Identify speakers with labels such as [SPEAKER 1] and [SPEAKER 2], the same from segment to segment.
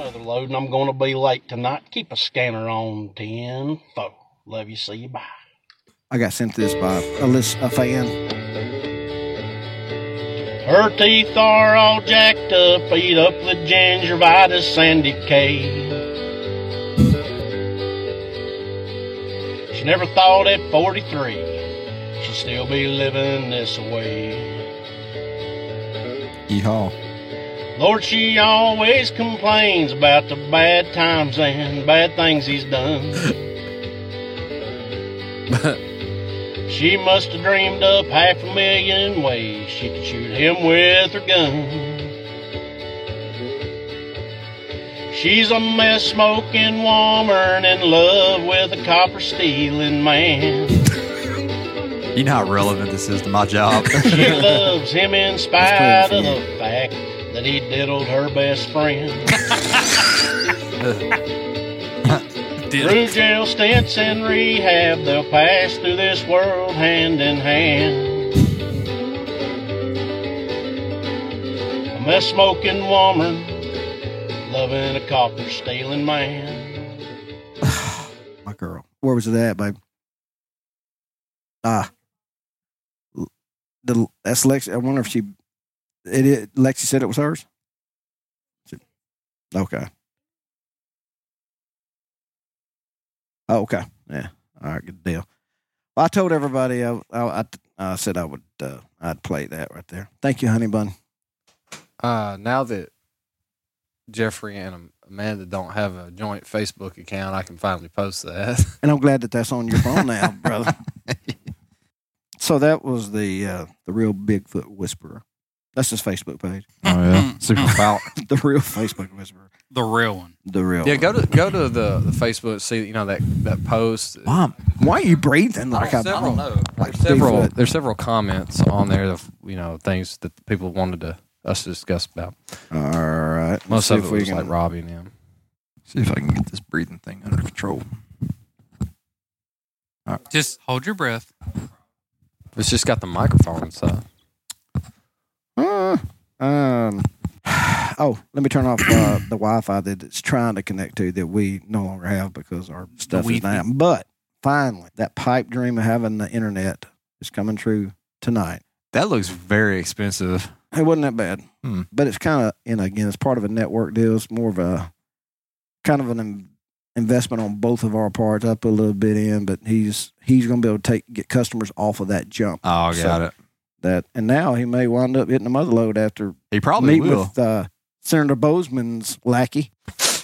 [SPEAKER 1] I'm going to be late tonight. Keep a scanner on 10 4. Love you. See you. Bye.
[SPEAKER 2] I got sent this by a, list, a fan.
[SPEAKER 1] Her teeth are all jacked up, eat up the gingivitis and decay. She never thought at 43 she'd still be living this way.
[SPEAKER 2] Yeehaw.
[SPEAKER 1] Lord, she always complains about the bad times and bad things he's done. She must have dreamed up half a million ways she could shoot him with her gun. She's a mess smoking woman in love with a copper stealing man.
[SPEAKER 3] You know how relevant this is to my job.
[SPEAKER 1] She loves him in
[SPEAKER 2] That's
[SPEAKER 1] spite of
[SPEAKER 2] pretty
[SPEAKER 1] the fact that he diddled her best friend. Through
[SPEAKER 3] Did
[SPEAKER 1] jail stints and rehab, they'll pass through this world hand in hand. I'm a smoking woman, loving a copper stealing man.
[SPEAKER 2] My girl. Where was it at, babe? Ah. L- The, that's Lexi. I wonder if she. It, it Lexi said it was hers? She- Okay. Oh, okay. Yeah. All right. Good deal. Well, I told everybody I I, I, I said I would uh, I'd play that right there. Thank you, honey bun.
[SPEAKER 4] Uh, now that Jeffrey and Am- Amanda don't have a joint Facebook account, I can finally post that.
[SPEAKER 2] And I'm glad that that's on your phone now, brother. So that was the uh, the real Bigfoot Whisperer. That's his Facebook page.
[SPEAKER 5] Oh yeah, super foul.
[SPEAKER 2] The real Facebook Whisperer.
[SPEAKER 6] The real one.
[SPEAKER 2] The real.
[SPEAKER 4] yeah,
[SPEAKER 2] one.
[SPEAKER 4] go to go to the, the Facebook. See you know that that post.
[SPEAKER 2] Mom, why are you breathing like I'm?
[SPEAKER 4] several,
[SPEAKER 2] I'm-
[SPEAKER 4] no,
[SPEAKER 2] like
[SPEAKER 4] there's several.
[SPEAKER 2] Bigfoot.
[SPEAKER 4] There's several comments on there of you know things that people wanted to us to discuss about.
[SPEAKER 2] All right. let's
[SPEAKER 4] Most
[SPEAKER 2] see
[SPEAKER 4] of
[SPEAKER 2] if
[SPEAKER 4] it
[SPEAKER 2] we
[SPEAKER 4] was
[SPEAKER 2] can-
[SPEAKER 4] like Robbie and him.
[SPEAKER 5] See if I can get this breathing thing under control.
[SPEAKER 6] Just hold your breath.
[SPEAKER 4] It's just got the microphone and stuff.
[SPEAKER 2] Uh, um. Oh, let me turn off uh, the Wi-Fi that it's trying to connect to that we no longer have because our stuff is
[SPEAKER 6] Wi-Fi.
[SPEAKER 2] down. But finally, that pipe dream of having the internet is coming true tonight.
[SPEAKER 3] that looks very expensive.
[SPEAKER 2] It wasn't that bad,
[SPEAKER 3] Hmm.
[SPEAKER 2] but it's kind of you know again it's part of a network deal. It's more of a kind of an in- investment on both of our parts. I put a little bit in, but he's he's going to be able to take get customers off of that jump
[SPEAKER 3] Oh, got
[SPEAKER 2] So-
[SPEAKER 3] it.
[SPEAKER 2] that, and now he may wind up hitting the motherload after
[SPEAKER 3] He probably
[SPEAKER 2] meet
[SPEAKER 3] will.
[SPEAKER 2] with uh, Senator Bozeman's lackey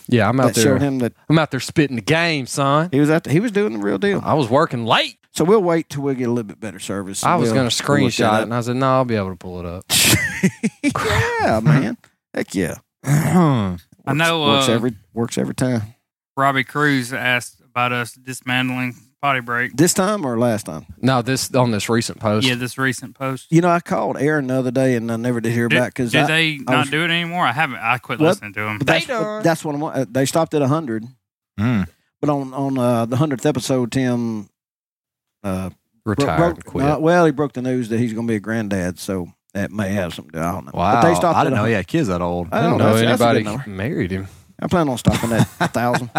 [SPEAKER 4] Yeah, I'm out
[SPEAKER 2] that showed
[SPEAKER 4] there.
[SPEAKER 2] him that
[SPEAKER 4] I'm out there spitting the game, son.
[SPEAKER 2] he was out he was doing the real deal.
[SPEAKER 4] I was working late.
[SPEAKER 2] So we'll wait till we get a little bit better service.
[SPEAKER 4] I was
[SPEAKER 2] We'll-
[SPEAKER 4] going to
[SPEAKER 2] we'll look
[SPEAKER 4] screenshot it,
[SPEAKER 2] that
[SPEAKER 4] and I said, "No, I'll be able to pull it up."
[SPEAKER 2] up. yeah, man. Heck yeah.
[SPEAKER 6] I know,
[SPEAKER 2] works
[SPEAKER 6] uh,
[SPEAKER 2] every works every time.
[SPEAKER 6] Robbie Cruz asked about us dismantling potty break.
[SPEAKER 2] This time or last time?
[SPEAKER 4] No, this on this recent post.
[SPEAKER 6] Yeah, this recent post.
[SPEAKER 2] You know, I called Aaron the other day and I never did hear
[SPEAKER 6] Did,
[SPEAKER 2] back because
[SPEAKER 6] did they not
[SPEAKER 2] was-
[SPEAKER 6] do it anymore? I haven't. I quit
[SPEAKER 2] What?
[SPEAKER 6] listening to them.
[SPEAKER 2] that's,
[SPEAKER 4] They done.
[SPEAKER 2] that's what I'm. uh, They stopped at hundred,
[SPEAKER 4] Hmm.
[SPEAKER 3] Mm.
[SPEAKER 2] but on on uh, the hundredth episode, Tim uh, bro-
[SPEAKER 4] Retired
[SPEAKER 2] broke-
[SPEAKER 4] and quit.
[SPEAKER 2] no, well, he broke the news that he's going to be a granddad, so that may have something to do. I don't know.
[SPEAKER 3] Wow.
[SPEAKER 2] But they stopped
[SPEAKER 3] I
[SPEAKER 2] at
[SPEAKER 3] didn't know he
[SPEAKER 2] 100.
[SPEAKER 3] had kids that old.
[SPEAKER 2] I don't know. That's- that's a good
[SPEAKER 4] anybody
[SPEAKER 2] number.
[SPEAKER 4] married him.
[SPEAKER 2] I plan on stopping at a thousand.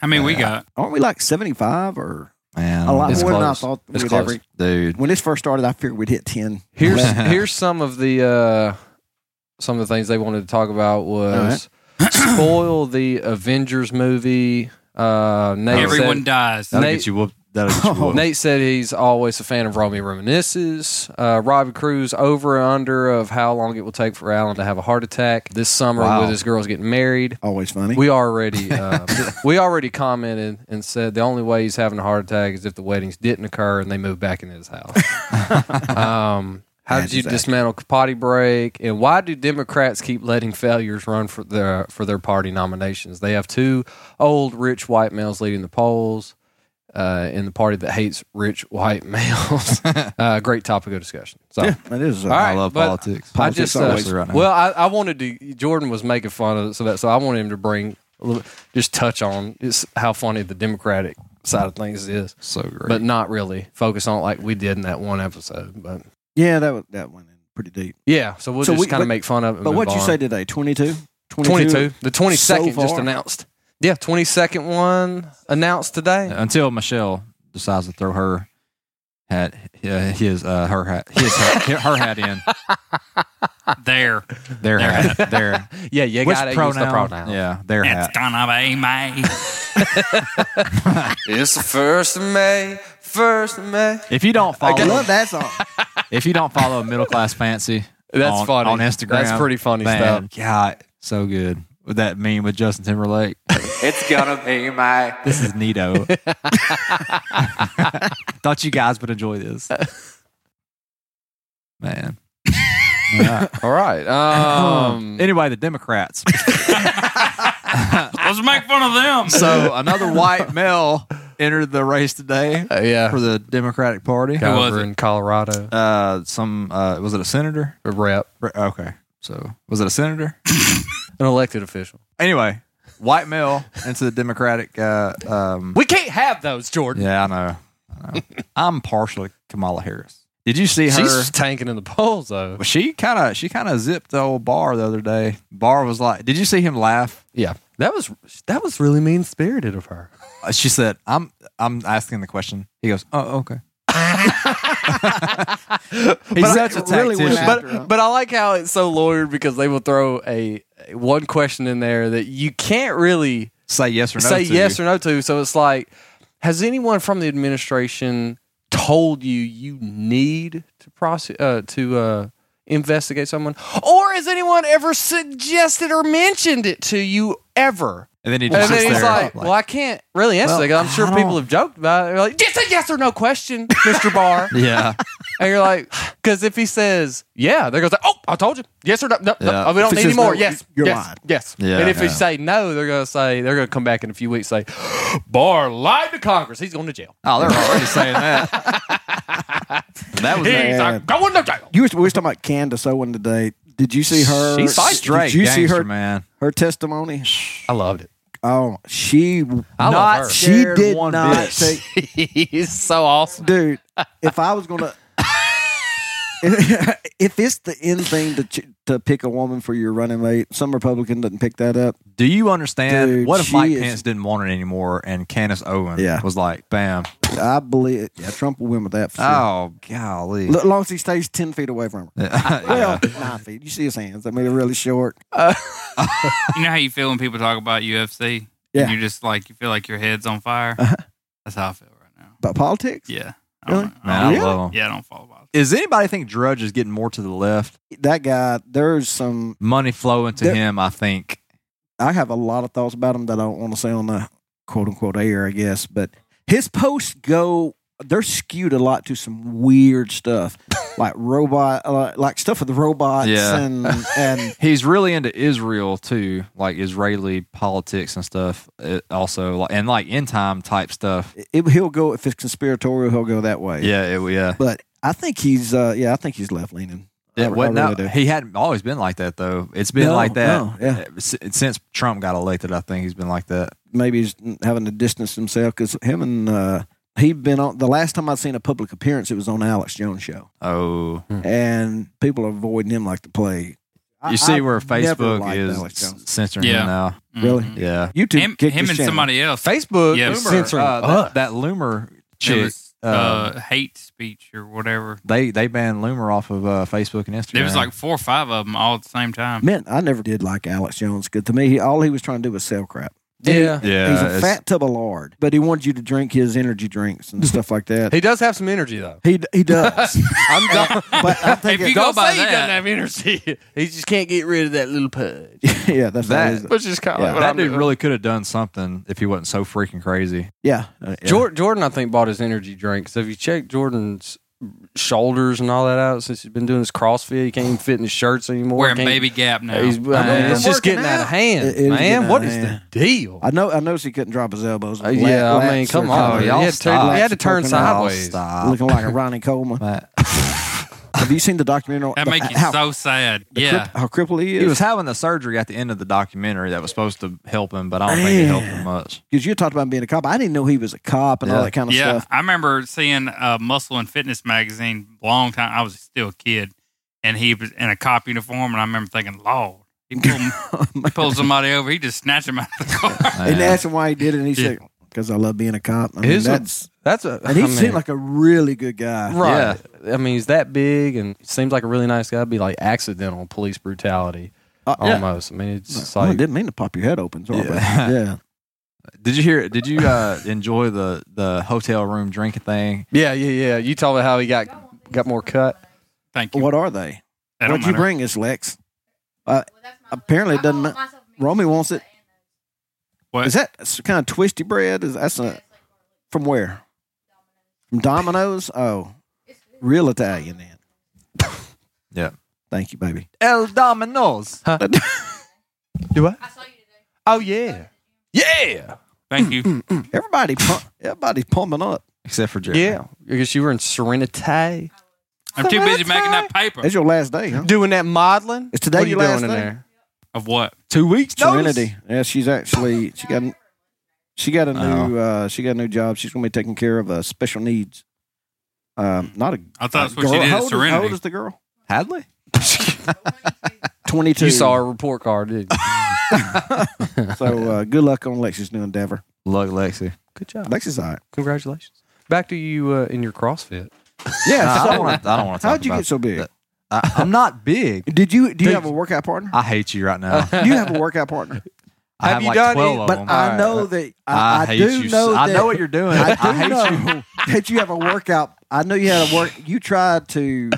[SPEAKER 6] I mean, we got
[SPEAKER 2] Aren't we like seventy five or
[SPEAKER 3] Man,
[SPEAKER 2] a lot
[SPEAKER 4] It's
[SPEAKER 2] more than I
[SPEAKER 4] close.
[SPEAKER 2] thought?
[SPEAKER 4] It's
[SPEAKER 2] we'd
[SPEAKER 4] close.
[SPEAKER 2] ever-
[SPEAKER 3] dude.
[SPEAKER 2] when this first started, I figured we'd hit ten.
[SPEAKER 4] Here's
[SPEAKER 2] Eleven.
[SPEAKER 4] here's some of the uh, some of the things they wanted to talk about was spoil the Avengers movie. Uh, Nate
[SPEAKER 6] everyone dies.
[SPEAKER 3] That'll
[SPEAKER 4] Nate-
[SPEAKER 3] get you whooped. That'll get you
[SPEAKER 4] said,
[SPEAKER 3] whooped.
[SPEAKER 4] Nate said he's always a fan of Romy Reminisces. Uh, Robbie Cruz over and under of how long it will take for Alan to have a heart attack this summer
[SPEAKER 3] Wow.
[SPEAKER 4] with his girls getting married.
[SPEAKER 2] always funny.
[SPEAKER 4] We already uh, we already commented and said the only way he's having a heart attack is if the weddings didn't occur and they moved back into his house. um, how
[SPEAKER 2] That
[SPEAKER 4] did
[SPEAKER 2] is
[SPEAKER 4] you
[SPEAKER 2] accurate.
[SPEAKER 4] dismantle potty break? And why do Democrats keep letting failures run for their for their party nominations? They have two old rich white males leading the polls. Uh, in the party that hates rich white males, uh, great topic of discussion. So,
[SPEAKER 2] yeah, that is. Uh,
[SPEAKER 4] All
[SPEAKER 3] I
[SPEAKER 4] right,
[SPEAKER 3] love
[SPEAKER 4] but
[SPEAKER 3] politics.
[SPEAKER 4] I
[SPEAKER 2] Politics
[SPEAKER 4] just uh,
[SPEAKER 2] always
[SPEAKER 3] right now.
[SPEAKER 4] well, I, I wanted to. Jordan was making fun of it, so that so I wanted him to bring a little, just touch on is how funny the Democratic side of things is,
[SPEAKER 3] so great.
[SPEAKER 4] but not really focus on it like we did in that one episode. But
[SPEAKER 2] Yeah, that was- that went in pretty deep.
[SPEAKER 4] yeah, so we'll
[SPEAKER 2] So
[SPEAKER 4] just
[SPEAKER 2] we-
[SPEAKER 4] kind
[SPEAKER 2] what-
[SPEAKER 4] of make fun of it. and
[SPEAKER 2] But
[SPEAKER 4] move
[SPEAKER 2] what you
[SPEAKER 4] on.
[SPEAKER 2] say today? Twenty two.
[SPEAKER 4] 22. The 22nd
[SPEAKER 2] So
[SPEAKER 4] just
[SPEAKER 2] far.
[SPEAKER 4] announced. Yeah, 22nd one announced today.
[SPEAKER 3] Until Michelle decides to throw her hat, uh, his, uh, her hat, his hat, her hat in
[SPEAKER 6] There.
[SPEAKER 3] their hat, their
[SPEAKER 4] Yeah, you
[SPEAKER 3] which
[SPEAKER 4] got to use
[SPEAKER 3] pronoun?
[SPEAKER 4] the pronoun.
[SPEAKER 3] Yeah, their
[SPEAKER 6] It's
[SPEAKER 3] hat.
[SPEAKER 6] gonna be me.
[SPEAKER 4] It's the first of May, first of May.
[SPEAKER 3] If you don't
[SPEAKER 2] I
[SPEAKER 3] follow,
[SPEAKER 2] love that song.
[SPEAKER 3] if you don't follow middle class fancy,
[SPEAKER 4] That's
[SPEAKER 3] on,
[SPEAKER 4] funny.
[SPEAKER 3] on Instagram.
[SPEAKER 4] That's pretty funny
[SPEAKER 3] man, God, so good. With that meme with Justin Timberlake,
[SPEAKER 4] It's gonna be my.
[SPEAKER 3] this is Nito. Thought you guys would enjoy this, man. All right.
[SPEAKER 4] All right. Um,
[SPEAKER 3] anyway, the Democrats.
[SPEAKER 6] Let's make fun of them.
[SPEAKER 3] so another white male entered the race today
[SPEAKER 4] uh, yeah.
[SPEAKER 3] for the Democratic Party.
[SPEAKER 4] Guy
[SPEAKER 6] was
[SPEAKER 4] over
[SPEAKER 6] it?
[SPEAKER 4] in Colorado,
[SPEAKER 3] Uh, some uh, was it a senator?
[SPEAKER 4] a rep,
[SPEAKER 3] Re- Okay, so was it a senator?
[SPEAKER 4] an elected official.
[SPEAKER 3] Anyway, white male into the Democratic. Uh, um,
[SPEAKER 4] We can't have those, Jordan.
[SPEAKER 3] yeah, I know. I know. I'm partial to Kamala Harris. Did you see her?
[SPEAKER 4] She's tanking in the polls though.
[SPEAKER 3] Well, she kind of she kind of zipped the old bar the other day. Bar was like, "Did you see him laugh?"
[SPEAKER 4] Yeah, that was that was really mean spirited of her.
[SPEAKER 3] Uh, She said, "I'm I'm asking the question." He goes, "Oh, okay." He's
[SPEAKER 4] But
[SPEAKER 3] such a
[SPEAKER 2] it really went
[SPEAKER 3] tactician.
[SPEAKER 2] after her.
[SPEAKER 4] But I like how it's so lawyered because they will throw a a- one question in there that you can't really
[SPEAKER 3] say yes or no.
[SPEAKER 4] say
[SPEAKER 3] to.
[SPEAKER 4] yes or no to. So it's like, has anyone from the administration told you you need to prosecute uh, to uh, investigate someone, or has anyone ever suggested or mentioned it to you ever?
[SPEAKER 3] And then he
[SPEAKER 4] And
[SPEAKER 3] just
[SPEAKER 4] then
[SPEAKER 3] sits
[SPEAKER 4] he's
[SPEAKER 3] there.
[SPEAKER 4] like, "Well, I can't really answer
[SPEAKER 3] Well,
[SPEAKER 4] that 'cause I'm sure
[SPEAKER 3] I
[SPEAKER 4] people
[SPEAKER 3] don't-
[SPEAKER 4] have joked about it. They're like, just a yes or no question, Mister Barr."
[SPEAKER 3] yeah,
[SPEAKER 4] And you're like, because if he says, yeah, they're going to say, oh, I told you. Yes or no. No, no,
[SPEAKER 3] Yeah.
[SPEAKER 4] we don't
[SPEAKER 2] If he
[SPEAKER 4] need any
[SPEAKER 2] says no,
[SPEAKER 4] more. yes.
[SPEAKER 2] you're
[SPEAKER 4] yes.
[SPEAKER 2] lying.
[SPEAKER 4] Yes.
[SPEAKER 3] Yeah,
[SPEAKER 4] and if he
[SPEAKER 3] yeah.
[SPEAKER 4] say no, they're going to say, they're going to come back in a few weeks and say, Barr lied to Congress. He's going to jail.
[SPEAKER 3] oh, they're already saying that. that was
[SPEAKER 6] He's
[SPEAKER 2] Yeah.
[SPEAKER 6] a going to jail.
[SPEAKER 2] You was, we was talking about Candace Owen today. Did you see her?
[SPEAKER 3] She's straight.
[SPEAKER 2] Did you see her?
[SPEAKER 3] man?
[SPEAKER 2] Her testimony.
[SPEAKER 4] I loved it.
[SPEAKER 2] Oh, she
[SPEAKER 4] I
[SPEAKER 3] Not
[SPEAKER 4] love her.
[SPEAKER 2] she
[SPEAKER 3] scared
[SPEAKER 2] did
[SPEAKER 3] one
[SPEAKER 2] not
[SPEAKER 3] bit.
[SPEAKER 2] take.
[SPEAKER 4] He's so awesome.
[SPEAKER 2] dude. If I was gonna, if it's the end thing to ch- to pick a woman for your running mate, some Republican doesn't pick that up.
[SPEAKER 3] Do you understand?
[SPEAKER 2] Dude,
[SPEAKER 3] what if
[SPEAKER 2] she
[SPEAKER 3] Mike
[SPEAKER 2] is-
[SPEAKER 3] Pence didn't want it anymore and Candace Owen
[SPEAKER 2] Yeah.
[SPEAKER 3] was like, bam.
[SPEAKER 2] I believe it. Yeah, Trump will win with that. For sure.
[SPEAKER 3] Oh, golly.
[SPEAKER 2] L- long as he stays ten feet away from her.
[SPEAKER 3] Yeah. Uh,
[SPEAKER 2] Well, nine feet. You see his hands. I mean, they're really short.
[SPEAKER 6] You know how you feel when people talk about UFC?
[SPEAKER 2] Yeah.
[SPEAKER 6] You're just like, you feel like your head's on fire?
[SPEAKER 3] Uh-huh.
[SPEAKER 6] That's how I feel right now.
[SPEAKER 2] But politics,
[SPEAKER 6] Yeah.
[SPEAKER 2] Really?
[SPEAKER 6] I don't, I
[SPEAKER 3] Man,
[SPEAKER 6] don't-
[SPEAKER 3] I love him.
[SPEAKER 6] yeah, I don't follow about
[SPEAKER 3] Is anybody think Drudge is getting more to the left?
[SPEAKER 2] that guy. There's some.
[SPEAKER 3] Money flowing to
[SPEAKER 2] There-
[SPEAKER 3] him, I think.
[SPEAKER 2] I have a lot of thoughts about him that I don't want to say on the quote unquote air, I guess. But his posts go. They're skewed a lot to some weird stuff, like robot, uh, like stuff with robots,
[SPEAKER 3] Yeah.
[SPEAKER 2] and and
[SPEAKER 3] He's really into Israel too, like Israeli politics and stuff. It also, like, and like end time type stuff.
[SPEAKER 2] it, he'll go if it's conspiratorial, he'll go that way.
[SPEAKER 3] Yeah, it, yeah.
[SPEAKER 2] But I think he's, uh, yeah, I think he's left leaning.
[SPEAKER 3] Yeah,
[SPEAKER 2] I,
[SPEAKER 3] well,
[SPEAKER 2] I
[SPEAKER 3] no,
[SPEAKER 2] really do.
[SPEAKER 3] he hadn't always been like that though. It's been
[SPEAKER 2] No,
[SPEAKER 3] like that uh,
[SPEAKER 2] no, yeah.
[SPEAKER 3] s- since Trump got elected. I think he's been like that.
[SPEAKER 2] maybe he's having to distance himself because him and uh, he'd been on the last time I'd seen a public appearance, it was on Alex Jones show,
[SPEAKER 3] Oh,
[SPEAKER 2] and people are avoiding him like the plague. I-
[SPEAKER 3] you see
[SPEAKER 2] I've
[SPEAKER 3] where
[SPEAKER 2] never
[SPEAKER 3] Facebook
[SPEAKER 2] liked
[SPEAKER 3] is
[SPEAKER 2] Alex Jones.
[SPEAKER 3] s- censoring
[SPEAKER 6] Yeah.
[SPEAKER 3] him now.
[SPEAKER 6] it.
[SPEAKER 2] Really?
[SPEAKER 6] Mhm.
[SPEAKER 3] Yeah,
[SPEAKER 2] YouTube
[SPEAKER 6] Him,
[SPEAKER 2] kicked
[SPEAKER 6] him
[SPEAKER 2] his
[SPEAKER 6] and
[SPEAKER 2] channel.
[SPEAKER 6] somebody else.
[SPEAKER 4] Facebook
[SPEAKER 6] Yeah,
[SPEAKER 4] is
[SPEAKER 6] Loomer,
[SPEAKER 4] censoring
[SPEAKER 3] uh,
[SPEAKER 4] us.
[SPEAKER 3] that, that Loomer
[SPEAKER 6] It
[SPEAKER 3] chick.
[SPEAKER 6] was, uh,
[SPEAKER 3] uh,
[SPEAKER 6] hate speech or whatever.
[SPEAKER 3] they they banned Loomer off of uh, Facebook and Instagram.
[SPEAKER 6] There was like um, four or five of them all at the same time.
[SPEAKER 2] Man, I never did like Alex Jones. Good to me, he, all he was trying to do was sell crap.
[SPEAKER 4] yeah.
[SPEAKER 3] yeah,
[SPEAKER 2] He's a
[SPEAKER 3] it's-
[SPEAKER 2] fat tub of lard, but he wanted you to drink his energy drinks and stuff like that.
[SPEAKER 4] He does have some energy, though.
[SPEAKER 2] he he does,
[SPEAKER 4] I'm done.
[SPEAKER 2] but I'm
[SPEAKER 6] If
[SPEAKER 2] thinking,
[SPEAKER 6] you go
[SPEAKER 4] Don't
[SPEAKER 6] by
[SPEAKER 4] say he doesn't
[SPEAKER 6] that,
[SPEAKER 4] have energy. he just can't get rid of that little pudge.
[SPEAKER 2] yeah, that's
[SPEAKER 3] That-
[SPEAKER 2] that.
[SPEAKER 4] Which is kind of
[SPEAKER 2] Yeah.
[SPEAKER 4] like what
[SPEAKER 3] that
[SPEAKER 4] I'm
[SPEAKER 3] dude
[SPEAKER 4] doing.
[SPEAKER 3] really could have done something if he wasn't so freaking crazy.
[SPEAKER 2] Yeah, uh, yeah.
[SPEAKER 4] Jor- Jordan, I think, bought his energy drinks. Have you checked Jordan's shoulders and all that out since he's been doing his CrossFit? He can't even fit in his shirts anymore.
[SPEAKER 6] wearing
[SPEAKER 4] Can't-
[SPEAKER 6] baby gap now.
[SPEAKER 4] He's- I mean,
[SPEAKER 2] I'm
[SPEAKER 4] it's just
[SPEAKER 2] working
[SPEAKER 4] getting out of
[SPEAKER 2] out.
[SPEAKER 4] hand,
[SPEAKER 2] It- it is getting
[SPEAKER 4] man.
[SPEAKER 2] out
[SPEAKER 4] What
[SPEAKER 2] of
[SPEAKER 4] is the
[SPEAKER 2] hand.
[SPEAKER 4] deal?
[SPEAKER 2] I know. I noticed he couldn't drop his elbows.
[SPEAKER 4] Uh, yeah,
[SPEAKER 2] Lat-
[SPEAKER 4] I mean,
[SPEAKER 2] lats
[SPEAKER 4] come
[SPEAKER 2] are
[SPEAKER 4] on.
[SPEAKER 2] kinda-
[SPEAKER 4] he,
[SPEAKER 3] y'all
[SPEAKER 4] had to,
[SPEAKER 3] stop.
[SPEAKER 4] he had to turn
[SPEAKER 2] Y'all Oh,
[SPEAKER 4] sideways.
[SPEAKER 3] Stop.
[SPEAKER 2] looking like a Ronnie Coleman.
[SPEAKER 3] Matt.
[SPEAKER 2] Have you seen the documentary?
[SPEAKER 6] that
[SPEAKER 2] the-
[SPEAKER 6] makes you
[SPEAKER 2] how,
[SPEAKER 6] so sad. Yeah.
[SPEAKER 2] crip- how crippled he
[SPEAKER 3] He was
[SPEAKER 2] is?
[SPEAKER 3] having the surgery at the end of the documentary that was supposed to help him, but I don't think it helped him much.
[SPEAKER 2] Because you talked about being a cop. I didn't know he was a cop and all
[SPEAKER 3] Yeah.
[SPEAKER 2] that kind of
[SPEAKER 6] Yeah.
[SPEAKER 2] stuff.
[SPEAKER 6] I remember seeing a Muscle and Fitness magazine long time. I was still a kid, and he was in a cop uniform, and I remember thinking, "Lord, He pulled, he pulled somebody over. He just snatched him out of the car.
[SPEAKER 2] Oh, And they asked him why he did it, and he
[SPEAKER 6] Yeah.
[SPEAKER 2] said, "Because I love being a cop." I mean,
[SPEAKER 4] His-
[SPEAKER 2] that's
[SPEAKER 4] That's a
[SPEAKER 2] and he
[SPEAKER 4] I mean-
[SPEAKER 2] seemed like a really good guy.
[SPEAKER 4] Right. I mean, he's that big and seems like a really nice guy. It'd be like accidental police brutality
[SPEAKER 2] Uh, yeah.
[SPEAKER 4] almost. I mean, it's just
[SPEAKER 2] Well, I
[SPEAKER 4] like
[SPEAKER 2] didn't mean to pop your head open. Sorry,
[SPEAKER 3] Yeah.
[SPEAKER 2] yeah. yeah.
[SPEAKER 3] Did you hear? Did you uh, enjoy the the hotel room drinking thing?
[SPEAKER 4] yeah, yeah, yeah. You told me how he got got more cut.
[SPEAKER 6] Thank you.
[SPEAKER 2] What are they?
[SPEAKER 6] That don't
[SPEAKER 2] What'd you
[SPEAKER 6] matter.
[SPEAKER 2] bring us, Lex? Uh, apparently, it doesn't. Ma- Romy wants it.
[SPEAKER 6] What?
[SPEAKER 2] Is that s- kind of twisty bread? Is that's a from where? From Domino's. Oh, real Italian then.
[SPEAKER 3] Yeah.
[SPEAKER 2] Thank you, baby.
[SPEAKER 3] El Domino's.
[SPEAKER 4] Do I? Oh yeah, yeah,
[SPEAKER 6] Thank you.
[SPEAKER 2] Everybody, pu- everybody's pumping up.
[SPEAKER 3] Except for Jerry.
[SPEAKER 4] yeah. I guess you were in Serenity
[SPEAKER 6] I'm too busy making that paper.
[SPEAKER 2] It's your last day, huh?
[SPEAKER 4] doing that modeling.
[SPEAKER 2] Is today
[SPEAKER 4] What are
[SPEAKER 2] your
[SPEAKER 4] you
[SPEAKER 2] last
[SPEAKER 4] doing
[SPEAKER 2] day?
[SPEAKER 4] in there?
[SPEAKER 6] Of what?
[SPEAKER 4] Two weeks. notice?
[SPEAKER 2] Serenity. Yeah, she's actually she got she got a
[SPEAKER 4] Oh.
[SPEAKER 2] new uh, she got a new job. She's gonna be taking care of uh, special needs. Um, not a
[SPEAKER 6] I thought that's
[SPEAKER 2] a
[SPEAKER 6] what she
[SPEAKER 2] girl.
[SPEAKER 6] did
[SPEAKER 2] How
[SPEAKER 6] at
[SPEAKER 2] old, is, how old
[SPEAKER 6] Serenity.
[SPEAKER 2] is the girl?
[SPEAKER 3] Hadley.
[SPEAKER 2] Twenty two.
[SPEAKER 4] You saw her report card, did you?
[SPEAKER 2] So uh, good luck on Lexi's new endeavor.
[SPEAKER 3] Lug Lexi.
[SPEAKER 4] Good job.
[SPEAKER 2] Lexi's all right.
[SPEAKER 4] Congratulations. Back to you uh, in your CrossFit.
[SPEAKER 2] Yeah.
[SPEAKER 3] I
[SPEAKER 2] so-
[SPEAKER 3] don't want to talk
[SPEAKER 2] how'd you
[SPEAKER 3] about
[SPEAKER 2] get so big?
[SPEAKER 3] that. I, I'm not big.
[SPEAKER 2] Did you do you
[SPEAKER 3] Dude.
[SPEAKER 2] have a workout partner?
[SPEAKER 3] I hate you right now.
[SPEAKER 2] Do you have a workout partner?
[SPEAKER 3] I
[SPEAKER 4] Have
[SPEAKER 3] have
[SPEAKER 4] you
[SPEAKER 3] like
[SPEAKER 4] done
[SPEAKER 3] 12
[SPEAKER 4] it?
[SPEAKER 3] of
[SPEAKER 2] But
[SPEAKER 3] them.
[SPEAKER 2] I know that I,
[SPEAKER 3] I,
[SPEAKER 2] I,
[SPEAKER 3] hate
[SPEAKER 2] do
[SPEAKER 3] you.
[SPEAKER 2] know
[SPEAKER 3] so- I
[SPEAKER 2] that
[SPEAKER 3] know what you're doing.
[SPEAKER 2] I
[SPEAKER 3] I,
[SPEAKER 2] do
[SPEAKER 3] hate you.
[SPEAKER 2] know that you have a workout. I know you had a work. You tried to,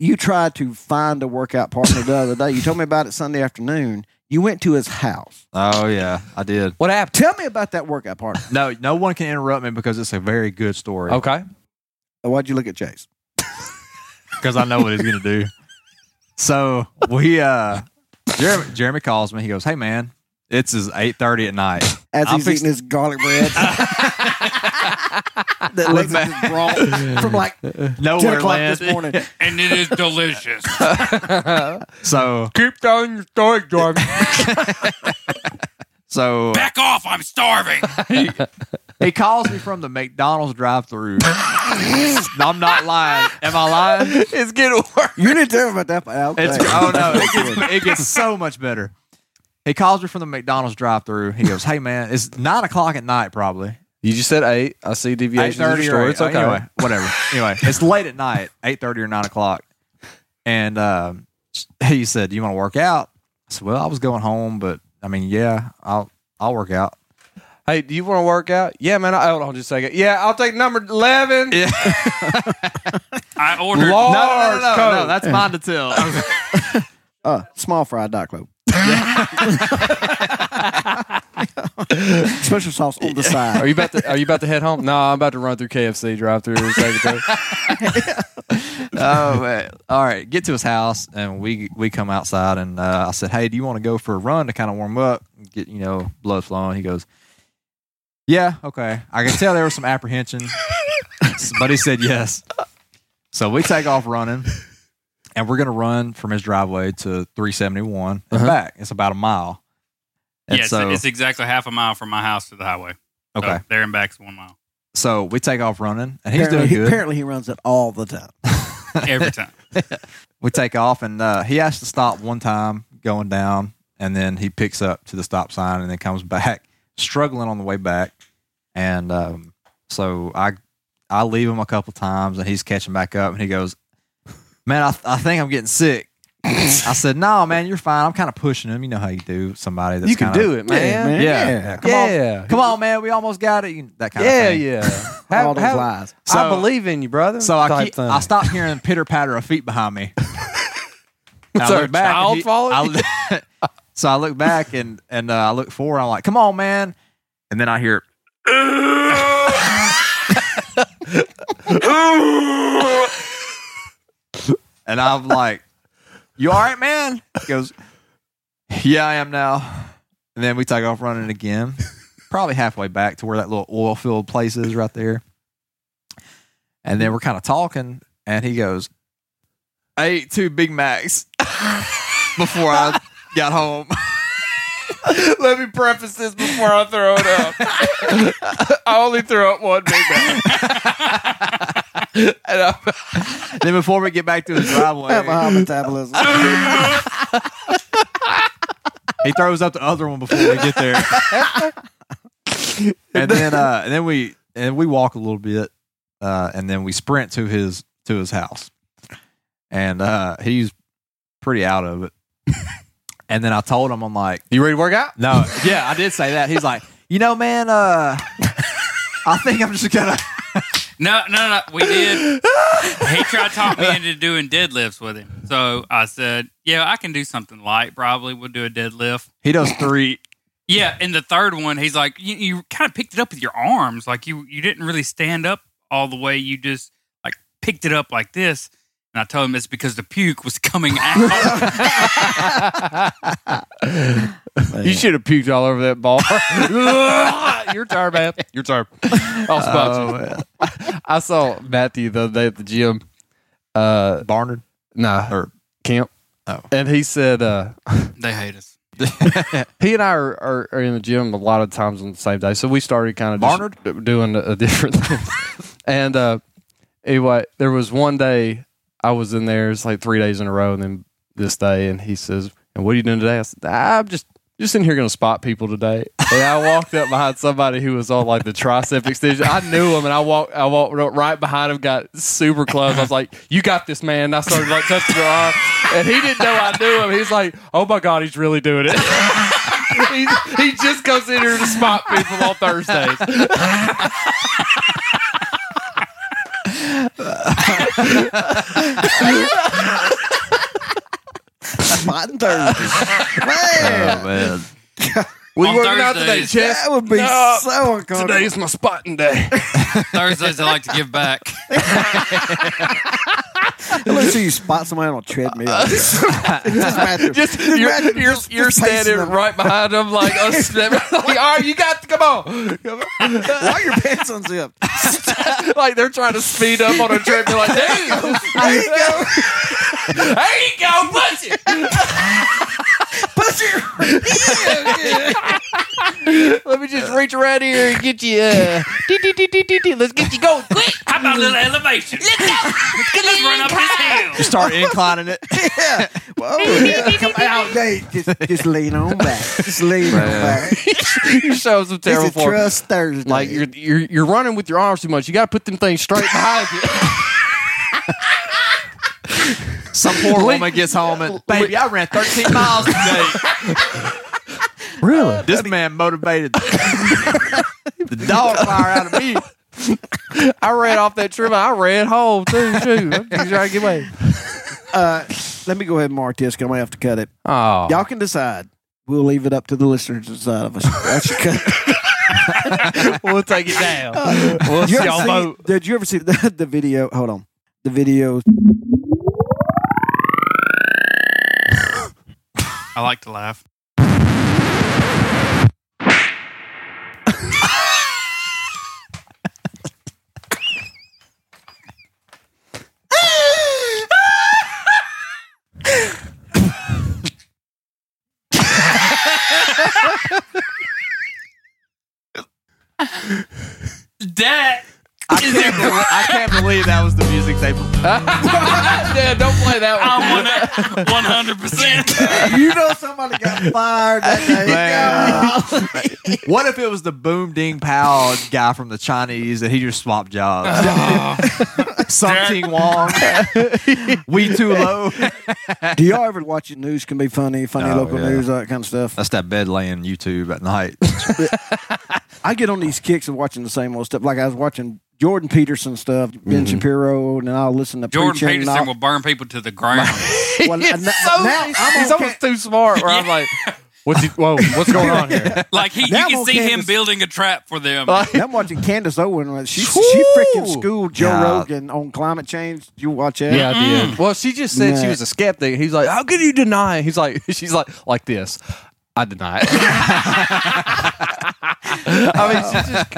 [SPEAKER 2] you tried to find a workout partner the other day. You told me about it Sunday afternoon. You went to his house.
[SPEAKER 3] Oh yeah, I did.
[SPEAKER 4] What happened?
[SPEAKER 2] Tell me about that workout partner.
[SPEAKER 3] No, no one can interrupt me because it's a very good story.
[SPEAKER 4] Okay.
[SPEAKER 2] Uh, Why'd you look at Chase?
[SPEAKER 3] because I know what he's gonna do. So we, uh Jeremy, Jeremy calls me. He goes, "Hey man, it's is eight thirty at night."
[SPEAKER 2] As
[SPEAKER 3] I'm
[SPEAKER 2] he's eating his garlic bread that Lex just brought from like ten
[SPEAKER 3] Nowhere
[SPEAKER 2] o'clock
[SPEAKER 3] land.
[SPEAKER 2] this morning.
[SPEAKER 6] And it is delicious.
[SPEAKER 3] So
[SPEAKER 4] Keep telling your story, Jordan.
[SPEAKER 3] so
[SPEAKER 6] Back off! I'm starving.
[SPEAKER 3] he calls me from the McDonald's drive-through. I'm not lying. Am I lying?
[SPEAKER 4] it's getting worse.
[SPEAKER 2] You didn't tell me about that. Okay.
[SPEAKER 3] It's oh no, it gets, it gets so much better. He calls me from the McDonald's drive-through. He goes, "Hey man, it's nine o'clock at night, probably."
[SPEAKER 4] You just said eight. I see
[SPEAKER 3] eight
[SPEAKER 4] deviations of
[SPEAKER 3] thirty
[SPEAKER 4] your
[SPEAKER 3] or
[SPEAKER 4] story.
[SPEAKER 3] eight-
[SPEAKER 4] It's okay.
[SPEAKER 3] Anyway, whatever. Anyway, it's late at night, eight thirty or nine o'clock, and um, he said, "Do you want to work out?" I said, "Well, I was going home, but I mean, yeah, I'll I'll work out."
[SPEAKER 4] Hey, do you want to work out? Yeah, man. I, hold on just a second. Yeah, I'll take number 11.
[SPEAKER 3] Yeah.
[SPEAKER 6] I ordered.
[SPEAKER 4] Lord.
[SPEAKER 3] No, no, no, no,
[SPEAKER 4] Coke.
[SPEAKER 3] no, that's mine to tell.
[SPEAKER 2] Uh, small fried duck loaf. Special sauce on the
[SPEAKER 4] Are
[SPEAKER 2] side.
[SPEAKER 4] you about to Are you about to head home? No, I'm about to run through KFC drive through.
[SPEAKER 3] oh man! All right, get to his house, and we we come outside, and uh, I said, "Hey, do you want to go for a run to kind of warm up, get you know blood flowing?" He goes, "Yeah, okay." I could tell there was some apprehension, but he said yes. So we take off running, and we're gonna run from his driveway to 371 and
[SPEAKER 4] Uh-huh.
[SPEAKER 3] back. It's about a mile.
[SPEAKER 6] Yeah,
[SPEAKER 3] And
[SPEAKER 6] it's,
[SPEAKER 3] so
[SPEAKER 6] it's exactly half a mile from my house to the highway. So
[SPEAKER 3] okay,
[SPEAKER 6] there and back's one mile
[SPEAKER 3] so we take off running, and he's
[SPEAKER 2] Apparently,
[SPEAKER 3] doing
[SPEAKER 2] he,
[SPEAKER 3] good.
[SPEAKER 2] apparently he runs it all the time.
[SPEAKER 6] every time.
[SPEAKER 3] we take off and uh, he has to stop one time going down and then he picks up to the stop sign and then comes back struggling on the way back and um, so i i leave him a couple times and he's catching back up and he goes man i, I think i'm getting sick i said no man you're fine i'm kind of pushing him you know how you do somebody that's
[SPEAKER 4] you can
[SPEAKER 3] kinda-
[SPEAKER 4] do it, man.
[SPEAKER 2] man.
[SPEAKER 3] yeah,
[SPEAKER 2] Yeah.
[SPEAKER 3] yeah. Come,
[SPEAKER 4] Yeah.
[SPEAKER 3] On, come on man we almost got it you- that kind of
[SPEAKER 4] Yeah,
[SPEAKER 3] thing
[SPEAKER 4] yeah.
[SPEAKER 2] all
[SPEAKER 4] Have-
[SPEAKER 2] those
[SPEAKER 4] have-
[SPEAKER 2] lies.
[SPEAKER 4] I
[SPEAKER 3] So-
[SPEAKER 4] believe in you, brother.
[SPEAKER 3] so I,
[SPEAKER 4] type
[SPEAKER 3] keep,
[SPEAKER 4] thing.
[SPEAKER 3] I stopped hearing pitter patter of feet behind me. And I
[SPEAKER 4] Is there
[SPEAKER 3] look
[SPEAKER 4] a
[SPEAKER 3] back and
[SPEAKER 4] child
[SPEAKER 3] he-
[SPEAKER 4] following
[SPEAKER 3] I- so I look back and and uh, I look forward. I'm like, come on, man. And then I hear,
[SPEAKER 2] Hmm.
[SPEAKER 3] and I'm like, you all right, man? He goes, yeah, I am now. And then we take off running again, probably halfway back to where that little oil field place is right there. And then we're kind of talking, and he goes, I ate two Big Macs before I got home.
[SPEAKER 4] Let me preface this before I throw it up. I only throw up one big bag. and I'm,
[SPEAKER 3] then before we get back to his driveway,
[SPEAKER 2] I have a high metabolism.
[SPEAKER 3] He throws up the other one before we get there. and then uh and then we and we walk a little bit uh and then we sprint to his to his house. And uh he's pretty out of it. And then I told him I'm like
[SPEAKER 4] You ready to work out?
[SPEAKER 3] no, yeah, I did say that. He's like, you know, man, uh, I think I'm just gonna.
[SPEAKER 6] No, no, no. We did. he tried to talk me into doing deadlifts with him. So I said, yeah, I can do something light probably. We'll do a deadlift.
[SPEAKER 3] He does three.
[SPEAKER 6] Yeah, and the third one, he's like, you, you kind of picked it up with your arms, like you you didn't really stand up all the way. You just like picked it up like this. And I told him it's because the puke was coming out.
[SPEAKER 4] You should have puked all over that ball. Your turn, man. Your turn. I'll spot you. Oh, I saw Matthew the other day at the gym. Uh,
[SPEAKER 3] Barnard.
[SPEAKER 4] nah,
[SPEAKER 3] Or-
[SPEAKER 4] camp.
[SPEAKER 3] Oh.
[SPEAKER 4] And he said, uh,
[SPEAKER 6] they hate us.
[SPEAKER 4] he and I are, are, are in the gym a lot of times on the same day. So we started kind of
[SPEAKER 3] Barnard?
[SPEAKER 4] doing a different thing. and uh, anyway, there was one day I was in there. It's like three days in a row, and then this day, and he says, "And what are you doing today?" I said, "I'm just." Just in here going to spot people today. And I walked up behind somebody who was on like the tricep extension. I knew him and I walked I walked up right behind him, got super close. I was like, You got this man. And I started like touching her arm. And he didn't know I knew him. He's like, Oh my God, he's really doing it. he, he just comes in here to spot people on Thursdays.
[SPEAKER 2] Fighting Thursday. Man,
[SPEAKER 3] man.
[SPEAKER 4] We
[SPEAKER 6] On
[SPEAKER 4] working out today,
[SPEAKER 6] Thursdays.
[SPEAKER 4] Chess.
[SPEAKER 2] that would be
[SPEAKER 4] No.
[SPEAKER 2] so uncomfortable.
[SPEAKER 4] Today's my spotting day.
[SPEAKER 6] Thursdays I like to give back.
[SPEAKER 2] Unless you spot somebody on a treadmill. just imagine-
[SPEAKER 4] Just
[SPEAKER 2] just
[SPEAKER 4] you're,
[SPEAKER 2] imagine
[SPEAKER 4] you're,
[SPEAKER 2] just-
[SPEAKER 4] you're
[SPEAKER 2] just
[SPEAKER 4] standing
[SPEAKER 2] pacing them.
[SPEAKER 4] right behind them, like us. like, all right, you got to come on. Come on.
[SPEAKER 2] Why are your pants unzipped?
[SPEAKER 4] like they're trying to speed up on a trip. They're like, damn. There you go. there you go. Push it. Let me just reach right here and get you. Uh, dee, dee, dee, dee, dee, dee. Let's get you going quick.
[SPEAKER 6] How about a little elevation? Let's go. Let's run up this hill.
[SPEAKER 3] Start inclining it.
[SPEAKER 2] yeah. Whoa. yeah. Come out, Nate. Just, just lean on back. Just lean on back.
[SPEAKER 4] you show some terrible
[SPEAKER 2] It's a
[SPEAKER 4] form.
[SPEAKER 2] trust Thursday.
[SPEAKER 4] Like you're, you're you're running with your arms too much. You got to put them things straight behind you.
[SPEAKER 3] Some poor woman gets home and baby, I ran 13 miles today.
[SPEAKER 4] Really?
[SPEAKER 3] This man motivated the dog fire out of me.
[SPEAKER 4] I ran off that trim. I ran home too. Shoot, I'm just trying to get away.
[SPEAKER 2] uh, let me go ahead and mark this. 'cause I'm gonna have to cut it.
[SPEAKER 4] Oh,
[SPEAKER 2] Y'all can decide. We'll leave it up to the listeners to decide if I should, I should cut. it.
[SPEAKER 4] we'll take it down. We'll
[SPEAKER 2] You
[SPEAKER 4] see
[SPEAKER 2] ever
[SPEAKER 4] y'all
[SPEAKER 2] uh, see-
[SPEAKER 4] vote.
[SPEAKER 2] Did you ever see the, the video? Hold on. The video.
[SPEAKER 6] I like to laugh. That
[SPEAKER 3] I can't, believe, I can't believe that was the music they
[SPEAKER 4] yeah, don't play that
[SPEAKER 6] I'm one hundred percent.
[SPEAKER 2] you know somebody got fired that day.
[SPEAKER 3] Man. What if it was the boom ding pow guy from the Chinese and he just swapped jobs?
[SPEAKER 4] Uh-huh.
[SPEAKER 3] Something Wong. we too low.
[SPEAKER 2] Do y'all ever watch it? News can be funny, funny
[SPEAKER 3] Oh,
[SPEAKER 2] local
[SPEAKER 3] yeah.
[SPEAKER 2] news, all that kind of stuff.
[SPEAKER 3] That's that bed laying YouTube at night.
[SPEAKER 2] I get on these kicks of watching the same old stuff. Like I was watching Jordan Peterson stuff, Ben Shapiro, and then I'll listen to
[SPEAKER 6] Jordan
[SPEAKER 2] preaching. and
[SPEAKER 6] Peterson
[SPEAKER 2] I'll-
[SPEAKER 6] will burn people to the ground.
[SPEAKER 2] well,
[SPEAKER 4] one.
[SPEAKER 2] n- now I'm
[SPEAKER 4] he's
[SPEAKER 2] on
[SPEAKER 4] almost too smart. Where I'm like, what's he, whoa, what's going on here?
[SPEAKER 6] like he, you
[SPEAKER 2] Now
[SPEAKER 6] can
[SPEAKER 2] I'm
[SPEAKER 6] see him
[SPEAKER 2] Candace.
[SPEAKER 6] building a trap for them.
[SPEAKER 4] Like,
[SPEAKER 2] Now I'm watching Candace Owen. like, She she freaking schooled Joe
[SPEAKER 3] Yeah.
[SPEAKER 2] Rogan on climate change. You watch that?
[SPEAKER 4] yeah, I did. Well, she just said she
[SPEAKER 2] Nah.
[SPEAKER 4] was a skeptic. He's like, how can you deny? it?" He's like, she's like, like this. I deny it. I mean, she's just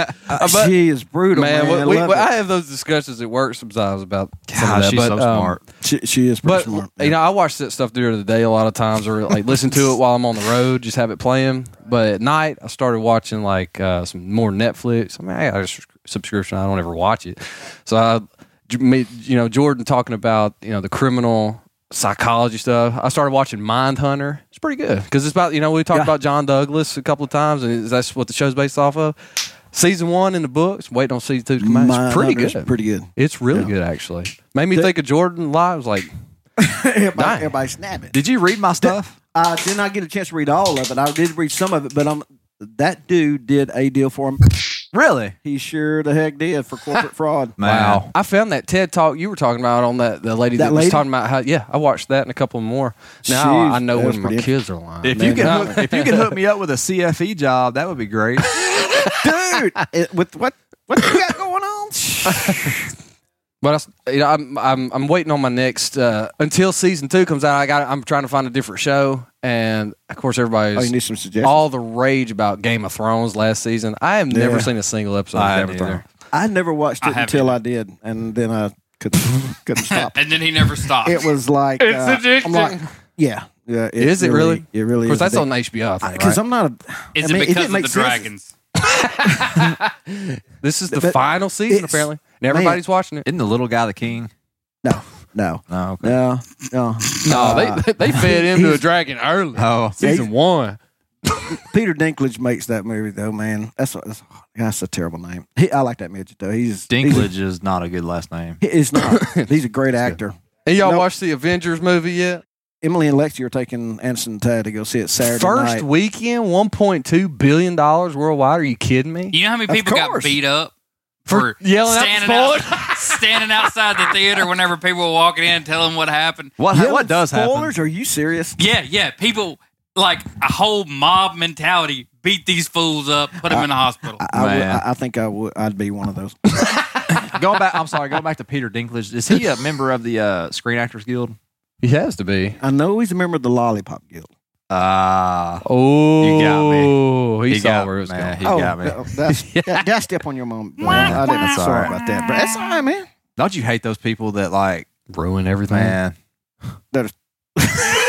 [SPEAKER 4] but-
[SPEAKER 2] she is brutal, man.
[SPEAKER 4] man. what-
[SPEAKER 2] I
[SPEAKER 4] we,
[SPEAKER 2] love
[SPEAKER 4] we-
[SPEAKER 2] it.
[SPEAKER 4] I have those discussions at work sometimes about some of
[SPEAKER 3] God,
[SPEAKER 4] that,
[SPEAKER 3] she's
[SPEAKER 4] but,
[SPEAKER 3] so
[SPEAKER 4] um,
[SPEAKER 3] smart.
[SPEAKER 2] she, she is pretty
[SPEAKER 4] But
[SPEAKER 2] smart.
[SPEAKER 4] you know, I watch that stuff during the day a lot of times, or like listen to it while I'm on the road, just have it playing. But at night, I started watching like uh, some more Netflix. I mean, I got a s- subscription; I don't ever watch it. So I, j- me- you know, Jordan talking about you know the criminal psychology stuff. I started watching Mindhunter. It's pretty good because it's about you know we talked
[SPEAKER 2] Yeah.
[SPEAKER 4] about John Douglas a couple of times, and that's what the show's based off of. Season one in the books. Waiting on season two to come out. It's pretty
[SPEAKER 2] Mindhunter's
[SPEAKER 4] good.
[SPEAKER 2] Pretty good.
[SPEAKER 4] It's really good actually. Made me
[SPEAKER 2] Th-
[SPEAKER 4] think of Jordan Live. Like,
[SPEAKER 2] everybody,
[SPEAKER 4] Dang.
[SPEAKER 2] everybody snap it.
[SPEAKER 3] Did you read my stuff?
[SPEAKER 2] I did not get a chance to read all of it. I did read some of it, but I'm that dude did a deal for him.
[SPEAKER 3] Really?
[SPEAKER 2] He sure the heck did for corporate fraud.
[SPEAKER 4] wow. I found that TED talk you were talking about on that the lady that,
[SPEAKER 2] That
[SPEAKER 4] was
[SPEAKER 2] lady?
[SPEAKER 4] talking about how yeah I watched that and a couple more. Now
[SPEAKER 2] Jeez,
[SPEAKER 4] I know
[SPEAKER 2] that was
[SPEAKER 4] when my
[SPEAKER 2] pretty
[SPEAKER 4] kids are lying.
[SPEAKER 3] If you
[SPEAKER 2] Man,
[SPEAKER 3] can,
[SPEAKER 2] no.
[SPEAKER 3] hook, if you can hook me up with a CFE job, that would be great.
[SPEAKER 2] dude, it- with what what you got going on?
[SPEAKER 4] But I s- you know, I'm I'm I'm waiting on my next uh, until season two comes out. I got I'm trying to find a different show, and of course
[SPEAKER 2] Oh, you
[SPEAKER 4] everybody's
[SPEAKER 2] need some suggestions.
[SPEAKER 4] all the rage about Game of Thrones last season. I have never
[SPEAKER 2] Yeah.
[SPEAKER 4] seen a single episode
[SPEAKER 3] I
[SPEAKER 4] of Game of
[SPEAKER 3] neither.
[SPEAKER 4] Thrones.
[SPEAKER 2] I never watched
[SPEAKER 6] I
[SPEAKER 2] it
[SPEAKER 6] haven't
[SPEAKER 2] until I did, and then I couldn't couldn't stop.
[SPEAKER 6] and then he never stopped.
[SPEAKER 2] It was like
[SPEAKER 6] It's
[SPEAKER 2] uh,
[SPEAKER 6] addicting.
[SPEAKER 2] I'm like, yeah, yeah.
[SPEAKER 4] Is it really?
[SPEAKER 2] It really.
[SPEAKER 4] Of course,
[SPEAKER 2] is
[SPEAKER 4] that's on HBO. I think,
[SPEAKER 2] because
[SPEAKER 4] right?
[SPEAKER 2] I'm not. A,
[SPEAKER 6] is
[SPEAKER 2] I mean,
[SPEAKER 6] it because
[SPEAKER 2] it didn't
[SPEAKER 6] of
[SPEAKER 2] make
[SPEAKER 6] the
[SPEAKER 2] sense.
[SPEAKER 6] dragons?
[SPEAKER 4] this is the
[SPEAKER 2] but
[SPEAKER 4] final season
[SPEAKER 2] it's-
[SPEAKER 4] apparently, and everybody's watching it.
[SPEAKER 3] Isn't the little guy the king?
[SPEAKER 2] no,
[SPEAKER 3] No. Okay.
[SPEAKER 2] no, no.
[SPEAKER 4] Oh, No,
[SPEAKER 2] Uh,
[SPEAKER 4] Oh, they they fed into a
[SPEAKER 2] he's-
[SPEAKER 4] dragon early.
[SPEAKER 3] Oh,
[SPEAKER 4] season one.
[SPEAKER 2] Peter Dinklage makes that movie though, man. That's a, that's, a, that's a terrible name. He, I like that midget though. He's
[SPEAKER 3] Dinklage is not a good last name.
[SPEAKER 2] He's, he's not. he's a great actor.
[SPEAKER 4] And y'all
[SPEAKER 2] Nope.
[SPEAKER 4] watched the Avengers movie yet?
[SPEAKER 2] Emily and Lexi are taking Anderson and Tad to go see it Saturday
[SPEAKER 4] First
[SPEAKER 2] night.
[SPEAKER 4] weekend, one point two billion dollars worldwide. Are you kidding me?
[SPEAKER 6] You know how many people got
[SPEAKER 2] course.
[SPEAKER 6] beat up
[SPEAKER 4] For yelling out the
[SPEAKER 6] standing out- standing outside the theater whenever people were walking in, telling what happened.
[SPEAKER 3] What
[SPEAKER 2] Yelling
[SPEAKER 3] what does happen?
[SPEAKER 2] spoilers? Are you serious?
[SPEAKER 6] Yeah, yeah, people like a whole mob mentality beat these fools up, put them in the hospital.
[SPEAKER 2] I, I, would,
[SPEAKER 3] Man.
[SPEAKER 2] I, I think I would. I'd be one of those.
[SPEAKER 3] Going back, I'm sorry. Going back to Peter Dinklage. Is he a member of the uh, Screen Actors Guild?
[SPEAKER 4] He has to be.
[SPEAKER 2] I know he's a member of the Lollipop Guild.
[SPEAKER 3] Ah,
[SPEAKER 4] Oh,
[SPEAKER 3] You got
[SPEAKER 4] me. He,
[SPEAKER 3] He
[SPEAKER 4] saw
[SPEAKER 3] got
[SPEAKER 4] where it was
[SPEAKER 3] me,
[SPEAKER 4] going.
[SPEAKER 3] man. He got me.
[SPEAKER 2] th- That's, that, that step on your mom. oh, I didn't.
[SPEAKER 3] That's all
[SPEAKER 2] sorry
[SPEAKER 3] right.
[SPEAKER 2] about that, but that's all right, man.
[SPEAKER 3] don't you hate those people that like
[SPEAKER 4] Ruin everything.
[SPEAKER 3] man,
[SPEAKER 2] That is-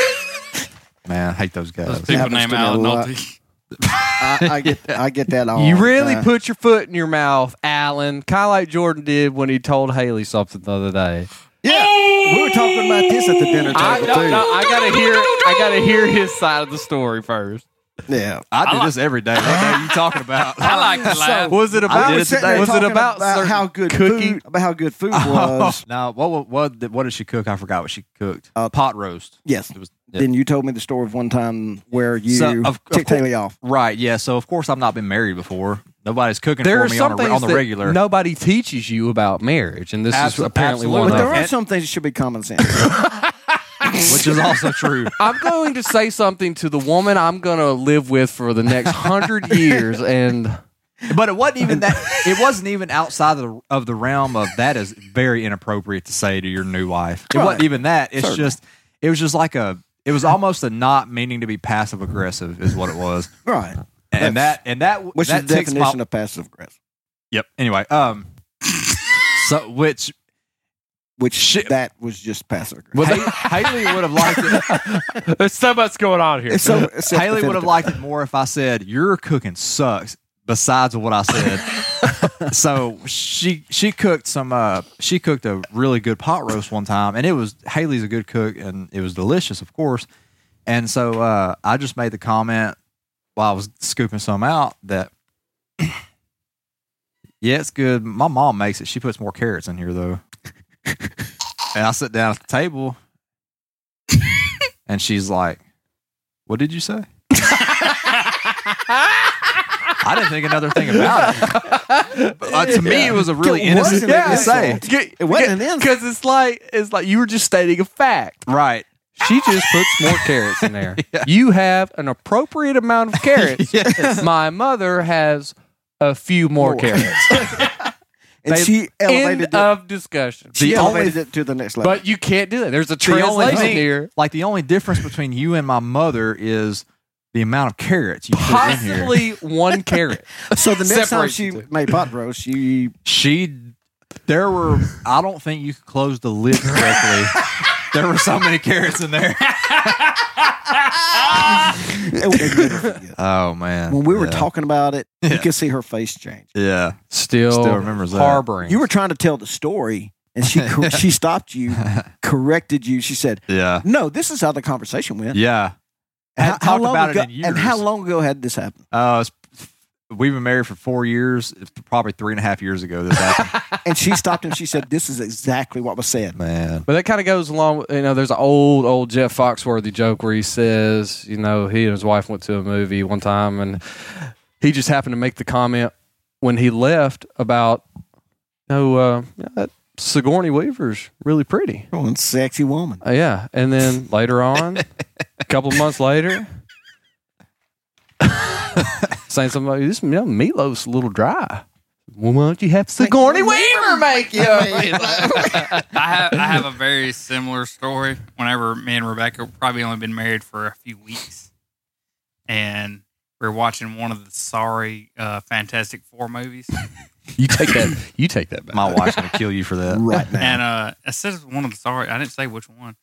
[SPEAKER 3] man, I hate those
[SPEAKER 6] Those
[SPEAKER 3] guys.
[SPEAKER 6] people
[SPEAKER 2] happens
[SPEAKER 6] named
[SPEAKER 2] to me a
[SPEAKER 6] Al
[SPEAKER 2] lot.
[SPEAKER 6] Nolte.
[SPEAKER 2] uh, I, I get. I get that all.
[SPEAKER 4] You
[SPEAKER 2] the
[SPEAKER 4] really
[SPEAKER 2] time.
[SPEAKER 4] put your foot in your mouth, Alan, kind of like Jordan did when he told Haley something the other day.
[SPEAKER 2] Yeah, we were talking about this at the dinner table
[SPEAKER 4] I, no,
[SPEAKER 2] too.
[SPEAKER 4] no, I gotta hear, I gotta hear his side of the story first.
[SPEAKER 2] Yeah.
[SPEAKER 3] I do this every day. What the hell are you talking about?
[SPEAKER 6] I like to laugh.
[SPEAKER 4] Was it
[SPEAKER 3] I
[SPEAKER 4] about?
[SPEAKER 3] did
[SPEAKER 2] was
[SPEAKER 3] it
[SPEAKER 2] sitting
[SPEAKER 3] today.
[SPEAKER 2] there
[SPEAKER 4] Was it
[SPEAKER 2] talking
[SPEAKER 4] about, certain
[SPEAKER 2] how good
[SPEAKER 4] cooking?
[SPEAKER 2] food, about how good food was?
[SPEAKER 3] Oh. now, what, what what did- what did she cook? I forgot what she cooked.
[SPEAKER 2] Uh,
[SPEAKER 3] Pot roast.
[SPEAKER 2] yes.
[SPEAKER 3] It was yeah.
[SPEAKER 2] Then you told me the story of one time where you
[SPEAKER 3] So, of- of
[SPEAKER 2] took
[SPEAKER 3] course-
[SPEAKER 2] Taylor off.
[SPEAKER 3] right. Yeah. So of course I've not been married before. Nobody's cooking
[SPEAKER 4] There
[SPEAKER 3] for
[SPEAKER 4] are
[SPEAKER 3] me
[SPEAKER 4] some
[SPEAKER 3] on, a,
[SPEAKER 4] things
[SPEAKER 3] on the
[SPEAKER 4] that
[SPEAKER 3] regular.
[SPEAKER 4] nobody teaches you about marriage, and this
[SPEAKER 3] Abso-
[SPEAKER 4] is apparently
[SPEAKER 3] absolutely.
[SPEAKER 4] one
[SPEAKER 2] But
[SPEAKER 4] of
[SPEAKER 2] there
[SPEAKER 4] them.
[SPEAKER 2] are
[SPEAKER 3] And-
[SPEAKER 2] some things that should be common sense.
[SPEAKER 3] which is also true.
[SPEAKER 4] I'm going to say something to the woman I'm going to live with for the next hundred years, and
[SPEAKER 3] But it wasn't even that. It wasn't even outside of the, of the realm of that is very inappropriate to say to your new wife. It wasn't even that. It's just it was just like a. It was almost a not meaning to be passive aggressive is what it was.
[SPEAKER 2] right.
[SPEAKER 3] And
[SPEAKER 2] That's-
[SPEAKER 3] that and that
[SPEAKER 2] Which is
[SPEAKER 3] that
[SPEAKER 2] the
[SPEAKER 3] ticks my-
[SPEAKER 2] definition of passive aggressive.
[SPEAKER 3] Yep. Anyway, um, so which
[SPEAKER 2] Which
[SPEAKER 3] Shit.
[SPEAKER 2] that was just passive aggressive.
[SPEAKER 3] Hay- Haley would have liked it.
[SPEAKER 4] there's so much going on here.
[SPEAKER 2] It's so it's
[SPEAKER 3] Haley would have
[SPEAKER 2] hypothetical.
[SPEAKER 3] liked it more if I said your cooking sucks. Besides what I said, so she she cooked some uh she cooked a really good pot roast one time, and it was Haley's a good cook, and it was delicious, of course. And so uh, I just made the comment while I was scooping some out that yeah, it's good. My mom makes it. She puts more carrots in here though. and I sit down at the table, and she's like, "What did you say?" I didn't think another thing about it. But, uh, to me, it was a really
[SPEAKER 2] It wasn't
[SPEAKER 3] innocent thing to
[SPEAKER 2] an
[SPEAKER 3] say.
[SPEAKER 2] insult. It wasn't an insult.
[SPEAKER 4] because it's like it's like you were just stating a fact.
[SPEAKER 3] Right.
[SPEAKER 4] She just puts more carrots in there. You have an appropriate amount of carrots. My mother has a few more,
[SPEAKER 2] More.
[SPEAKER 4] carrots.
[SPEAKER 2] And
[SPEAKER 3] They-
[SPEAKER 2] she
[SPEAKER 4] End
[SPEAKER 2] elevated it.
[SPEAKER 4] of discussion.
[SPEAKER 2] she
[SPEAKER 3] the only-
[SPEAKER 2] elevated it to the next level.
[SPEAKER 4] But you can't do that. There's a
[SPEAKER 3] The only
[SPEAKER 4] translation
[SPEAKER 3] thing-
[SPEAKER 4] here.
[SPEAKER 3] Like the only difference between you and my mother is the amount of carrots you put in here.
[SPEAKER 4] Possibly one carrot.
[SPEAKER 2] so the next time
[SPEAKER 4] separates
[SPEAKER 2] she
[SPEAKER 4] the two.
[SPEAKER 2] made pot roast, she
[SPEAKER 3] She, there were. I don't think you could close the lid correctly. there were so many carrots in there.
[SPEAKER 2] it was never forget.
[SPEAKER 3] Oh man!
[SPEAKER 2] when we were
[SPEAKER 3] Yeah.
[SPEAKER 2] talking about it, you could see her face change.
[SPEAKER 3] yeah,
[SPEAKER 4] Still,
[SPEAKER 3] Still remembers that.
[SPEAKER 4] harboring.
[SPEAKER 2] You were trying to tell the story, and she she stopped you, corrected you. She said,
[SPEAKER 3] Yeah.
[SPEAKER 2] "No, this is how the conversation went."
[SPEAKER 3] Yeah. I
[SPEAKER 2] How-
[SPEAKER 3] hadn't
[SPEAKER 2] how
[SPEAKER 3] talked
[SPEAKER 2] long
[SPEAKER 3] about it
[SPEAKER 2] ago-
[SPEAKER 3] in
[SPEAKER 2] And how
[SPEAKER 3] years.
[SPEAKER 2] long ago had this happened?
[SPEAKER 3] Uh, it's- we've been married for four years. It's probably three and a half years ago. This happened.
[SPEAKER 2] And she stopped and she said, "This is exactly what was said."
[SPEAKER 3] Man.
[SPEAKER 4] But that kind of goes along. With, you know, there's an old, old Jeff Foxworthy joke where he says, you know, he and his wife went to a movie one time, and he just happened to make the comment when he left about, no, uh, yeah, that Sigourney Weaver's really pretty.
[SPEAKER 2] One sexy woman.
[SPEAKER 4] Uh, yeah, and then later on, a couple of months later, saying something like, this you know, meatloaf's a little dry. Well, why don't you have Sigourney Weaver make you?
[SPEAKER 6] I have I have a very similar story. Whenever me and Rebecca probably only been married for a few weeks, and we were watching one of the sorry uh, Fantastic Four movies,
[SPEAKER 4] you take that. You take that back.
[SPEAKER 3] My wife's going to kill you for that.
[SPEAKER 2] Right now.
[SPEAKER 6] and uh, I said it's one of the sorry. I didn't say which one.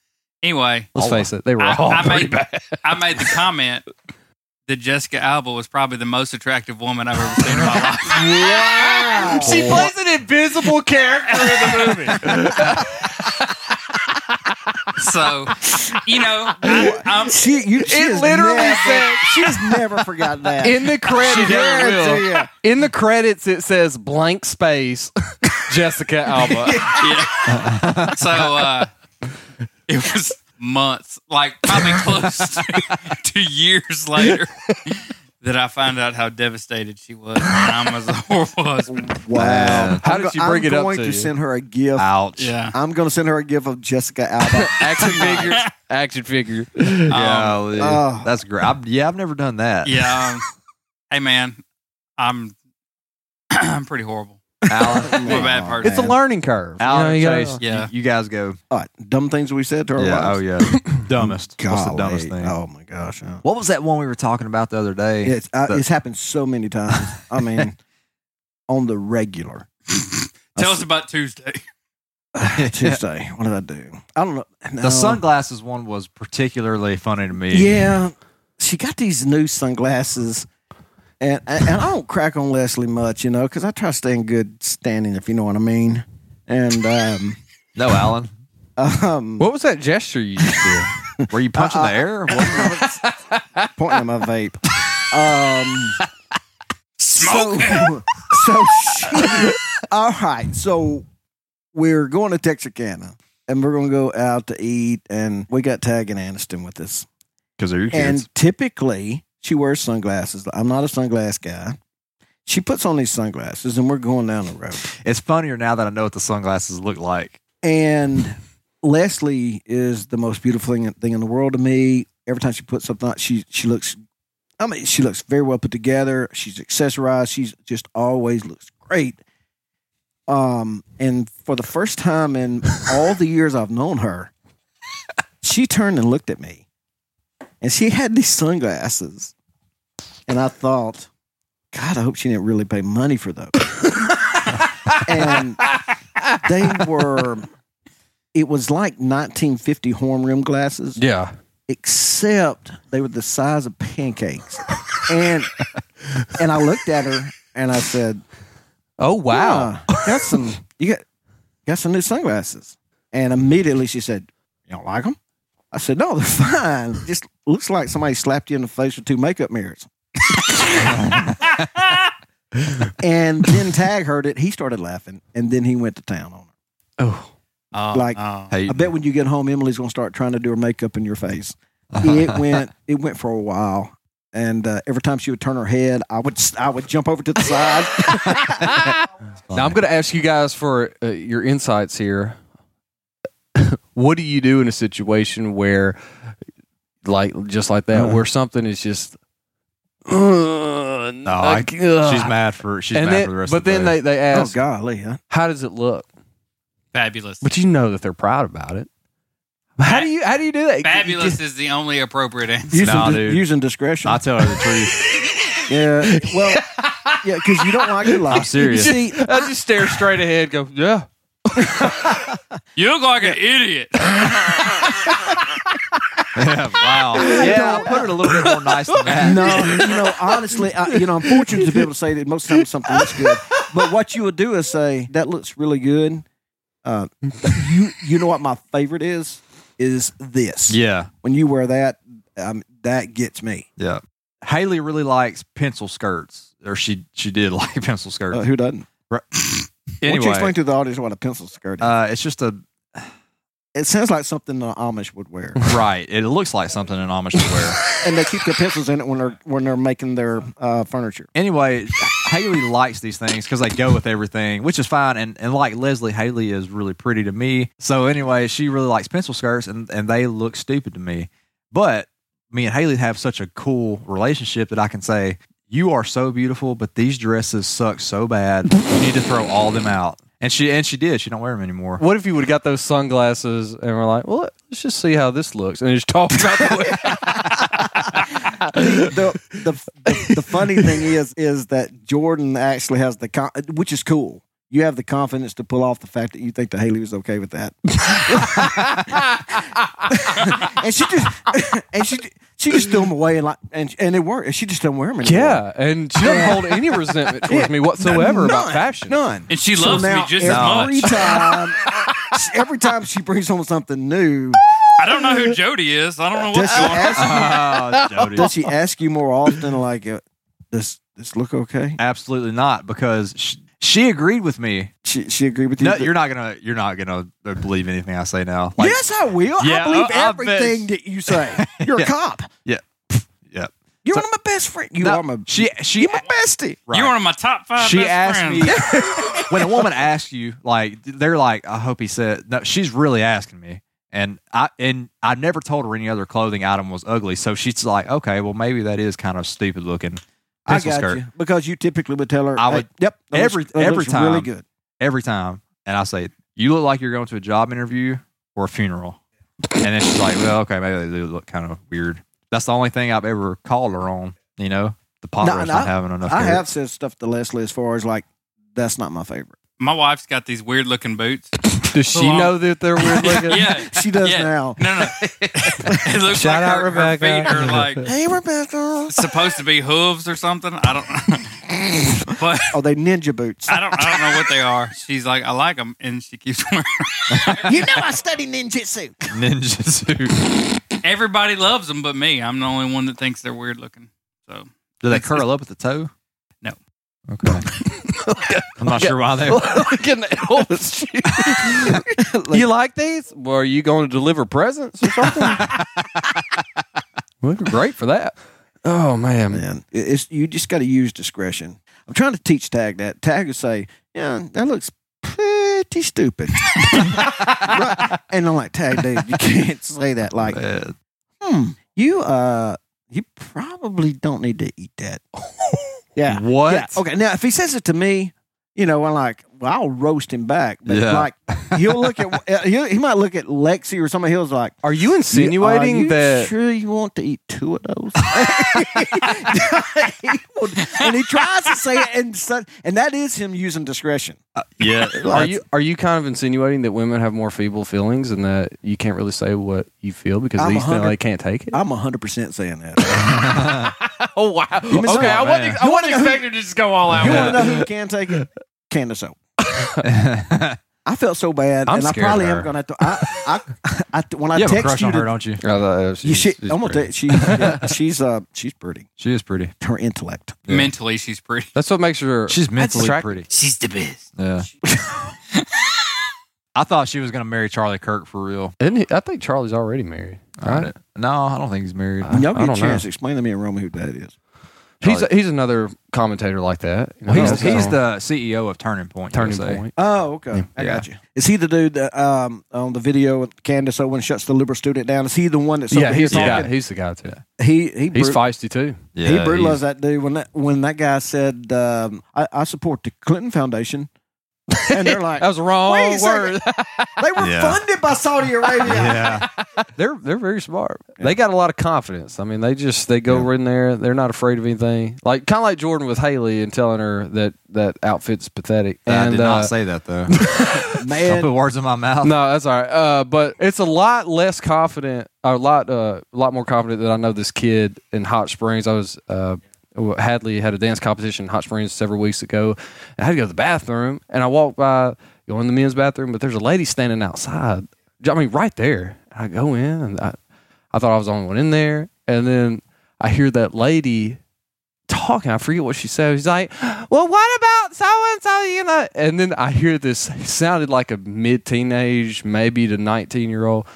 [SPEAKER 6] Anyway,
[SPEAKER 4] Let's
[SPEAKER 3] All
[SPEAKER 4] face it, they were
[SPEAKER 6] I-
[SPEAKER 4] all
[SPEAKER 6] I
[SPEAKER 4] pretty
[SPEAKER 6] made-
[SPEAKER 4] bad.
[SPEAKER 6] I made the comment that Jessica Alba was probably the most attractive woman I've ever seen in my life.
[SPEAKER 4] She plays an invisible character.
[SPEAKER 6] So, you know, I,
[SPEAKER 4] Um,
[SPEAKER 6] I'm,
[SPEAKER 2] She, you, she
[SPEAKER 4] It
[SPEAKER 2] has
[SPEAKER 4] literally
[SPEAKER 2] never,
[SPEAKER 4] said-
[SPEAKER 2] she has never forgotten that.
[SPEAKER 4] In the
[SPEAKER 2] never will.
[SPEAKER 4] credits, in the credits, it says blank space, Jessica Alba.
[SPEAKER 6] Yeah. so uh, it was months, like probably close to, to years later, that I found out how devastated she was. And I'm as a horrible husband.
[SPEAKER 2] wow.
[SPEAKER 3] Man.
[SPEAKER 4] How
[SPEAKER 2] I'm
[SPEAKER 4] did
[SPEAKER 2] go-
[SPEAKER 4] you bring
[SPEAKER 2] I'm
[SPEAKER 4] it up
[SPEAKER 2] going
[SPEAKER 4] to
[SPEAKER 2] to
[SPEAKER 4] you?
[SPEAKER 2] send her a gift.
[SPEAKER 3] Ouch.
[SPEAKER 6] Yeah.
[SPEAKER 2] I'm going to send her a gift of Jessica Alba.
[SPEAKER 4] Action figure. Action figure.
[SPEAKER 6] Um,
[SPEAKER 3] Golly.
[SPEAKER 2] Oh.
[SPEAKER 3] That's great. I've, yeah, I've never done that.
[SPEAKER 6] yeah. Um, hey, man, I'm I'm pretty horrible.
[SPEAKER 3] Alan,
[SPEAKER 6] I'm a bad
[SPEAKER 2] Aw,
[SPEAKER 6] person.
[SPEAKER 4] It's a learning curve.
[SPEAKER 3] Alan
[SPEAKER 4] You know, you
[SPEAKER 3] and
[SPEAKER 4] gotta-
[SPEAKER 3] Chase,
[SPEAKER 6] Yeah.
[SPEAKER 3] You, you guys go.
[SPEAKER 2] All right, dumb things we said to her.
[SPEAKER 3] Yeah. Oh,
[SPEAKER 2] wives.
[SPEAKER 3] yeah. dumbest. What's the dumbest
[SPEAKER 2] Golly.
[SPEAKER 3] thing?
[SPEAKER 2] Oh my gosh. yeah.
[SPEAKER 3] What was that one we were talking about the other day?
[SPEAKER 2] It's, uh,
[SPEAKER 3] The-
[SPEAKER 2] it's happened so many times. I mean, on the regular.
[SPEAKER 6] Tell us about Tuesday.
[SPEAKER 2] Tuesday. What did I do? I don't know. No.
[SPEAKER 3] The sunglasses one was particularly funny to me.
[SPEAKER 2] Yeah, she got these new sunglasses, and and and I don't crack on Leslie much, you know, because I try to stay in good standing, if you know what I mean. And um,
[SPEAKER 3] No, Alan.
[SPEAKER 2] um
[SPEAKER 4] What was that gesture you used to?
[SPEAKER 3] Were you punching the air? What-
[SPEAKER 2] Uh, pointing at my vape. Um, so, so she, all right. So we're going to Texarkana, and we're going to go out to eat, and we got Tag and Aniston with us.
[SPEAKER 5] Because they're your kids.
[SPEAKER 2] And typically, she wears sunglasses. I'm not a sunglass guy. She puts on these sunglasses, and we're going down the road.
[SPEAKER 3] it's funnier now that I know what the sunglasses look like.
[SPEAKER 2] And Leslie is the most beautiful thing, thing in the world to me. Every time she puts something on, she she looks. I mean, she looks very well put together. She's accessorized. She's just always looks great. Um, and for the first time in all the years I've known her, she turned and looked at me, and she had these sunglasses, and I thought, God, I hope she didn't really pay money for those. and they were it was like 1950 horn rim glasses
[SPEAKER 4] Yeah.
[SPEAKER 2] except they were the size of pancakes and and i looked at her and i said
[SPEAKER 4] Oh wow.
[SPEAKER 2] wow got some you got got some new sunglasses and immediately she said you don't like them i said no they're fine just looks like somebody slapped you in the face with two makeup mirrors and then tag heard it he started laughing and then he went to town on her
[SPEAKER 4] Oh.
[SPEAKER 6] Oh,
[SPEAKER 2] Like-
[SPEAKER 4] uh.
[SPEAKER 6] oh.
[SPEAKER 3] Hey,
[SPEAKER 2] I bet when you get home, Emily's gonna start trying to do her makeup in your face. It went, it went for a while, and uh, every time she would turn her head, I would, I would jump over to the side.
[SPEAKER 4] Now I'm going to ask you guys for uh, your insights here. what do you do in a situation where, like, just like that,
[SPEAKER 3] Uh-huh.
[SPEAKER 4] where something is just,
[SPEAKER 3] no, I, she's mad for she's
[SPEAKER 4] and
[SPEAKER 3] mad
[SPEAKER 4] then,
[SPEAKER 3] for the rest
[SPEAKER 4] but
[SPEAKER 3] of the
[SPEAKER 4] then
[SPEAKER 3] day.
[SPEAKER 4] they they
[SPEAKER 2] oh
[SPEAKER 4] ask,
[SPEAKER 2] golly, huh?
[SPEAKER 4] how does it look?
[SPEAKER 6] Fabulous.
[SPEAKER 4] But you know that they're proud about it. How do you how do you do that?
[SPEAKER 6] Fabulous is the only appropriate answer.
[SPEAKER 2] using,
[SPEAKER 3] Nah,
[SPEAKER 2] di-
[SPEAKER 3] dude.
[SPEAKER 2] using discretion.
[SPEAKER 3] I tell her the truth.
[SPEAKER 2] yeah, well, yeah, because you don't like to lie.
[SPEAKER 3] I'm serious.
[SPEAKER 2] You see,
[SPEAKER 4] I just stare straight ahead. Go yeah.
[SPEAKER 6] You look like an idiot.
[SPEAKER 3] yeah, wow. Yeah, I put her a little bit more nice than that.
[SPEAKER 2] no, you know, honestly, I, you know, I'm fortunate to be able to say that most times something looks good. But what you would do is say that looks really good, Uh, you you know what my favorite is is this.
[SPEAKER 3] Yeah.
[SPEAKER 2] When you wear that, um, that gets me.
[SPEAKER 3] Yeah. Haley really likes pencil skirts, or she she did like pencil skirts.
[SPEAKER 2] Uh, who doesn't? Why don't you
[SPEAKER 3] anyway,
[SPEAKER 2] explain to the audience what a pencil skirt is?
[SPEAKER 3] uh, it's just a
[SPEAKER 2] it sounds like something the Amish would wear,
[SPEAKER 3] right. It looks like something an Amish would wear.
[SPEAKER 2] and they keep their pencils in it when they're when they're making their uh, furniture.
[SPEAKER 3] anyway, Haley likes these things because they go with everything, which is fine. And, and like Leslie, Haley is really pretty to me. So anyway, she really likes pencil skirts, and, and they look stupid to me. But me and Haley have such a cool relationship that I can say, "You are so beautiful, but these dresses suck so bad. You need to throw all them out." And she and she did. She don't wear them anymore.
[SPEAKER 4] What if you would have got those sunglasses and were like, well, let's just see how this looks, and just talk about the way.
[SPEAKER 2] the, the, the, the funny thing is is that Jordan actually has the con- which is cool. You have the confidence to pull off the fact that you think that Haley was okay with that, and she just and she she just threw them away and like and and they weren't. She just didn't wear them anymore.
[SPEAKER 4] yeah, and she doesn't hold any resentment towards me whatsoever about
[SPEAKER 2] None.
[SPEAKER 4] fashion.
[SPEAKER 2] none.
[SPEAKER 6] And she loves me just as
[SPEAKER 2] every
[SPEAKER 6] much.
[SPEAKER 2] time, every time she brings home something new,
[SPEAKER 6] I don't know who Jody is. I don't know
[SPEAKER 2] does
[SPEAKER 6] what's
[SPEAKER 2] she
[SPEAKER 6] going on.
[SPEAKER 2] ask?
[SPEAKER 3] Oh, Jody.
[SPEAKER 2] Does she ask you more often? Like, uh, does this look okay?
[SPEAKER 3] Absolutely not, because she, she agreed with me.
[SPEAKER 2] She she agreed with you.
[SPEAKER 3] No,
[SPEAKER 2] that-
[SPEAKER 3] you're not gonna you're not gonna believe anything I say now. Like,
[SPEAKER 2] yes, I will.
[SPEAKER 3] Yeah,
[SPEAKER 2] I
[SPEAKER 3] I-
[SPEAKER 2] believe
[SPEAKER 3] I bet-
[SPEAKER 2] everything that you say. You're
[SPEAKER 3] Yeah.
[SPEAKER 2] a cop.
[SPEAKER 3] yeah.
[SPEAKER 2] You're
[SPEAKER 3] So-
[SPEAKER 2] one of my best friends. You
[SPEAKER 3] No,
[SPEAKER 2] are my
[SPEAKER 3] she she
[SPEAKER 2] you're my bestie.
[SPEAKER 3] right.
[SPEAKER 6] You're one of my top five
[SPEAKER 3] she
[SPEAKER 6] best
[SPEAKER 3] asked
[SPEAKER 6] friends.
[SPEAKER 3] me when a woman asks you like they're like I hope he said no she's really asking me and I and I never told her any other clothing item was ugly so she's like okay well maybe that is kind of stupid looking
[SPEAKER 2] I
[SPEAKER 3] pencil
[SPEAKER 2] got
[SPEAKER 3] skirt
[SPEAKER 2] you because you typically would tell her.
[SPEAKER 3] I
[SPEAKER 2] "Hey,
[SPEAKER 3] would-
[SPEAKER 2] yep. that looks-
[SPEAKER 3] every-
[SPEAKER 2] that looks
[SPEAKER 3] every time.
[SPEAKER 2] really good.
[SPEAKER 3] every time and I say you look like you're going to a job interview or a funeral and then she's like well okay maybe they do look kind of weird that's the only thing I've ever called her on you know the pot
[SPEAKER 2] No,
[SPEAKER 3] roast
[SPEAKER 2] no,
[SPEAKER 3] not having enough
[SPEAKER 2] I
[SPEAKER 3] hair.
[SPEAKER 2] have said stuff to Leslie as far as like that's not my favorite.
[SPEAKER 6] My wife's got these weird looking boots.
[SPEAKER 4] Does she
[SPEAKER 6] Belong-
[SPEAKER 4] know that they're weird looking?
[SPEAKER 6] Yeah.
[SPEAKER 2] She does
[SPEAKER 6] Yeah.
[SPEAKER 2] now.
[SPEAKER 6] No, no. It looks
[SPEAKER 4] Shout
[SPEAKER 6] like
[SPEAKER 4] out,
[SPEAKER 6] her,
[SPEAKER 4] Rebecca.
[SPEAKER 6] her feet are like
[SPEAKER 2] Hey, Rebecca.
[SPEAKER 6] supposed to be hooves or something. I don't But
[SPEAKER 2] Oh, they ninja boots.
[SPEAKER 6] I don't I don't know what they are. She's like, I like them, and she keeps wearing 'em.
[SPEAKER 2] you know I study ninjutsu.
[SPEAKER 3] ninja suit
[SPEAKER 6] Everybody loves them but me. I'm the only one that thinks they're weird looking. So
[SPEAKER 3] do they curl up at the toe
[SPEAKER 6] No.
[SPEAKER 3] okay I'm not sure why they
[SPEAKER 4] Look at the Elvis shoes. you like these? Well, are you going to deliver presents or something? well, they're great for that. Oh man,
[SPEAKER 2] Man, it- it's you just got to use discretion. I'm trying to teach Tag that. Tag would say, "Yeah, that looks pretty stupid," Right. and I'm like, "Tag, dude, you can't say that. Like,
[SPEAKER 3] Uh,
[SPEAKER 2] hmm, you uh, you probably don't need to eat that." yeah.
[SPEAKER 3] What?
[SPEAKER 2] Yeah. Okay. Now, if he says it to me, you know, I'm like, well, I'll roast him back. But
[SPEAKER 3] Yeah.
[SPEAKER 2] like, he'll look at uh, he'll, he might look at Lexi or somebody. He'll was like,
[SPEAKER 4] are you
[SPEAKER 2] "You-
[SPEAKER 4] insinuating
[SPEAKER 2] are you
[SPEAKER 4] that?
[SPEAKER 2] Sure, you want to eat two of those? He would- and he tries to say it, and so, and that is him using discretion.
[SPEAKER 4] Uh,
[SPEAKER 3] Yeah.
[SPEAKER 4] Are you are you kind of insinuating that women have more feeble feelings and that you can't really say what you feel because
[SPEAKER 2] I'm
[SPEAKER 4] these
[SPEAKER 2] a hundred-
[SPEAKER 4] they can't take it?
[SPEAKER 2] I'm 100 percent saying that.
[SPEAKER 4] oh wow!
[SPEAKER 2] You missed out,
[SPEAKER 3] wasn't- man. I
[SPEAKER 4] wasn't
[SPEAKER 6] expect her to just go all out.
[SPEAKER 2] you want to know who can take it? Candace Owens. I felt so bad,
[SPEAKER 4] I'm
[SPEAKER 2] and I
[SPEAKER 4] scared of
[SPEAKER 2] probably
[SPEAKER 4] her.
[SPEAKER 2] am gonna have to. I, I, I, when I
[SPEAKER 3] you have a
[SPEAKER 2] text
[SPEAKER 3] crush
[SPEAKER 2] you,
[SPEAKER 3] on
[SPEAKER 2] to-
[SPEAKER 3] her, don't you?
[SPEAKER 2] you should, I'm gonna tell you, she, yeah, she's uh, she's pretty.
[SPEAKER 3] She is pretty.
[SPEAKER 2] her intellect.
[SPEAKER 6] Mentally, she's pretty.
[SPEAKER 4] That's what makes her.
[SPEAKER 3] She's mentally
[SPEAKER 4] attractive.
[SPEAKER 3] pretty.
[SPEAKER 6] She's the best.
[SPEAKER 3] Yeah. I thought she was going to marry Charlie Kirk for real.
[SPEAKER 4] Isn't he, I think Charlie's already married. Right?
[SPEAKER 3] No, I don't think he's married.
[SPEAKER 2] Y'all
[SPEAKER 4] I
[SPEAKER 2] get a
[SPEAKER 4] don't
[SPEAKER 2] chance. Explain to me and Roman who that is.
[SPEAKER 4] He's he's another commentator like that. You know,
[SPEAKER 3] Well, he's
[SPEAKER 4] so-
[SPEAKER 3] he's the CEO of Turning Point.
[SPEAKER 4] turning
[SPEAKER 3] USA.
[SPEAKER 4] point.
[SPEAKER 2] Oh, okay. I
[SPEAKER 3] Yeah.
[SPEAKER 2] got you. Is he the dude that um, on the video with Candace Owen shuts the liberal student down? Is he the one that's
[SPEAKER 4] yeah, he's the guy.
[SPEAKER 2] talking?
[SPEAKER 4] He's the guy too.
[SPEAKER 2] He he
[SPEAKER 4] He's
[SPEAKER 2] bru-
[SPEAKER 4] feisty too.
[SPEAKER 2] he brutalized that dude when that when that guy said um, I, I support the Clinton Foundation, and they're like
[SPEAKER 4] That was the wrong
[SPEAKER 2] Wait a second.
[SPEAKER 4] word.
[SPEAKER 2] they were
[SPEAKER 3] Yeah.
[SPEAKER 2] funded by Saudi Arabia.
[SPEAKER 3] yeah.
[SPEAKER 4] they're they're very smart. They got a lot of confidence. I mean, they just they go in there. They're not afraid of anything. Like kind of like Jordan with Haley and telling her that that outfit's pathetic.
[SPEAKER 3] I
[SPEAKER 4] and
[SPEAKER 3] did not
[SPEAKER 4] uh,
[SPEAKER 3] say that though. Don't
[SPEAKER 2] Man,
[SPEAKER 3] put words in my mouth.
[SPEAKER 4] No, that's all right. Uh, but it's a lot less confident, or a lot, uh, a lot more confident that I know this kid in Hot Springs. I was uh, Hadley had a dance competition in Hot Springs several weeks ago. And I had to go to the bathroom, and I walked by go in the men's bathroom, but there's a lady standing outside. I mean, right there. I go in, and I, I thought I was the only one in there, and then I hear that lady talking. I forget what she said. She's like, "Well, what about so and so?" You know, and then I hear this it sounded like a mid teenage, maybe to nineteen year old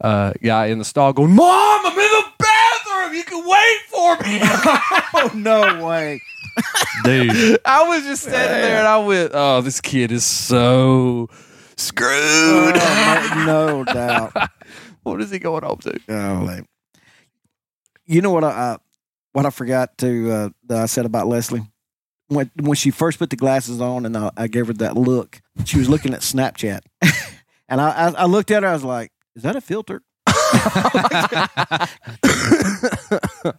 [SPEAKER 4] uh, guy in the stall going, "Mom, I'm in the bathroom. You can wait for me."
[SPEAKER 2] Oh no way!
[SPEAKER 1] Dude,
[SPEAKER 4] I was just standing there, and I went, "Oh, this kid is so screwed."
[SPEAKER 2] Oh, no, no doubt.
[SPEAKER 4] what is he going home to?
[SPEAKER 2] Golly. You know what I, I what I forgot to uh, that I said about Leslie when when she first put the glasses on and I, I gave her that look. She was looking at Snapchat, and I, I I looked at her. I was like, "Is that a filter?"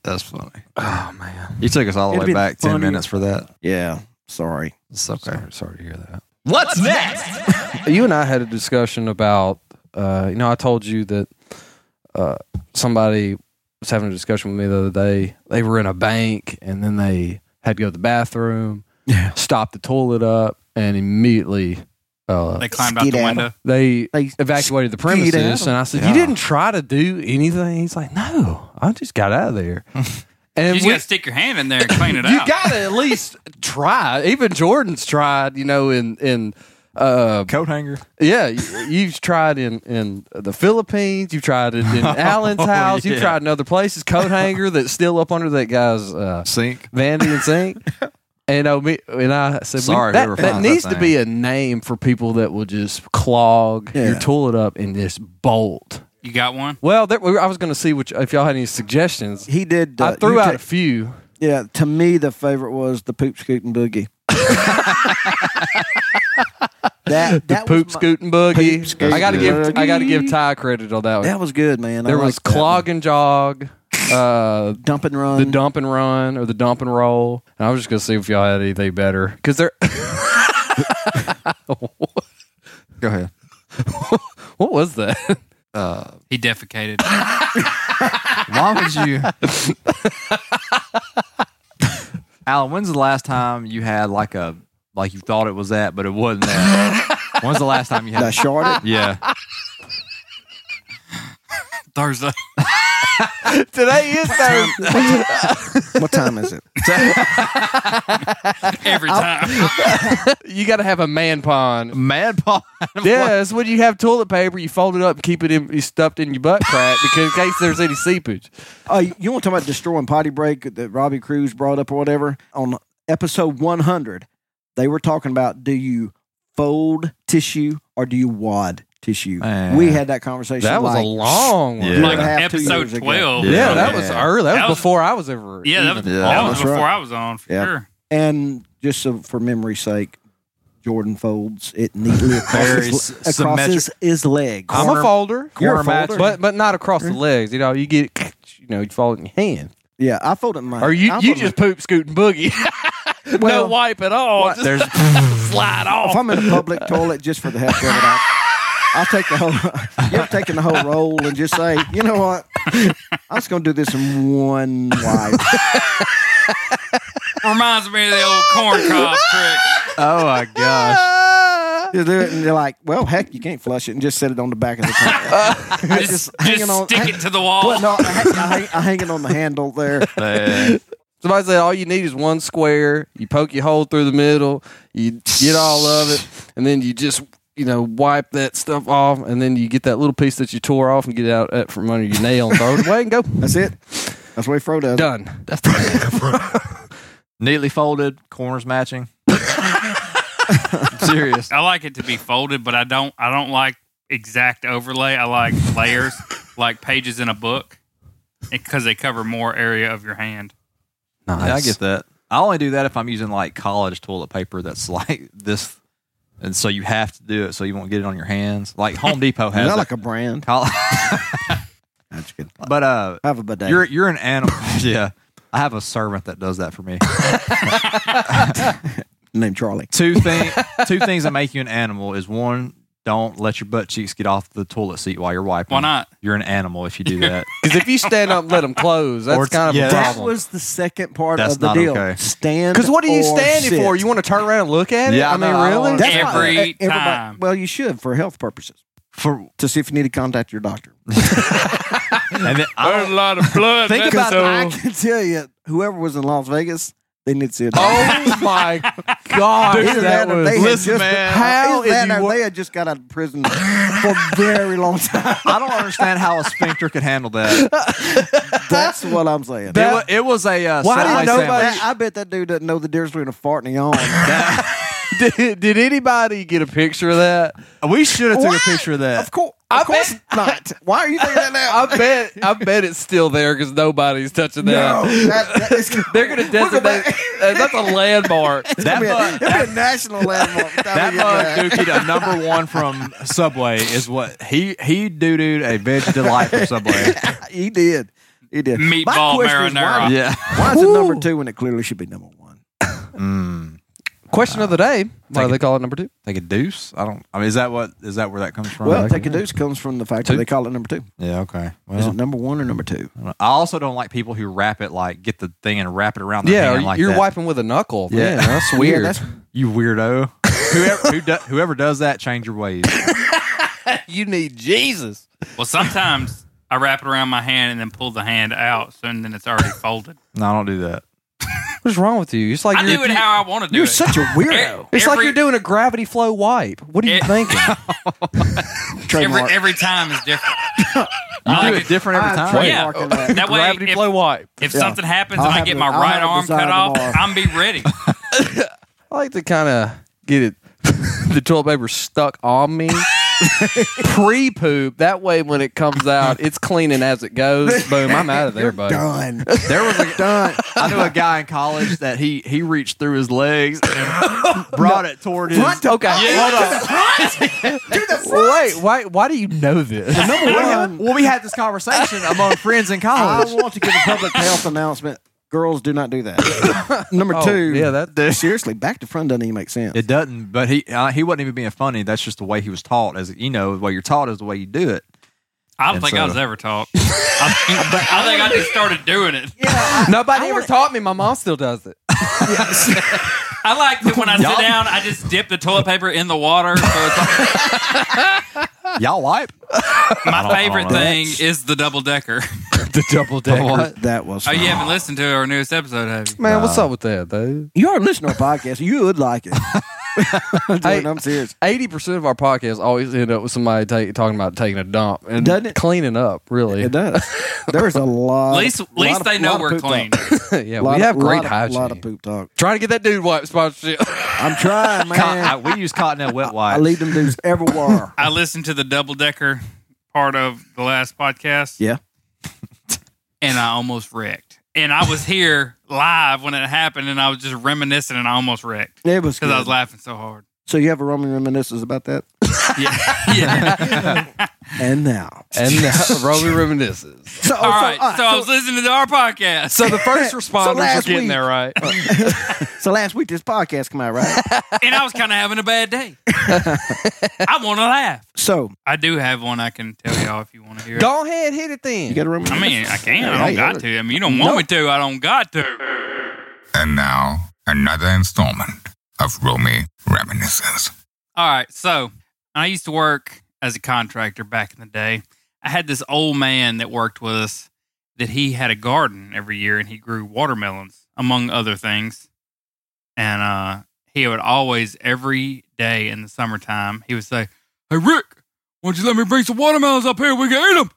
[SPEAKER 3] That's funny.
[SPEAKER 4] Oh man,
[SPEAKER 3] You took us all the
[SPEAKER 2] It'd
[SPEAKER 3] way
[SPEAKER 2] be
[SPEAKER 3] back ten
[SPEAKER 2] funny.
[SPEAKER 3] minutes for that.
[SPEAKER 2] Yeah, sorry.
[SPEAKER 3] It's okay.
[SPEAKER 4] sorry, sorry to hear that.
[SPEAKER 3] What's next?
[SPEAKER 4] you and I had a discussion about, uh, you know, I told you that uh, somebody was having a discussion with me the other day. They were in a bank and then they had to go to the bathroom,
[SPEAKER 2] Yeah.
[SPEAKER 4] stopped the toilet up, and immediately uh,
[SPEAKER 6] They climbed out the
[SPEAKER 2] Skedaddle.
[SPEAKER 6] window.
[SPEAKER 4] they
[SPEAKER 2] They
[SPEAKER 4] evacuated the premises. And I said, You didn't try to do anything? He's like, No, I just got out of there.
[SPEAKER 6] You
[SPEAKER 4] And
[SPEAKER 6] just
[SPEAKER 4] we-
[SPEAKER 6] gotta stick your hand in there and clean it
[SPEAKER 4] you
[SPEAKER 6] out.
[SPEAKER 4] gotta at least try. Even Jordan's tried, you know, in in uh,
[SPEAKER 3] Coat hanger.
[SPEAKER 4] yeah, you- you've tried in in the Philippines. You've tried it in Allen's house. You've tried in other places. Coat hanger that's still up under that guy's uh,
[SPEAKER 3] Sink.
[SPEAKER 4] vanity and sink. And oh, me and I said, we-
[SPEAKER 3] Sorry,
[SPEAKER 4] that,
[SPEAKER 3] whoever
[SPEAKER 4] that
[SPEAKER 3] finds that
[SPEAKER 4] needs to be a name for people that will just clog your
[SPEAKER 2] Yeah.
[SPEAKER 4] toilet up and just bolt.
[SPEAKER 6] You got one?
[SPEAKER 4] Well, that, I was going to see which if y'all had any suggestions.
[SPEAKER 2] He did.
[SPEAKER 4] I
[SPEAKER 2] uh,
[SPEAKER 4] threw
[SPEAKER 2] you
[SPEAKER 4] out
[SPEAKER 2] ta-
[SPEAKER 4] a few.
[SPEAKER 2] yeah, to me the favorite was the poop scooting boogie. that
[SPEAKER 4] The
[SPEAKER 2] that
[SPEAKER 4] poop
[SPEAKER 2] was my-
[SPEAKER 4] scooting boogie.
[SPEAKER 2] Poop scooting
[SPEAKER 4] I got to give I got to give
[SPEAKER 2] boogie.
[SPEAKER 4] Ty credit on that one.
[SPEAKER 2] That was good, man. I
[SPEAKER 4] there was
[SPEAKER 2] liked that one.
[SPEAKER 4] clog and jog. Uh,
[SPEAKER 2] dump and
[SPEAKER 4] the
[SPEAKER 2] run.
[SPEAKER 4] dump and run or the dump and roll. And I was just gonna see if y'all had anything better because there.
[SPEAKER 3] Go ahead.
[SPEAKER 4] what was that?
[SPEAKER 2] Uh,
[SPEAKER 6] He defecated.
[SPEAKER 3] Why would you? Alan, when's the last time you had like a like you thought it was that, but it wasn't that? when's the last time you had?
[SPEAKER 2] that sharded.
[SPEAKER 3] yeah,
[SPEAKER 6] Thursday.
[SPEAKER 4] Today is Thursday.
[SPEAKER 2] what time is it?
[SPEAKER 6] Every time.
[SPEAKER 4] you got to have a man pond.
[SPEAKER 3] mad Paul.
[SPEAKER 4] Yes, when you have toilet paper, you fold it up and keep it in, you stuffed in your butt crack because in case there's any seepage.
[SPEAKER 2] Uh, you want to talk about destroying potty break that Robbie Cruz brought up or whatever on episode 100? They were talking about do you fold tissue or do you wad tissue?
[SPEAKER 3] Man.
[SPEAKER 2] We had that conversation.
[SPEAKER 4] That was a
[SPEAKER 2] like,
[SPEAKER 4] long one.
[SPEAKER 3] Yeah.
[SPEAKER 4] Yeah,
[SPEAKER 6] Like
[SPEAKER 2] and a half, two
[SPEAKER 6] episode
[SPEAKER 2] years ago.
[SPEAKER 6] 12.
[SPEAKER 3] Yeah.
[SPEAKER 4] that was early. That,
[SPEAKER 6] That
[SPEAKER 4] was
[SPEAKER 6] was-
[SPEAKER 4] before I was ever.
[SPEAKER 6] Yeah, that was,
[SPEAKER 4] even-
[SPEAKER 3] Yeah,
[SPEAKER 6] that was
[SPEAKER 2] that's
[SPEAKER 6] before
[SPEAKER 2] right.
[SPEAKER 6] I was on, for
[SPEAKER 2] Yeah.
[SPEAKER 6] sure.
[SPEAKER 2] And just so for memory's sake, Jordan folds it neatly across,
[SPEAKER 3] Very
[SPEAKER 2] his,
[SPEAKER 3] s-
[SPEAKER 2] across his, his leg.
[SPEAKER 4] I'm a folder.
[SPEAKER 2] You're a
[SPEAKER 4] Corner match,
[SPEAKER 2] folder.
[SPEAKER 4] but but not across the legs. You know, you get it, you know, you fold it in your hand.
[SPEAKER 2] yeah, I fold it in my.
[SPEAKER 4] Or you
[SPEAKER 2] I
[SPEAKER 4] you
[SPEAKER 2] fold it in
[SPEAKER 4] just poop scooting boogie. no
[SPEAKER 2] Well,
[SPEAKER 4] wipe at all. Just
[SPEAKER 3] There's
[SPEAKER 4] slide
[SPEAKER 2] if
[SPEAKER 4] off.
[SPEAKER 2] I'm in a public toilet just for the heck of it, I'll, I'll take the whole. You're taking the whole roll and just say, you know what? I'm just gonna do this in one wipe.
[SPEAKER 6] Reminds me of the old corn cob trick.
[SPEAKER 3] oh my gosh,
[SPEAKER 2] You do it, and you're like, well, heck, you can't flush it, and just set it on the back of the tank.
[SPEAKER 6] Just, just stick it to the wall.
[SPEAKER 2] Well, no, I, hang- I, hang, I hang it on the handle there.
[SPEAKER 3] Man.
[SPEAKER 4] Somebody said all you need is one square. You poke your hole through the middle. You get all of it, and then you just you know wipe that stuff off, and then you get that little piece that you tore off and get it out uh, from under your nail and throw it away and go
[SPEAKER 2] That's it. That's the way Fro does. it.
[SPEAKER 4] done.
[SPEAKER 3] neatly folded, corners matching. I'm serious.
[SPEAKER 6] I like it to be folded, but I don't. I don't like exact overlay. I like layers, like pages in a book, because they cover more area of your hand.
[SPEAKER 3] Yeah, I get that. I only do that if I'm using like college toilet paper that's like this, and so you have to do it so you won't get it on your hands. Like Home Depot
[SPEAKER 2] Is
[SPEAKER 3] has
[SPEAKER 2] that
[SPEAKER 3] that.
[SPEAKER 2] like a brand?
[SPEAKER 3] Col-
[SPEAKER 2] That's good.
[SPEAKER 3] but uh,
[SPEAKER 2] I have a bidet.
[SPEAKER 3] You're you're an animal. yeah. I have a servant that does that for me.
[SPEAKER 2] named Charlie.
[SPEAKER 3] two thing two things that make you an animal is one, Don't let your butt cheeks get off the toilet seat while you're wiping.
[SPEAKER 6] Why not?
[SPEAKER 3] You're an animal if you do that.
[SPEAKER 4] Because if you stand up and let them close,
[SPEAKER 3] Or
[SPEAKER 4] that's
[SPEAKER 3] it's-
[SPEAKER 4] kind of
[SPEAKER 3] yeah,
[SPEAKER 4] a
[SPEAKER 3] that's-
[SPEAKER 2] That
[SPEAKER 4] problem.
[SPEAKER 2] was the second part
[SPEAKER 3] That's
[SPEAKER 2] of the
[SPEAKER 3] not
[SPEAKER 2] deal.
[SPEAKER 3] okay.
[SPEAKER 2] Stand.
[SPEAKER 4] Because what are you
[SPEAKER 2] or
[SPEAKER 4] standing
[SPEAKER 2] sit.
[SPEAKER 4] for? You want to turn around and look at it?
[SPEAKER 3] Yeah,
[SPEAKER 4] I mean,
[SPEAKER 3] no, I don't
[SPEAKER 4] really?
[SPEAKER 3] wanna-
[SPEAKER 2] That's not-
[SPEAKER 6] Every
[SPEAKER 2] uh, everybody-
[SPEAKER 6] time.
[SPEAKER 2] Well, you should for health purposes
[SPEAKER 3] For
[SPEAKER 2] to see if you need to contact your doctor.
[SPEAKER 3] and then I
[SPEAKER 1] There's a lot of blood.
[SPEAKER 3] Think
[SPEAKER 1] that
[SPEAKER 3] about
[SPEAKER 1] goes
[SPEAKER 2] I
[SPEAKER 1] on.
[SPEAKER 2] can tell you, whoever was in Las Vegas, they need to see a doctor.
[SPEAKER 4] Oh my God!
[SPEAKER 2] Either
[SPEAKER 4] that
[SPEAKER 2] that or
[SPEAKER 4] was-
[SPEAKER 2] they had
[SPEAKER 3] Listen,
[SPEAKER 2] just,
[SPEAKER 3] man,
[SPEAKER 2] how
[SPEAKER 3] if
[SPEAKER 2] is that
[SPEAKER 3] you
[SPEAKER 2] or
[SPEAKER 3] wa-
[SPEAKER 2] they had just got out of prison for a very long time.
[SPEAKER 3] I don't understand how a sphincter could handle that.
[SPEAKER 2] That's what I'm saying.
[SPEAKER 3] it, was, it was a uh,
[SPEAKER 4] Why did
[SPEAKER 3] satellite
[SPEAKER 4] nobody-
[SPEAKER 3] sandwich.
[SPEAKER 2] That- I bet that dude doesn't know the difference between a fart and a yawn.
[SPEAKER 4] did, did anybody get a picture of that?
[SPEAKER 3] We should have took
[SPEAKER 2] What?
[SPEAKER 3] a picture of that.
[SPEAKER 2] of course, of
[SPEAKER 4] I
[SPEAKER 2] course
[SPEAKER 4] bet-
[SPEAKER 2] not. Why are you thinking that now?
[SPEAKER 4] I bet I bet it's still there because nobody's touching that.
[SPEAKER 2] That- that is-
[SPEAKER 4] They're gonna
[SPEAKER 2] We'll go
[SPEAKER 4] designate
[SPEAKER 2] back.
[SPEAKER 4] uh, that's a landmark.
[SPEAKER 3] That
[SPEAKER 2] It'll be a-
[SPEAKER 3] mug,
[SPEAKER 2] it'll be a national landmark. by the time
[SPEAKER 3] that
[SPEAKER 2] we
[SPEAKER 3] mug
[SPEAKER 2] get back.
[SPEAKER 3] dookie, a number one from Subway, is what he he doo dooed a veg delight from Subway.
[SPEAKER 2] he did. He did. My
[SPEAKER 6] Meatball
[SPEAKER 2] question is
[SPEAKER 6] marinara.
[SPEAKER 3] Yeah.
[SPEAKER 2] Why, why is it number two when it clearly should be number one?
[SPEAKER 3] Mm.
[SPEAKER 4] Question of the day. Why do they call it number two?
[SPEAKER 3] Take a deuce. I don't. I mean, is that what is that where that comes from?
[SPEAKER 2] Well, take a deuce comes from the fact that
[SPEAKER 3] Two.
[SPEAKER 2] they call it number two.
[SPEAKER 3] Yeah. Okay.
[SPEAKER 2] Is
[SPEAKER 3] Well,
[SPEAKER 2] it number one or number two?
[SPEAKER 3] I also don't like people who wrap it like get the thing and wrap it around their
[SPEAKER 4] Yeah,
[SPEAKER 3] hand like
[SPEAKER 4] you're
[SPEAKER 3] that.
[SPEAKER 4] wiping with a knuckle.
[SPEAKER 3] Yeah.
[SPEAKER 4] Man, that's weird.
[SPEAKER 2] that's-
[SPEAKER 3] You weirdo. whoever who do, whoever does that, change your ways.
[SPEAKER 4] you need Jesus.
[SPEAKER 6] Well, sometimes I wrap it around my hand and then pull the hand out, so and then it's already folded.
[SPEAKER 3] No, I don't do that.
[SPEAKER 4] What's wrong with you? It's like
[SPEAKER 6] I
[SPEAKER 4] you're,
[SPEAKER 6] do it how I want to do
[SPEAKER 2] You're
[SPEAKER 6] it.
[SPEAKER 2] such a weirdo.
[SPEAKER 4] it's like
[SPEAKER 6] every-
[SPEAKER 4] you're doing a gravity flow wipe. What are you
[SPEAKER 6] It-
[SPEAKER 4] thinking?
[SPEAKER 6] every,
[SPEAKER 2] Trademark.
[SPEAKER 6] every time is different.
[SPEAKER 3] You
[SPEAKER 6] I
[SPEAKER 3] do
[SPEAKER 6] like
[SPEAKER 3] it different every time.
[SPEAKER 6] Yeah.
[SPEAKER 2] Trademarking that.
[SPEAKER 6] That way,
[SPEAKER 4] gravity
[SPEAKER 6] if,
[SPEAKER 4] flow wipe.
[SPEAKER 6] if
[SPEAKER 2] Yeah.
[SPEAKER 6] something happens
[SPEAKER 2] I'll
[SPEAKER 6] and I
[SPEAKER 2] have
[SPEAKER 6] get
[SPEAKER 2] it-
[SPEAKER 6] my
[SPEAKER 2] I'll
[SPEAKER 6] right
[SPEAKER 2] have it
[SPEAKER 6] arm cut
[SPEAKER 2] decided
[SPEAKER 6] off,
[SPEAKER 2] tomorrow.
[SPEAKER 6] I'm be ready.
[SPEAKER 4] I like to kind of get it the toilet paper stuck on me pre poop. That way, when it comes out, it's cleaning as it goes. Boom! I'm out of there, buddy.
[SPEAKER 2] Done.
[SPEAKER 3] There was a
[SPEAKER 2] Done.
[SPEAKER 3] I knew a guy in college that he he reached through his legs and brought it toward his.
[SPEAKER 2] What the-
[SPEAKER 4] Okay, hold on. Wait, why? Why do you know this?
[SPEAKER 2] Number one.
[SPEAKER 3] Well, we had this conversation among friends in
[SPEAKER 2] I
[SPEAKER 3] college.
[SPEAKER 2] want to give a public health announcement. Girls do not do that. number
[SPEAKER 4] Oh,
[SPEAKER 2] two.
[SPEAKER 4] yeah, that-
[SPEAKER 2] seriously back to front doesn't even make sense.
[SPEAKER 3] It doesn't, but he uh, he wasn't even being funny. That's just the way he was taught. As you know, the way you're taught is the way you do it.
[SPEAKER 6] I don't
[SPEAKER 3] And
[SPEAKER 6] think I
[SPEAKER 3] so-
[SPEAKER 6] was ever taught. I think, I think I just started doing it.
[SPEAKER 4] Nobody ever taught me. My mom still does it.
[SPEAKER 6] I like that when I sit down, I just dip the toilet paper in the water. So it's like,
[SPEAKER 3] Y'all wipe I don't-
[SPEAKER 6] my
[SPEAKER 3] I don't
[SPEAKER 6] favorite
[SPEAKER 3] know.
[SPEAKER 6] thing is the double decker.
[SPEAKER 3] the double
[SPEAKER 4] What?
[SPEAKER 2] That was.
[SPEAKER 6] Oh,
[SPEAKER 2] fun.
[SPEAKER 6] you haven't listened to our newest episode, have you?
[SPEAKER 4] Man,
[SPEAKER 3] Uh,
[SPEAKER 4] what's up with that, though?
[SPEAKER 2] You are listening to our podcast. You would like it. Dude,
[SPEAKER 4] Hey.
[SPEAKER 2] I'm serious.
[SPEAKER 4] Eighty percent of our podcasts always end up with somebody ta- talking about taking a dump and
[SPEAKER 2] Doesn't it?
[SPEAKER 4] cleaning up. Really,
[SPEAKER 2] It does. There's a lot.
[SPEAKER 6] At least, at
[SPEAKER 2] lot
[SPEAKER 6] least
[SPEAKER 2] of-
[SPEAKER 6] they know
[SPEAKER 2] lot of
[SPEAKER 6] we're
[SPEAKER 2] poop
[SPEAKER 6] clean.
[SPEAKER 2] talk.
[SPEAKER 4] yeah,
[SPEAKER 2] Lot
[SPEAKER 4] we
[SPEAKER 2] of-
[SPEAKER 4] have great
[SPEAKER 2] lot
[SPEAKER 4] hygiene.
[SPEAKER 2] Of, lot of poop talk.
[SPEAKER 4] Trying to get that dude wipe sponsorship.
[SPEAKER 2] I'm trying, man.
[SPEAKER 3] we use Cottonelle wet
[SPEAKER 2] I
[SPEAKER 3] wipes.
[SPEAKER 2] leave them dudes everywhere.
[SPEAKER 6] I listened to the double decker part of the last podcast.
[SPEAKER 2] Yeah.
[SPEAKER 6] And I almost wrecked. And I was here live when it happened, and I was just reminiscing, and I almost wrecked
[SPEAKER 2] It was
[SPEAKER 6] because I was
[SPEAKER 2] good.
[SPEAKER 6] laughing so hard.
[SPEAKER 2] So you have a Roman reminiscence about that?
[SPEAKER 6] Yeah.
[SPEAKER 2] And now,
[SPEAKER 4] and uh, Roby reminisces.
[SPEAKER 2] so,
[SPEAKER 6] All right. So, I
[SPEAKER 2] so,
[SPEAKER 6] was listening to our podcast.
[SPEAKER 4] So the first responders are
[SPEAKER 2] last
[SPEAKER 4] getting
[SPEAKER 2] week-
[SPEAKER 4] there, right?
[SPEAKER 2] so last week this podcast came out, right?
[SPEAKER 6] and I was kind of having a bad day. I want to laugh.
[SPEAKER 2] so
[SPEAKER 6] I do have one I can tell y'all if you want to hear. it.
[SPEAKER 4] Go ahead, hit it then.
[SPEAKER 2] you got a Roman?
[SPEAKER 6] I mean, I can. I don't
[SPEAKER 2] Yeah, yeah.
[SPEAKER 6] got to. I mean, you don't want me to. I don't got to.
[SPEAKER 7] And now, another installment of Romy Reminiscences.
[SPEAKER 6] All right. So I used to work as a contractor back in the day. I had this old man that worked with us that he had a garden every year and he grew watermelons, among other things. And uh, he would always, every day in the summertime, he would say, Hey, Rick, why don't you let me bring some watermelons up here? We can eat them.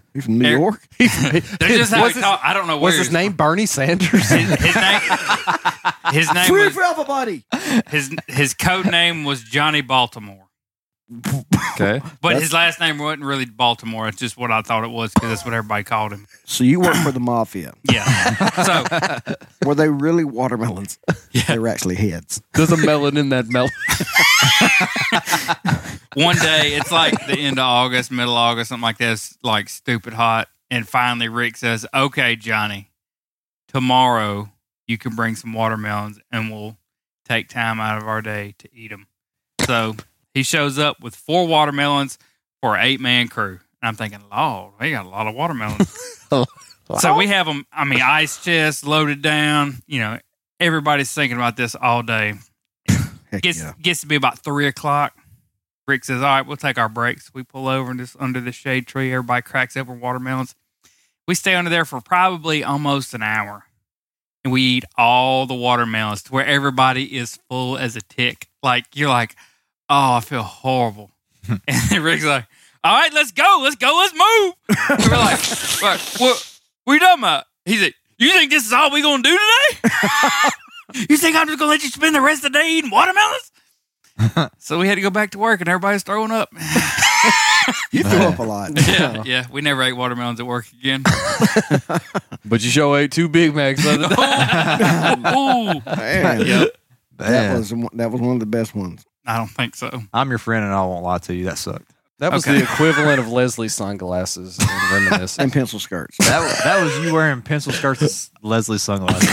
[SPEAKER 2] you from New
[SPEAKER 6] Eric-
[SPEAKER 2] York?
[SPEAKER 6] That's just how
[SPEAKER 4] What's
[SPEAKER 6] he
[SPEAKER 4] his-
[SPEAKER 6] talked. I don't know where
[SPEAKER 4] What's his
[SPEAKER 6] he was-
[SPEAKER 4] name? Bernie Sanders.
[SPEAKER 6] His, his name, his name
[SPEAKER 2] Free
[SPEAKER 6] was,
[SPEAKER 2] for everybody.
[SPEAKER 6] his his code name was Johnny Baltimore,
[SPEAKER 3] Okay,
[SPEAKER 6] but
[SPEAKER 2] That's-
[SPEAKER 6] his last name wasn't really Baltimore. It's just what I thought it was because that's what everybody called him.
[SPEAKER 2] So you work for the mafia?
[SPEAKER 6] Yeah. So
[SPEAKER 2] Were they really watermelons? They were actually heads.
[SPEAKER 4] There's a melon in that melon.
[SPEAKER 6] one day it's like the end of August, middle of August, something like this, like stupid hot. And finally, Rick says, "Okay, Johnny, tomorrow you can bring some watermelons, and we'll take time out of our day to eat them." So He shows up with four watermelons for an eight man crew. And I'm thinking, Lord, we got a lot of watermelons. so we have them, I mean, ice chest loaded down. You know, everybody's thinking about this all day.
[SPEAKER 2] Heck
[SPEAKER 6] Gets,
[SPEAKER 2] yeah.
[SPEAKER 6] gets to be about three o'clock. Rick says, All right, we'll take our breaks. We pull over and just under the shade tree. Everybody cracks open watermelons. We stay under there for probably almost an hour. And we eat all the watermelons to where everybody is full as a tick. Like, you're like, Oh, I feel horrible. and then Rick's like, All right, let's go. Let's go. Let's move. And we're like, "What- What, what are you talking about? He's like, You think this is all we going to do today? you think I'm just going to let you spend the rest of the day eating watermelons? so we had to go back to work and everybody's throwing up.
[SPEAKER 2] You threw up a lot.
[SPEAKER 6] yeah, yeah. We never ate watermelons at work again.
[SPEAKER 4] But you show ate two Big Macs the other day.
[SPEAKER 6] Ooh,
[SPEAKER 2] Man,
[SPEAKER 6] Yep.
[SPEAKER 2] that
[SPEAKER 3] Man,
[SPEAKER 2] was one- that was one of the best ones.
[SPEAKER 6] I don't think so.
[SPEAKER 3] I'm your friend, and I won't lie to you. That sucked.
[SPEAKER 4] That was
[SPEAKER 6] Okay.
[SPEAKER 4] the equivalent of Leslie's sunglasses and reminiscing.
[SPEAKER 2] And pencil skirts.
[SPEAKER 3] That was, that was you wearing pencil skirts, and s- Leslie sunglasses.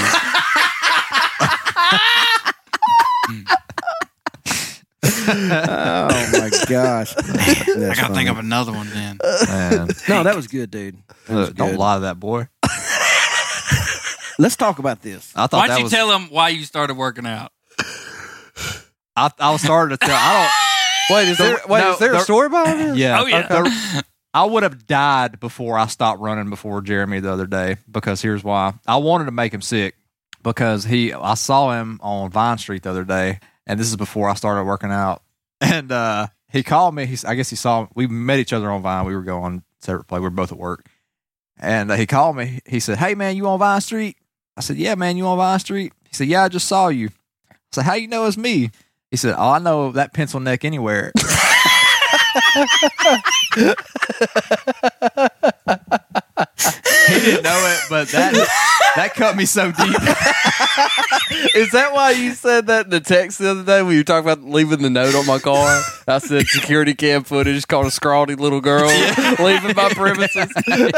[SPEAKER 2] oh my gosh.
[SPEAKER 6] I gotta think of another one then.
[SPEAKER 3] Man,
[SPEAKER 2] No, that was good, dude. That was
[SPEAKER 3] look, don't
[SPEAKER 2] good.
[SPEAKER 3] lie to that boy.
[SPEAKER 2] Let's talk about this.
[SPEAKER 3] I
[SPEAKER 6] Why
[SPEAKER 3] thought
[SPEAKER 6] don't
[SPEAKER 3] that
[SPEAKER 6] you
[SPEAKER 3] was.
[SPEAKER 6] tell them why you started working out?
[SPEAKER 3] I, I was starting to tell. I
[SPEAKER 4] Wait, is there wait,
[SPEAKER 3] no,
[SPEAKER 4] is there a
[SPEAKER 3] there-
[SPEAKER 4] story behind
[SPEAKER 3] don't.
[SPEAKER 4] this?
[SPEAKER 3] Yeah.
[SPEAKER 6] Oh yeah,
[SPEAKER 3] the- I would have died before I stopped running before Jeremy the other day because here's why. I wanted to make him sick because he I saw him on Vine Street the other day and this is before I started working out. And uh he called me. He's I guess he saw we met each other on Vine. We were going separate play. We were both at work. And uh, he called me. He said, "Hey man, you on Vine Street?" I said, "Yeah, man, you on Vine Street?" He said, "Yeah, I just saw you." I said, "How you know it's me?" He said, "Oh, I know that pencil neck anywhere." he didn't know it, but that that cut me so deep.
[SPEAKER 4] Is that why you said that in the text the other day when you talked about leaving the note on my car? I said security cam footage caught a scrawny little girl leaving my premises.
[SPEAKER 2] Because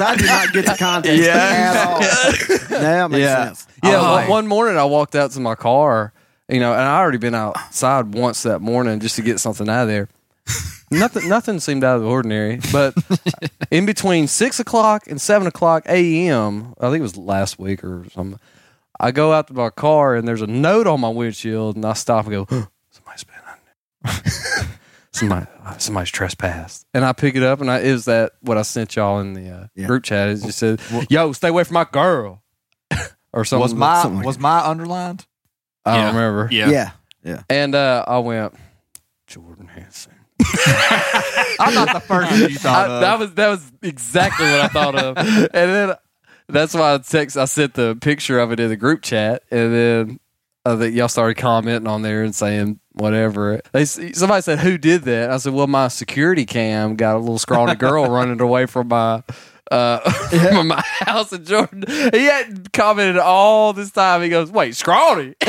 [SPEAKER 2] I did not get the context
[SPEAKER 3] Yeah.
[SPEAKER 2] at all. That makes
[SPEAKER 3] Yeah.
[SPEAKER 2] sense.
[SPEAKER 4] Yeah,
[SPEAKER 3] Oh.
[SPEAKER 4] one, one morning I walked out to my car, you know, and I already been outside once that morning just to get something out of there. nothing, nothing seemed out of the ordinary. But in between six o'clock and seven o'clock a.m., I think it was last week or something. I go out to my car and there's a note on my windshield, and I stop and go, "Huh, somebody's been on Somebody, somebody's trespassed, and I pick it up, and I it was that what I sent y'all in the uh,
[SPEAKER 2] Yeah.
[SPEAKER 4] group chat. It just said, "Yo, stay away from my girl," or something.
[SPEAKER 3] was my
[SPEAKER 2] something like
[SPEAKER 3] was my underlined?
[SPEAKER 4] I don't
[SPEAKER 6] Yeah.
[SPEAKER 4] remember.
[SPEAKER 6] yeah.
[SPEAKER 2] Yeah. yeah.
[SPEAKER 4] And uh, I went, Jordan Hanson.
[SPEAKER 3] I'm not the first one you thought
[SPEAKER 4] I,
[SPEAKER 3] of.
[SPEAKER 4] that was that was exactly what I thought of. And then that's why I text. I sent the picture of it in the group chat, and then uh, that y'all started commenting on there and saying whatever. They s- somebody said who did that. I said, well, my security cam got a little scrawny girl running away from my. Uh, from my house in Jordan. He hadn't commented all this time. He goes, "Wait, scrawny."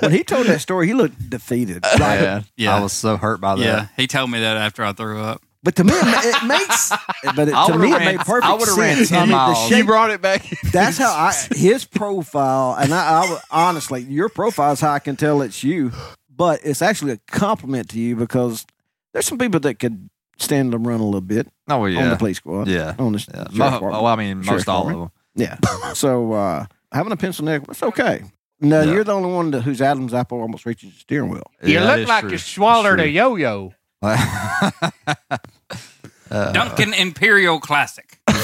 [SPEAKER 2] When he told that story, he looked defeated. Like,
[SPEAKER 3] yeah,
[SPEAKER 6] Yeah.
[SPEAKER 3] I was so hurt by that.
[SPEAKER 6] Yeah, he told me that after I threw up.
[SPEAKER 2] But to me, it ma- it makes. But it,
[SPEAKER 3] I
[SPEAKER 2] to
[SPEAKER 3] would've
[SPEAKER 2] me,
[SPEAKER 3] ran-
[SPEAKER 2] it made perfect
[SPEAKER 3] I would've ran
[SPEAKER 2] sense.
[SPEAKER 3] 10
[SPEAKER 2] I mean, the
[SPEAKER 3] miles.
[SPEAKER 2] shape-
[SPEAKER 4] brought it back.
[SPEAKER 2] that's how I his profile, and I, I would- honestly, your profile is how I can tell it's you. But it's actually a compliment to you because there's some people that could stand to run a little bit
[SPEAKER 3] Oh
[SPEAKER 2] on the
[SPEAKER 3] yeah,
[SPEAKER 2] police squad.
[SPEAKER 3] yeah.
[SPEAKER 2] On the
[SPEAKER 3] yeah.
[SPEAKER 2] sheriff's
[SPEAKER 3] Mo-
[SPEAKER 2] department.
[SPEAKER 3] well, I mean,
[SPEAKER 2] Sheriff's
[SPEAKER 3] most all of
[SPEAKER 2] department.
[SPEAKER 3] them.
[SPEAKER 2] Yeah. so uh, having a pencil neck, it's okay. No,
[SPEAKER 3] Yeah.
[SPEAKER 2] you're the only one that, whose Adam's apple almost reaches the steering wheel.
[SPEAKER 3] Yeah, that is true. That's true.
[SPEAKER 4] yo-yo.
[SPEAKER 3] Uh,
[SPEAKER 2] uh,
[SPEAKER 6] Duncan Imperial Classic.
[SPEAKER 8] The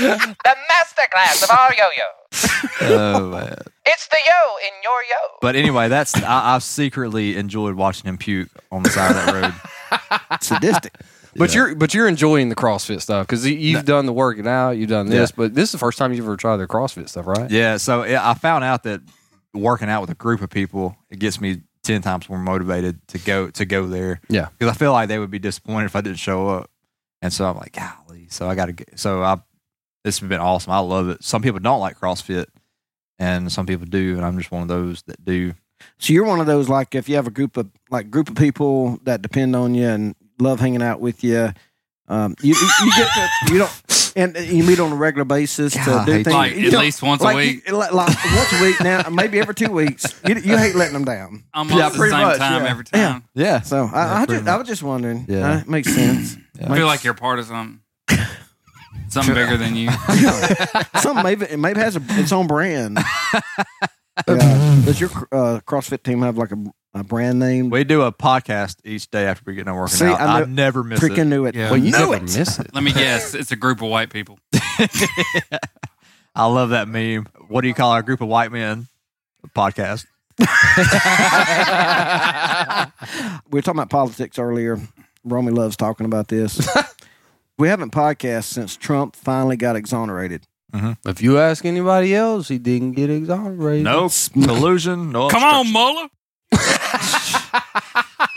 [SPEAKER 8] masterclass of our yo-yo.
[SPEAKER 3] oh man.
[SPEAKER 8] It's the yo in your yo.
[SPEAKER 3] But anyway, that's I, I secretly enjoyed watching him puke on the side of that road.
[SPEAKER 2] Sadistic.
[SPEAKER 4] But you're but you're enjoying the CrossFit stuff because you've done the working out, you've done this, but this is the first time you've ever tried the CrossFit stuff, right?
[SPEAKER 3] Yeah, so yeah, I found out that working out with a group of people it gets me ten times more motivated to go to go there.
[SPEAKER 4] Yeah.
[SPEAKER 3] because I feel like they would be disappointed if I didn't show up, and so I'm like, golly. So I got to get. So I, this has been awesome. I love it. Some people don't like CrossFit, and some people do, and I'm just one of those that do.
[SPEAKER 2] So you're one of those like if you have a group of like group of people that depend on you and love hanging out with you, um, you you, you get to you don't and you meet on a regular basis
[SPEAKER 3] God, I
[SPEAKER 2] to do
[SPEAKER 3] hate
[SPEAKER 2] things.
[SPEAKER 6] Like,
[SPEAKER 2] You
[SPEAKER 6] at
[SPEAKER 2] don't-
[SPEAKER 6] least once a
[SPEAKER 2] like,
[SPEAKER 6] week?
[SPEAKER 2] you- like, like once a week now, maybe every two weeks. You, you hate letting them down.
[SPEAKER 6] Almost
[SPEAKER 3] Yeah,
[SPEAKER 6] the same
[SPEAKER 3] pretty much,
[SPEAKER 6] time
[SPEAKER 3] yeah.
[SPEAKER 6] every time.
[SPEAKER 3] Yeah.
[SPEAKER 2] So I,
[SPEAKER 3] Yeah,
[SPEAKER 2] I,
[SPEAKER 3] pretty
[SPEAKER 2] just, I was just wondering.
[SPEAKER 3] Yeah.
[SPEAKER 2] Uh, it makes sense.
[SPEAKER 3] Yeah.
[SPEAKER 6] I feel like
[SPEAKER 2] Makes-
[SPEAKER 6] you're part of something. Something bigger than you.
[SPEAKER 2] Some maybe it maybe has a, its own brand. yeah. Does your uh, CrossFit team have like a, a brand name?
[SPEAKER 3] We do a podcast each day after we get done working
[SPEAKER 2] See,
[SPEAKER 3] out.
[SPEAKER 2] I
[SPEAKER 3] I,
[SPEAKER 2] know-
[SPEAKER 3] never miss
[SPEAKER 2] Freaking
[SPEAKER 3] it.
[SPEAKER 2] knew it.
[SPEAKER 5] Yeah.
[SPEAKER 2] Well, you
[SPEAKER 3] Never
[SPEAKER 2] knew it.
[SPEAKER 4] miss it.
[SPEAKER 6] Let me guess. It's a group of white people.
[SPEAKER 3] I love that meme. What do you call our group of white men? A podcast.
[SPEAKER 2] we were talking about politics earlier. Romy loves talking about this. we haven't podcast since Trump finally got exonerated.
[SPEAKER 4] If you ask anybody else, he didn't get exonerated.
[SPEAKER 3] No collusion. No.
[SPEAKER 6] Come on, Muller.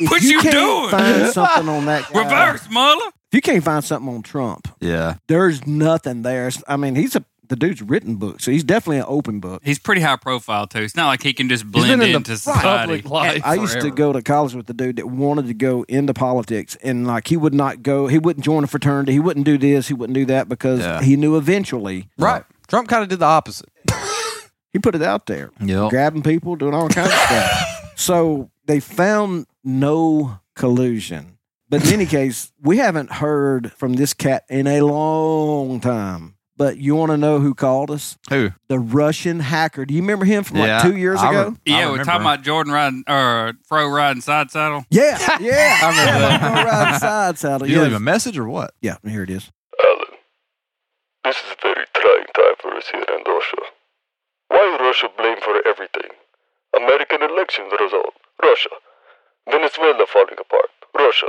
[SPEAKER 2] If
[SPEAKER 6] What you
[SPEAKER 2] can't
[SPEAKER 6] doing?
[SPEAKER 2] Find something on that. guy-
[SPEAKER 6] Reverse, Muller.
[SPEAKER 2] If you can't find something on Trump,
[SPEAKER 3] Yeah.
[SPEAKER 2] there's nothing there. I mean, he's a the dude's written books, so he's definitely an open book.
[SPEAKER 6] He's pretty high profile, too. It's not like he can just blend
[SPEAKER 4] in the
[SPEAKER 6] into society.
[SPEAKER 4] Public life
[SPEAKER 2] I used to
[SPEAKER 4] forever.
[SPEAKER 2] go to college with the dude that wanted to go into politics, and like he would not go, he wouldn't join a fraternity, he wouldn't do this, he wouldn't do that because
[SPEAKER 3] Yeah.
[SPEAKER 2] he knew eventually
[SPEAKER 4] Right. Trump kind of did the opposite.
[SPEAKER 2] he put it out there,
[SPEAKER 3] Yep.
[SPEAKER 2] grabbing people, doing all kinds of stuff. So they found no collusion. But in any case, we haven't heard from this cat in a long time. But you want to know who called us?
[SPEAKER 3] Who?
[SPEAKER 2] The Russian hacker. Do you remember him from
[SPEAKER 3] Yeah,
[SPEAKER 2] like two years
[SPEAKER 3] I re-
[SPEAKER 2] ago?
[SPEAKER 3] I
[SPEAKER 6] Yeah, we're
[SPEAKER 3] remember
[SPEAKER 6] talking
[SPEAKER 3] him.
[SPEAKER 6] about Jordan riding or Fro riding side saddle.
[SPEAKER 2] Yeah, yeah.
[SPEAKER 3] I remember
[SPEAKER 2] Yeah,
[SPEAKER 3] that.
[SPEAKER 2] Buffalo Ride side saddle.
[SPEAKER 3] You
[SPEAKER 2] yeah.
[SPEAKER 3] leave a message or what?
[SPEAKER 2] yeah, here it is.
[SPEAKER 9] Alan, this is a very trying time for us here in Russia. Why Russia blamed for everything? American elections result, Russia. Venezuela falling apart, Russia.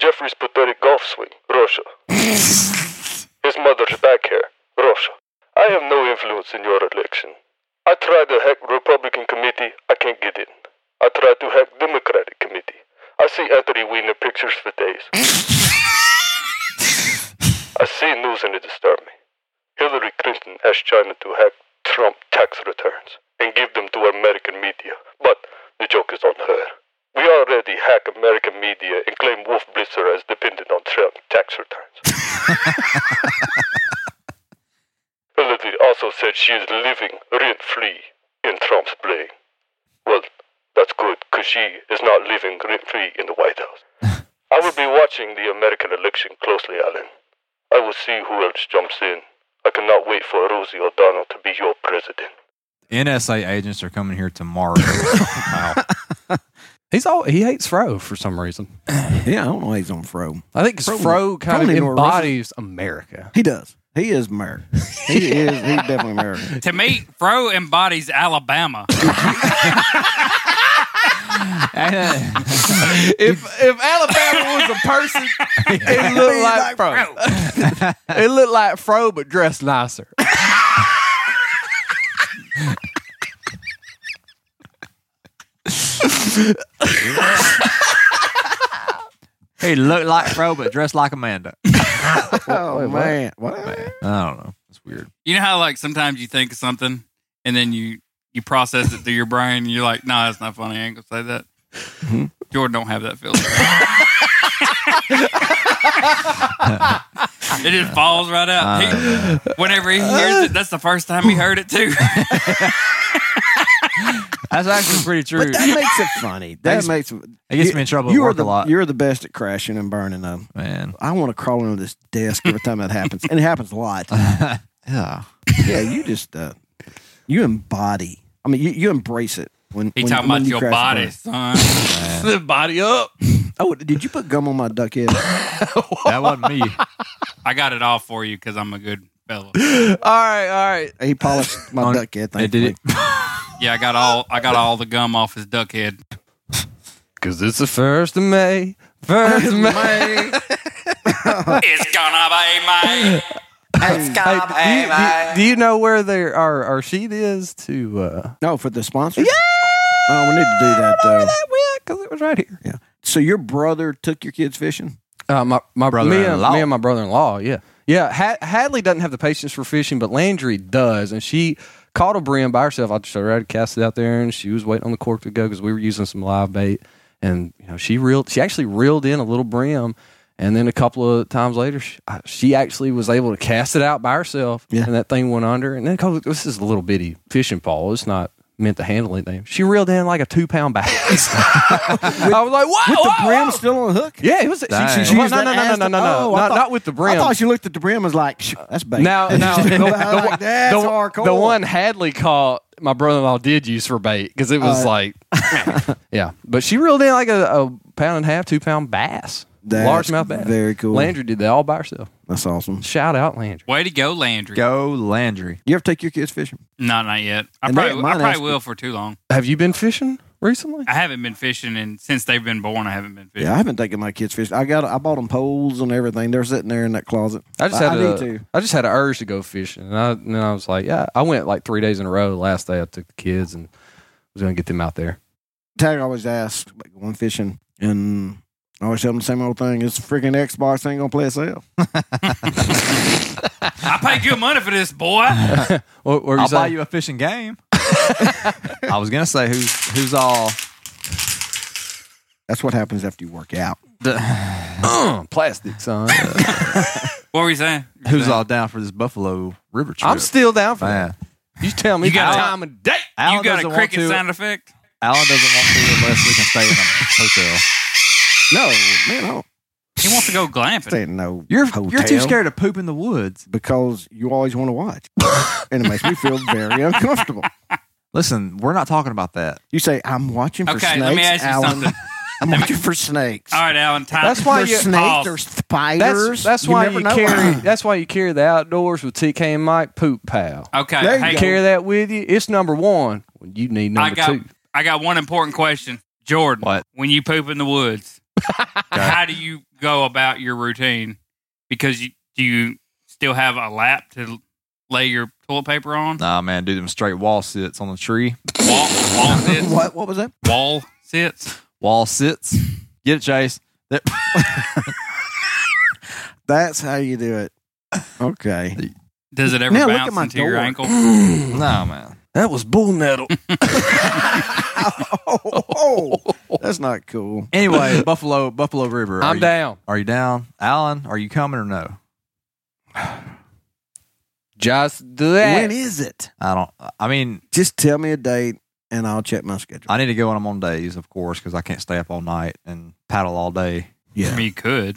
[SPEAKER 9] Jeffrey's pathetic golf swing, Russia. His mother's back hair, Russia. I have no influence in your election. I tried to hack Republican committee, I can't get in. I tried to hack Democratic committee. I see Anthony Weiner pictures for days. I see news and it disturbs me. Hillary Clinton asked China to hack Trump tax returns and give them to American media, but the joke is on her. We already hack American media and claim Wolf Blitzer as dependent on Trump tax returns. Hillary also said she is living rent free in Trump's plane. Well, that's good because she is not living rent free in the White House. I will be watching the American election closely, Alan. I will see who else jumps in. I cannot wait for Rosie O'Donnell to be your president.
[SPEAKER 3] NSA agents are coming here tomorrow. wow.
[SPEAKER 4] He's all he hates Fro for some reason.
[SPEAKER 2] Yeah, I don't know why he's on Fro.
[SPEAKER 4] I think 'cause
[SPEAKER 2] Fro-
[SPEAKER 4] Fro kind
[SPEAKER 2] Fro
[SPEAKER 4] of
[SPEAKER 2] need more
[SPEAKER 4] embodies America.
[SPEAKER 2] He does. He is American. He is. He's definitely American.
[SPEAKER 6] To me, Fro embodies Alabama.
[SPEAKER 4] if if Alabama was a person, it looked like, Fro. it looked like Fro, but dressed nicer.
[SPEAKER 3] He looked like Fro, but dressed like Amanda. I
[SPEAKER 2] Oh man, what?
[SPEAKER 3] don't know. It's weird.
[SPEAKER 6] You know how like sometimes you think of something and then you you process it through your brain and you're like, no, nah, that's not funny. I ain't gonna say that.
[SPEAKER 2] Mm-hmm.
[SPEAKER 6] Jordan don't have that feeling. it just falls right out. He- whenever he hears it, that's the first time he heard it too.
[SPEAKER 3] That's actually pretty true.
[SPEAKER 2] But that makes it funny. That
[SPEAKER 3] Thanks.
[SPEAKER 2] makes it.
[SPEAKER 3] It gets me in trouble at
[SPEAKER 2] you are
[SPEAKER 3] work a
[SPEAKER 2] the,
[SPEAKER 3] lot.
[SPEAKER 2] You're the best at crashing and burning them.
[SPEAKER 3] Man.
[SPEAKER 2] I want to crawl under this desk every time that happens, and it happens a lot.
[SPEAKER 3] Yeah.
[SPEAKER 2] Yeah, you just uh, you embody. I mean, you, you embrace it when
[SPEAKER 6] He
[SPEAKER 2] when-
[SPEAKER 6] talking
[SPEAKER 2] when
[SPEAKER 6] about
[SPEAKER 2] you
[SPEAKER 6] your
[SPEAKER 2] crash and
[SPEAKER 6] body,
[SPEAKER 2] burn.
[SPEAKER 6] son.
[SPEAKER 4] the body up.
[SPEAKER 2] Oh, did you put gum on my duck head?
[SPEAKER 3] That wasn't me.
[SPEAKER 6] I got it all for you because I'm a good fella.
[SPEAKER 4] All right, all right.
[SPEAKER 2] he polished my
[SPEAKER 3] On-
[SPEAKER 2] duck head.
[SPEAKER 3] It did
[SPEAKER 2] thankfully.
[SPEAKER 3] it.
[SPEAKER 6] Yeah, I got all I got all the gum off his duck head.
[SPEAKER 4] Cause it's the first of May. First of May.
[SPEAKER 6] It's gonna be my
[SPEAKER 4] Hey, do, you, do- do you know where their our, our sheet is to uh
[SPEAKER 2] No, for the sponsor. Yeah. Oh, we need to do that though.
[SPEAKER 4] because it was right here.
[SPEAKER 2] So your brother took your kids fishing?
[SPEAKER 4] Uh, my my brother me, and,
[SPEAKER 3] Brother-in-law.
[SPEAKER 4] me and my brother in law. Yeah, yeah. Ha- Hadley doesn't have the patience for fishing, but Landry does, and she caught a brim by herself. I just showed her how to cast it out there, and she was waiting on the cork to go because we were using some live bait, and you know she reeled. She actually reeled in a little brim, And then a couple of times later, she, I- she actually was able to cast it out by herself,
[SPEAKER 2] Yeah.
[SPEAKER 4] and that thing went under. And then a couple- this is a little bitty fishing pole; it's not meant to handle anything. She reeled in like a two pound bass. I was like, "What?
[SPEAKER 2] With the
[SPEAKER 4] Whoa,
[SPEAKER 2] brim
[SPEAKER 4] whoa."
[SPEAKER 2] still on the hook?
[SPEAKER 4] Yeah, it was. She,
[SPEAKER 3] Dang.
[SPEAKER 4] she, she
[SPEAKER 2] Well,
[SPEAKER 4] used no,
[SPEAKER 2] that
[SPEAKER 4] no, no, no,
[SPEAKER 2] ass-
[SPEAKER 4] no, no, no,
[SPEAKER 2] oh, I
[SPEAKER 4] not,
[SPEAKER 2] thought-
[SPEAKER 4] not with the
[SPEAKER 2] I
[SPEAKER 4] brim.
[SPEAKER 2] thought you looked at the brim and was like, "Phew, that's bait.
[SPEAKER 4] Now, now, the,
[SPEAKER 2] Like, that's
[SPEAKER 4] the-
[SPEAKER 2] hardcore.
[SPEAKER 4] the one Hadley caught, my brother-in-law did use for bait because it was
[SPEAKER 2] Uh,
[SPEAKER 4] like, yeah. But she reeled in like a, a pound and a half, two pound bass,
[SPEAKER 2] That's
[SPEAKER 4] largemouth bass.
[SPEAKER 2] very cool.
[SPEAKER 4] Landry did that all by herself.
[SPEAKER 2] That's awesome.
[SPEAKER 4] Shout out Landry.
[SPEAKER 6] Way to go, Landry.
[SPEAKER 3] Go Landry.
[SPEAKER 2] You ever take your kids fishing?
[SPEAKER 6] No, not yet. I
[SPEAKER 2] And
[SPEAKER 6] probably,
[SPEAKER 2] that- mine
[SPEAKER 6] I probably
[SPEAKER 2] asked-
[SPEAKER 6] will for too long.
[SPEAKER 4] Have you been fishing recently?
[SPEAKER 6] I haven't been fishing, and since they've been born, I haven't been fishing.
[SPEAKER 2] Yeah, I haven't taken my kids fishing. I got, I bought them poles and everything. They're sitting there in that closet.
[SPEAKER 4] I just had
[SPEAKER 2] I
[SPEAKER 4] a-
[SPEAKER 2] need to.
[SPEAKER 4] I just had an urge to go fishing, and, I, and then I was like, yeah, I went like three days in a row. The last day I took the kids and was going to get them out there.
[SPEAKER 2] Tag always asks about going fishing, and I always tell them the same old thing: it's freaking Xbox ain't gonna play itself.
[SPEAKER 6] I pay good money for this, boy.
[SPEAKER 4] What, what were you
[SPEAKER 3] I'll
[SPEAKER 4] saying?
[SPEAKER 3] buy you a fishing game. I was gonna say who's who's all
[SPEAKER 2] That's what happens after you work out.
[SPEAKER 4] plastic, son.
[SPEAKER 6] What were you saying?
[SPEAKER 3] who's all down for this Buffalo River trip.
[SPEAKER 4] I'm still down for
[SPEAKER 3] Man,
[SPEAKER 4] that. You tell me
[SPEAKER 6] You got
[SPEAKER 4] the
[SPEAKER 6] a-
[SPEAKER 4] time and date.
[SPEAKER 3] Alan
[SPEAKER 6] You got a
[SPEAKER 3] doesn't want
[SPEAKER 6] cricket
[SPEAKER 3] to-
[SPEAKER 6] sound effect?
[SPEAKER 3] Alan doesn't want to unless we can stay in a hotel.
[SPEAKER 2] No, man, I don't
[SPEAKER 6] He wants to go glamping.
[SPEAKER 2] stay in no
[SPEAKER 3] You're
[SPEAKER 2] hotel
[SPEAKER 3] you're too scared to poop in the woods.
[SPEAKER 2] because you always want to watch, and it makes me feel very uncomfortable.
[SPEAKER 3] Listen, we're not talking about that.
[SPEAKER 2] You say I'm watching for
[SPEAKER 6] Okay,
[SPEAKER 2] snakes,
[SPEAKER 6] let me ask you
[SPEAKER 2] Alan.
[SPEAKER 6] something.
[SPEAKER 2] I'm watching for snakes.
[SPEAKER 6] All right, Alan. Time.
[SPEAKER 4] That's why
[SPEAKER 2] there's
[SPEAKER 4] you-
[SPEAKER 2] snakes,
[SPEAKER 6] Pause.
[SPEAKER 2] there's spiders.
[SPEAKER 4] That's that's why
[SPEAKER 2] never
[SPEAKER 4] you
[SPEAKER 2] know.
[SPEAKER 4] carry. That's why you carry the outdoors with TK and Mike Poop Pal.
[SPEAKER 6] Okay.
[SPEAKER 2] There you
[SPEAKER 6] hey,
[SPEAKER 2] go.
[SPEAKER 4] Carry that with you. It's number one. Well, You need
[SPEAKER 6] I
[SPEAKER 4] number
[SPEAKER 6] got
[SPEAKER 4] two.
[SPEAKER 6] I got one important question, Jordan.
[SPEAKER 3] What?
[SPEAKER 6] When you poop in the woods, how do you go about your routine? Because you do you still have a lap to lay your toilet paper on?
[SPEAKER 3] Nah, man, do them straight wall sits on the tree.
[SPEAKER 6] Wall, wall sits.
[SPEAKER 2] What? What was that?
[SPEAKER 6] Wall sits.
[SPEAKER 3] Wall sits. Get it, Chase. That-
[SPEAKER 2] That's how you do it. Okay.
[SPEAKER 6] Does it ever
[SPEAKER 2] Now look at
[SPEAKER 6] bounce
[SPEAKER 2] my
[SPEAKER 6] into your
[SPEAKER 2] door.
[SPEAKER 6] ankle?
[SPEAKER 3] no, man.
[SPEAKER 4] That was bull nettle.
[SPEAKER 2] oh, that's not cool.
[SPEAKER 3] Anyway, Buffalo Buffalo River. are
[SPEAKER 4] I'm
[SPEAKER 3] you-
[SPEAKER 4] down.
[SPEAKER 3] Are you down, Alan? Are you coming or no?
[SPEAKER 4] Just do that.
[SPEAKER 2] When is it?
[SPEAKER 3] I don't. I mean,
[SPEAKER 2] Just tell me a date and I'll check my schedule.
[SPEAKER 3] I need to go when I'm on days, of course, because I can't stay up all night and paddle all day.
[SPEAKER 6] I
[SPEAKER 2] yeah. Um,
[SPEAKER 6] mean, you could.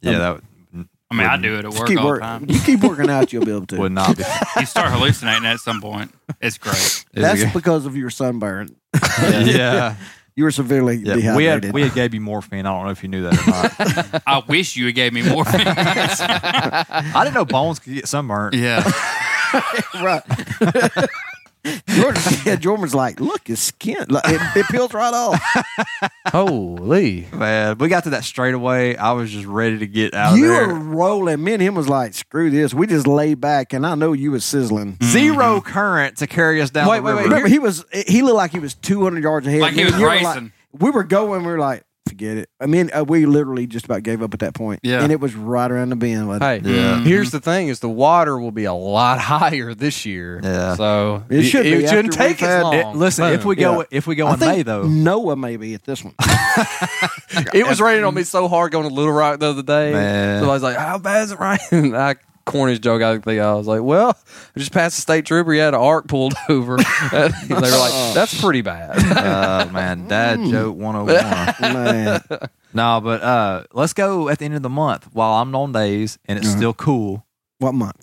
[SPEAKER 3] Yeah, that would,
[SPEAKER 6] I mean, I
[SPEAKER 3] Wouldn't.
[SPEAKER 6] do it at
[SPEAKER 2] Just
[SPEAKER 6] work
[SPEAKER 2] keep
[SPEAKER 6] all the
[SPEAKER 2] work-
[SPEAKER 6] time.
[SPEAKER 2] you keep working out, you'll be able to.
[SPEAKER 3] would not be.
[SPEAKER 6] You start hallucinating at some point. It's great.
[SPEAKER 2] That's because of your sunburn.
[SPEAKER 3] yeah,
[SPEAKER 2] You were severely
[SPEAKER 3] yeah. We
[SPEAKER 2] dehydrated.
[SPEAKER 3] had we had gave you morphine. I don't know if you knew that or not.
[SPEAKER 6] I wish you gave me more.
[SPEAKER 3] I didn't know bones could get sunburned.
[SPEAKER 6] yeah.
[SPEAKER 2] right. Jordan, yeah, Jordan's like, look, his skin, like, it, it peels right off.
[SPEAKER 4] Holy.
[SPEAKER 3] Man, we got to that straightaway. I was just ready to get out
[SPEAKER 2] you
[SPEAKER 3] of there.
[SPEAKER 2] were rolling. Me and him was like, screw this. We just lay back, and I know you was sizzling.
[SPEAKER 3] Mm-hmm. Zero current to carry us down
[SPEAKER 4] Wait,
[SPEAKER 3] the
[SPEAKER 4] wait,
[SPEAKER 3] river.
[SPEAKER 4] wait,
[SPEAKER 2] Remember, he was he looked like he was two hundred yards ahead.
[SPEAKER 6] Like he
[SPEAKER 2] Me and
[SPEAKER 6] was
[SPEAKER 2] you were like-
[SPEAKER 6] racing.
[SPEAKER 2] we were going. We were like, forget it. I mean, uh, we literally just about gave up at that point.
[SPEAKER 6] Yeah.
[SPEAKER 2] and it was right around the bend. wasn't
[SPEAKER 4] Hey, Mm-hmm.
[SPEAKER 2] it?
[SPEAKER 6] Yeah.
[SPEAKER 4] here's the thing: is the water will be a lot higher this year.
[SPEAKER 3] Yeah.
[SPEAKER 4] So
[SPEAKER 2] It should be
[SPEAKER 4] It
[SPEAKER 2] after
[SPEAKER 4] shouldn't take
[SPEAKER 2] we've
[SPEAKER 4] as
[SPEAKER 2] had-
[SPEAKER 4] long.
[SPEAKER 3] It- listen, if we go if we go
[SPEAKER 2] I
[SPEAKER 3] in May
[SPEAKER 2] think
[SPEAKER 3] though,
[SPEAKER 2] Noah maybe at this one.
[SPEAKER 4] It was raining on me so hard going to Little Rock the other day.
[SPEAKER 3] Man.
[SPEAKER 4] So I was like, "How bad is it raining?" And I cornish joke out of the thing. I was like, "Well, I just passed the state trooper. He had an arc pulled over." And they were like, "That's pretty bad." Mm.
[SPEAKER 3] uh, Oh, man, dad joke one hundred and one.
[SPEAKER 2] Man,
[SPEAKER 3] No, but uh, let's go at the end of the month while I'm on days and it's
[SPEAKER 2] Uh-huh.
[SPEAKER 3] still cool.
[SPEAKER 2] what month?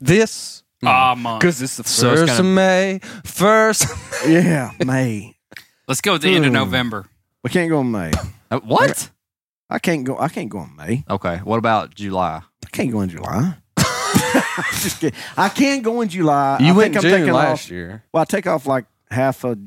[SPEAKER 4] this
[SPEAKER 6] Ah, month.
[SPEAKER 4] because Mm. it's the
[SPEAKER 3] So it's
[SPEAKER 4] 1st
[SPEAKER 3] gonna-
[SPEAKER 4] of May. First,
[SPEAKER 2] Yeah, May.
[SPEAKER 6] Let's go at the end of
[SPEAKER 2] Hmm.
[SPEAKER 6] November.
[SPEAKER 2] We can't go in May.
[SPEAKER 3] Uh, what?
[SPEAKER 2] I can't go. I can't go in May.
[SPEAKER 3] Okay. What about July?
[SPEAKER 2] I can't go in July. just kidding. I can't go in July. I
[SPEAKER 4] you went
[SPEAKER 2] think
[SPEAKER 4] June
[SPEAKER 2] I'm taking
[SPEAKER 4] last
[SPEAKER 2] off
[SPEAKER 4] year.
[SPEAKER 2] Well, I take off like half of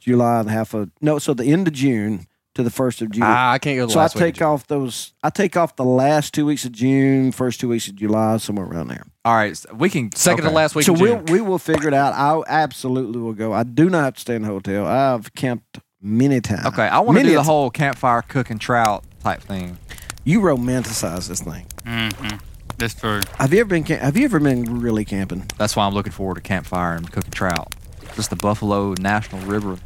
[SPEAKER 2] July and half of no, so the end of June to the first of June.
[SPEAKER 4] Ah, I can't go. The
[SPEAKER 2] so I
[SPEAKER 4] last week of
[SPEAKER 2] take
[SPEAKER 4] June.
[SPEAKER 2] off those. I take off the last two weeks of June, first two weeks of July, somewhere around there.
[SPEAKER 3] All right, so we can
[SPEAKER 4] second
[SPEAKER 3] okay.
[SPEAKER 4] to last week.
[SPEAKER 2] so
[SPEAKER 4] of
[SPEAKER 2] we'll
[SPEAKER 4] June.
[SPEAKER 2] we will figure it out. I absolutely will go. I do not have to stay in a hotel. I've camped many times.
[SPEAKER 3] Okay, I want to
[SPEAKER 2] Many
[SPEAKER 3] do the
[SPEAKER 2] times.
[SPEAKER 3] whole campfire cooking trout type thing.
[SPEAKER 2] You romanticize this thing.
[SPEAKER 6] Mm-hmm. That's true.
[SPEAKER 2] Have you ever been? Camp- have you ever been really camping?
[SPEAKER 3] That's why I'm looking forward to campfire and cooking trout. Just the Buffalo National River.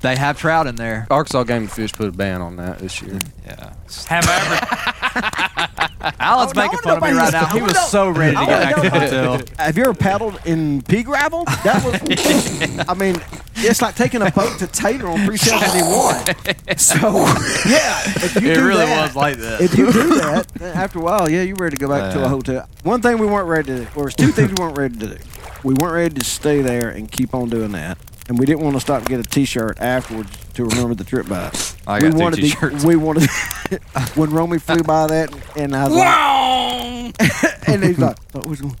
[SPEAKER 3] They have trout in there.
[SPEAKER 4] Arkansas Game and Fish put a ban on that this year.
[SPEAKER 3] Yeah.
[SPEAKER 6] Have I ever
[SPEAKER 3] Alan's
[SPEAKER 2] Oh, no,
[SPEAKER 3] Oh, making fun of me
[SPEAKER 2] nobody's-
[SPEAKER 3] right
[SPEAKER 2] Oh,
[SPEAKER 3] now. He was
[SPEAKER 2] no,
[SPEAKER 3] so ready to
[SPEAKER 2] I
[SPEAKER 3] get back
[SPEAKER 4] Oh,
[SPEAKER 3] to the
[SPEAKER 2] wanna know
[SPEAKER 3] hotel.
[SPEAKER 2] Have you ever paddled in pea gravel? That was, I mean, it's like taking a boat to Taylor on 371. So, yeah, if you
[SPEAKER 3] It
[SPEAKER 2] do
[SPEAKER 3] really
[SPEAKER 2] that,
[SPEAKER 3] was like that.
[SPEAKER 2] If you do that, then after a while, yeah, you're ready to go back to a hotel. One thing we weren't ready to do, or there's two things we weren't ready to do. We weren't ready to stay there and keep on doing that. And we didn't want to stop and get a T-shirt afterwards to remember the trip by.
[SPEAKER 3] I got
[SPEAKER 2] we
[SPEAKER 3] two
[SPEAKER 2] wanted
[SPEAKER 3] t-shirts.
[SPEAKER 2] To, we wanted when Romy flew by that, and I was like,
[SPEAKER 6] Wow.
[SPEAKER 2] and he's like, I thought we was gonna,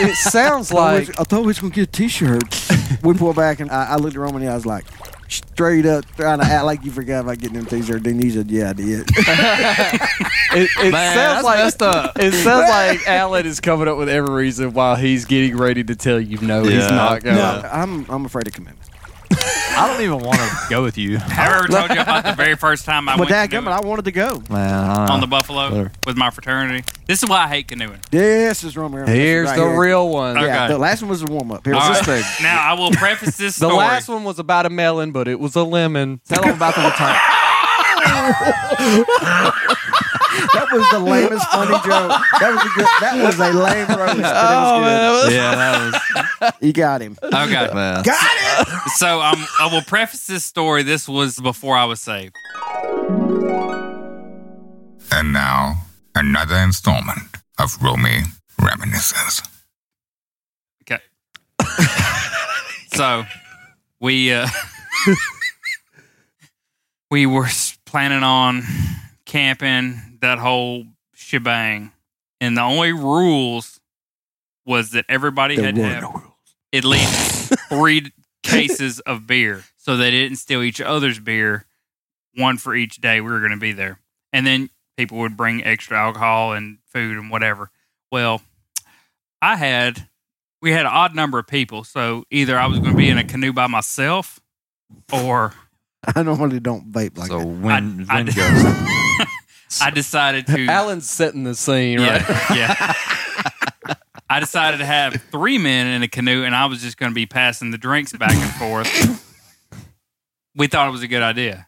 [SPEAKER 4] It sounds
[SPEAKER 2] I
[SPEAKER 4] like
[SPEAKER 2] was- I thought we was gonna get a T-shirt. we pulled back, and I, I looked at Roman, and I was like, straight up trying to act like you forgot about getting them T-shirt. Then you said, "Yeah, I did."
[SPEAKER 4] It, it
[SPEAKER 3] Man,
[SPEAKER 4] sounds
[SPEAKER 3] that's
[SPEAKER 4] like
[SPEAKER 3] messed up.
[SPEAKER 4] it sounds like Alan is coming up with every reason while he's getting ready to tell you no,
[SPEAKER 3] Yeah.
[SPEAKER 4] Oh, he's not going.
[SPEAKER 2] no, I'm I'm afraid of commitment.
[SPEAKER 3] I don't even want to go with you.
[SPEAKER 6] Have I ever told you about the very first time I
[SPEAKER 2] But
[SPEAKER 6] went
[SPEAKER 2] dad,
[SPEAKER 6] canoeing
[SPEAKER 2] I wanted to go.
[SPEAKER 3] Man, I don't know.
[SPEAKER 6] on the Buffalo
[SPEAKER 3] uh-uh. Whatever.
[SPEAKER 6] with my fraternity? This is why I hate canoeing.
[SPEAKER 2] This is Roman. This is
[SPEAKER 4] Here's
[SPEAKER 2] right
[SPEAKER 4] the
[SPEAKER 2] here.
[SPEAKER 4] real one.
[SPEAKER 6] Okay.
[SPEAKER 2] Yeah, the last one was the warm up. Here,
[SPEAKER 6] All
[SPEAKER 2] this
[SPEAKER 6] right. Now I will preface this
[SPEAKER 4] The
[SPEAKER 6] story.
[SPEAKER 4] last one was about a melon, but it was a lemon.
[SPEAKER 3] Tell them about the return.
[SPEAKER 2] that was the lamest funny joke. That was a good. That was a lame roast. but it was good.
[SPEAKER 3] yeah, Oh, that
[SPEAKER 2] You got him.
[SPEAKER 6] Okay.
[SPEAKER 3] was. Man.
[SPEAKER 6] so um, I will preface this story. This was before I was saved.
[SPEAKER 7] And now, another installment of Romy Reminiscences.
[SPEAKER 6] Okay. so we uh, we were s- planning on camping that whole shebang, and the only rules was that everybody had to have at least three cases of beer, so they didn't steal each other's beer, one for each day we were going to be there, and then people would bring extra alcohol and food and whatever. Well, I had we had an odd number of people, so either I was going to be in a canoe by myself, or
[SPEAKER 2] I normally don't vape like
[SPEAKER 3] so
[SPEAKER 2] that.
[SPEAKER 3] when
[SPEAKER 6] I- I
[SPEAKER 3] when
[SPEAKER 6] did-
[SPEAKER 3] goes
[SPEAKER 6] I decided to.
[SPEAKER 4] Alan's setting the scene, right?
[SPEAKER 6] Yeah, yeah. I decided to have three men in a canoe, and I was just going to be passing the drinks back and forth. We thought it was a good idea.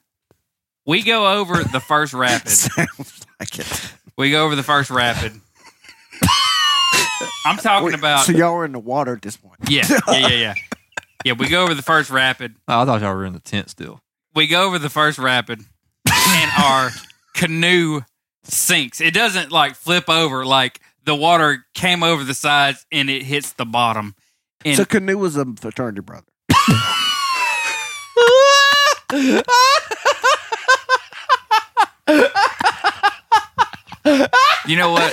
[SPEAKER 6] We go over the first rapid.
[SPEAKER 2] Sounds like it.
[SPEAKER 6] We go over the first rapid. I'm talking about
[SPEAKER 2] so y'all are in the water at this point.
[SPEAKER 6] yeah, yeah, yeah, yeah. Yeah, we go over the first rapid.
[SPEAKER 3] Oh, I thought y'all were in the tent still.
[SPEAKER 6] we go over the first rapid and our canoe sinks. It doesn't like flip over, like the water came over the sides and it hits the bottom. And
[SPEAKER 2] so canoe was a fraternity brother.
[SPEAKER 6] you know what?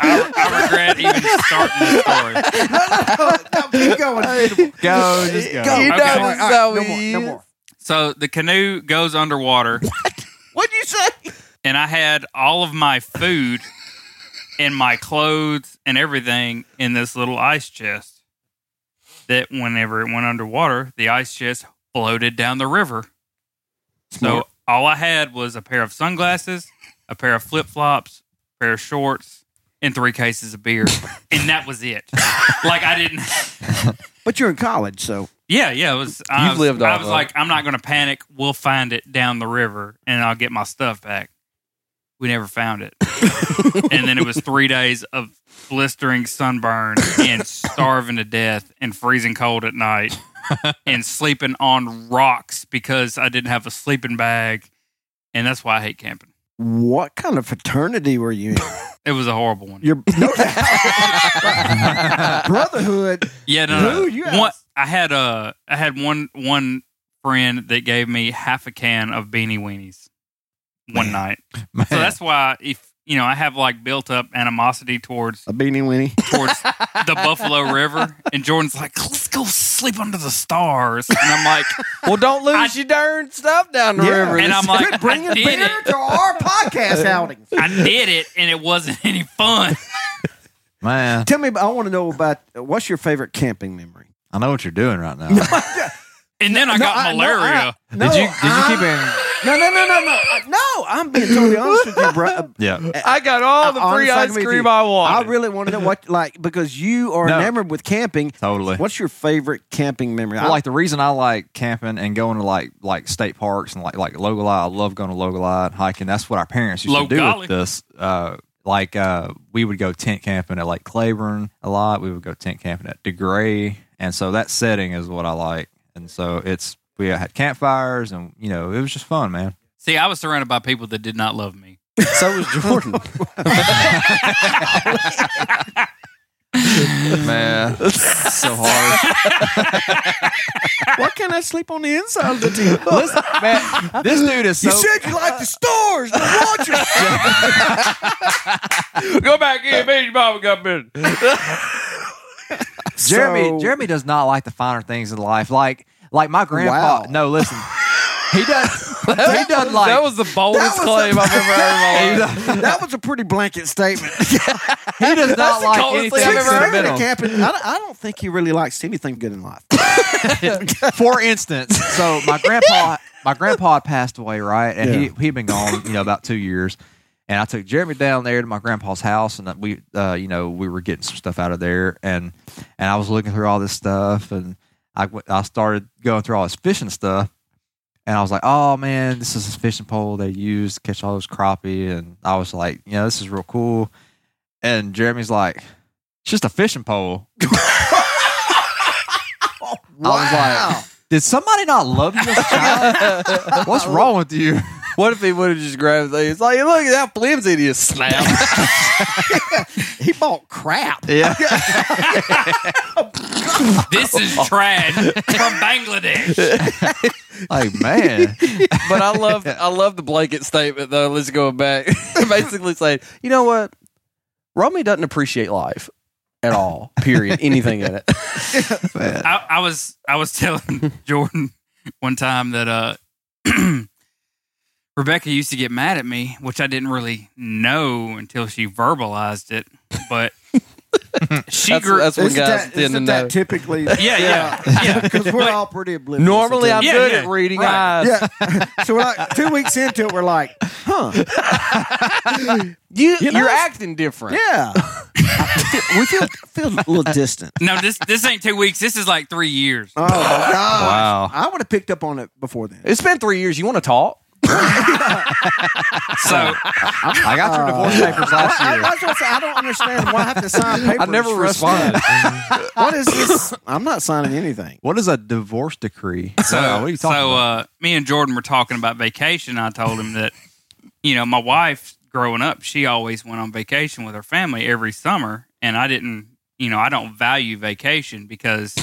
[SPEAKER 6] I, I regret even starting the story.
[SPEAKER 2] Keep going.
[SPEAKER 3] Go, just go.
[SPEAKER 2] Go.
[SPEAKER 4] You
[SPEAKER 6] know
[SPEAKER 2] All right, all
[SPEAKER 4] this
[SPEAKER 2] right,
[SPEAKER 4] how he
[SPEAKER 2] no more, no
[SPEAKER 4] is.
[SPEAKER 2] more.
[SPEAKER 6] So the canoe goes underwater
[SPEAKER 2] What'd you say?
[SPEAKER 6] and I had all of my food and my clothes and everything in this little ice chest. That whenever it went underwater, the ice chest floated down the river. So all I had was a pair of sunglasses, a pair of flip flops, a pair of shorts, and three cases of beer, and that was it. Like I didn't.
[SPEAKER 2] But you're in college, so
[SPEAKER 6] Yeah, yeah. It was. I was,
[SPEAKER 4] You've lived
[SPEAKER 6] I
[SPEAKER 4] off
[SPEAKER 6] was
[SPEAKER 4] of it.
[SPEAKER 6] like, I'm not going to panic. We'll find it down the river, and I'll get my stuff back. We never found it, and then it was three days of blistering sunburn and starving to death and freezing cold at night and sleeping on rocks because I didn't have a sleeping bag, and that's why I hate camping.
[SPEAKER 2] what kind of fraternity were you in?
[SPEAKER 6] It was a horrible one.
[SPEAKER 2] Your no brotherhood.
[SPEAKER 6] Yeah, no, no.
[SPEAKER 2] Dude, you had-
[SPEAKER 6] One- I had uh, I had one one friend that gave me half a can of beanie weenies one night.
[SPEAKER 3] Man.
[SPEAKER 6] So that's why if you know I have like built up animosity towards
[SPEAKER 2] A beanie weenie.
[SPEAKER 6] towards the Buffalo River, and Jordan's like, let's go sleep under the stars, and I'm like,
[SPEAKER 4] Well, don't lose
[SPEAKER 6] I-
[SPEAKER 4] your darn stuff down the
[SPEAKER 2] Yeah.
[SPEAKER 4] river.
[SPEAKER 6] and I'm like, I
[SPEAKER 2] Bringing
[SPEAKER 6] did
[SPEAKER 2] beer
[SPEAKER 6] it,
[SPEAKER 2] to our podcast outings.
[SPEAKER 6] I did it, and it wasn't any fun.
[SPEAKER 3] Man,
[SPEAKER 2] Tell me, about- I want to know about what's your favorite camping memory?
[SPEAKER 3] I know what you're doing right now. did you
[SPEAKER 6] And then I
[SPEAKER 2] No,
[SPEAKER 6] got
[SPEAKER 2] I- no,
[SPEAKER 6] malaria.
[SPEAKER 2] I- No,
[SPEAKER 3] did you keep
[SPEAKER 2] I-
[SPEAKER 3] in
[SPEAKER 4] Uh,
[SPEAKER 2] No, no, no, no, no, I- no! I'm being totally honest with you, bro.
[SPEAKER 3] Yeah.
[SPEAKER 4] I got all the
[SPEAKER 2] I'm
[SPEAKER 4] free
[SPEAKER 2] honest,
[SPEAKER 4] ice
[SPEAKER 2] I'm with
[SPEAKER 4] cream
[SPEAKER 2] you.
[SPEAKER 4] I
[SPEAKER 2] I
[SPEAKER 4] want.
[SPEAKER 2] really wanted to what like because you are
[SPEAKER 3] No.
[SPEAKER 2] enamored with camping.
[SPEAKER 3] Totally.
[SPEAKER 2] What's your favorite camping memory?
[SPEAKER 3] Well, like the reason I like camping and going to like like state parks and like like Logoli, I love going to Logoli and hiking. That's what our parents used to do
[SPEAKER 6] Logoli.
[SPEAKER 3] with us. Uh, like uh, we would go tent camping at like Claiborne a lot. We would go tent camping at DeGray, and so that setting is what I like. And so it's we had campfires, and you know it was just fun, man.
[SPEAKER 6] See, I was surrounded by people that did not love me.
[SPEAKER 4] so was Jordan.
[SPEAKER 5] Man,
[SPEAKER 3] So hard.
[SPEAKER 2] why can't I sleep on the inside of the tent? Listen,
[SPEAKER 3] man, this dude is so.
[SPEAKER 2] you like the stars, the water.
[SPEAKER 4] Go back in, me and your mama got bitten.
[SPEAKER 3] Jeremy
[SPEAKER 2] So-
[SPEAKER 3] Jeremy does not like the finer things in life. Like like my grandpa.
[SPEAKER 2] Wow.
[SPEAKER 3] No, listen. He does. he does like.
[SPEAKER 4] that was the boldest
[SPEAKER 2] was
[SPEAKER 4] claim I've ever heard in my life.
[SPEAKER 2] that was a pretty blanket statement.
[SPEAKER 3] he does not like
[SPEAKER 4] coldest
[SPEAKER 3] anything in
[SPEAKER 4] thing I've ever
[SPEAKER 3] the
[SPEAKER 2] Speaking
[SPEAKER 3] middle.
[SPEAKER 2] of camping, I, don't- I don't think he really likes anything good in life.
[SPEAKER 3] for instance, so my grandpa, my grandpa had passed away, right? And
[SPEAKER 2] Yeah.
[SPEAKER 3] he he'd been gone, you know, about two years. And I took Jeremy down there to my grandpa's house, and we, uh, you know, we were getting some stuff out of there, and and I was looking through all this stuff, and I went, I started going through all this fishing stuff, and I was like, oh man, this is this fishing pole they use to catch all those crappie, and I was like, you know, this is real cool, and Jeremy's like, it's just a fishing pole. I was like, did somebody not love you as a child? What's wrong with you?
[SPEAKER 4] What if he would have just grabbed things? Like, look at how flimsy it is. Snap.
[SPEAKER 2] He bought crap.
[SPEAKER 3] Yeah.
[SPEAKER 6] This is trash from Bangladesh.
[SPEAKER 3] Like, man.
[SPEAKER 4] but I love I love the blanket statement though. Let's go back. Basically saying, you know what? Romy doesn't appreciate life at all. Period. Anything in it.
[SPEAKER 6] I, I was I was telling Jordan one time that uh, Rebecca used to get mad at me, which I didn't really know until she verbalized it. But she
[SPEAKER 4] That's,
[SPEAKER 6] grew.
[SPEAKER 4] that's when
[SPEAKER 2] Isn't
[SPEAKER 4] guys
[SPEAKER 2] that,
[SPEAKER 4] tend to
[SPEAKER 2] isn't
[SPEAKER 4] know.
[SPEAKER 2] that typically?
[SPEAKER 6] yeah, yeah, yeah.
[SPEAKER 2] Because we're
[SPEAKER 6] But-
[SPEAKER 2] all pretty oblivious.
[SPEAKER 4] Normally,
[SPEAKER 2] until-
[SPEAKER 4] I'm
[SPEAKER 6] Yeah,
[SPEAKER 4] good
[SPEAKER 6] yeah,
[SPEAKER 4] at reading
[SPEAKER 6] right.
[SPEAKER 4] eyes.
[SPEAKER 2] Yeah. so we're like two weeks into it, we're like, huh?
[SPEAKER 4] You,
[SPEAKER 2] You know,
[SPEAKER 4] are
[SPEAKER 2] it's-
[SPEAKER 4] acting different.
[SPEAKER 2] Yeah. we feel, feel a little distant.
[SPEAKER 6] No, this this ain't two weeks. This is like three years.
[SPEAKER 2] Oh my
[SPEAKER 3] Wow.
[SPEAKER 2] god! I would have picked up on it before then.
[SPEAKER 4] It's been three years. You want to talk?
[SPEAKER 6] So
[SPEAKER 3] I got your divorce papers last
[SPEAKER 2] I, I,
[SPEAKER 3] year.
[SPEAKER 2] was gonna say, I don't understand why I have to
[SPEAKER 3] Uh,
[SPEAKER 2] sign papers.
[SPEAKER 4] I never
[SPEAKER 2] for stuff.
[SPEAKER 4] responded.
[SPEAKER 2] What is this? I'm not signing anything.
[SPEAKER 3] What is a divorce decree?
[SPEAKER 6] So,
[SPEAKER 3] Wow, what are you talking
[SPEAKER 6] so
[SPEAKER 3] about?
[SPEAKER 6] uh, me and Jordan were talking about vacation. I told him that, you know, my wife growing up, she always went on vacation with her family every summer. And I didn't, you know, I don't value vacation because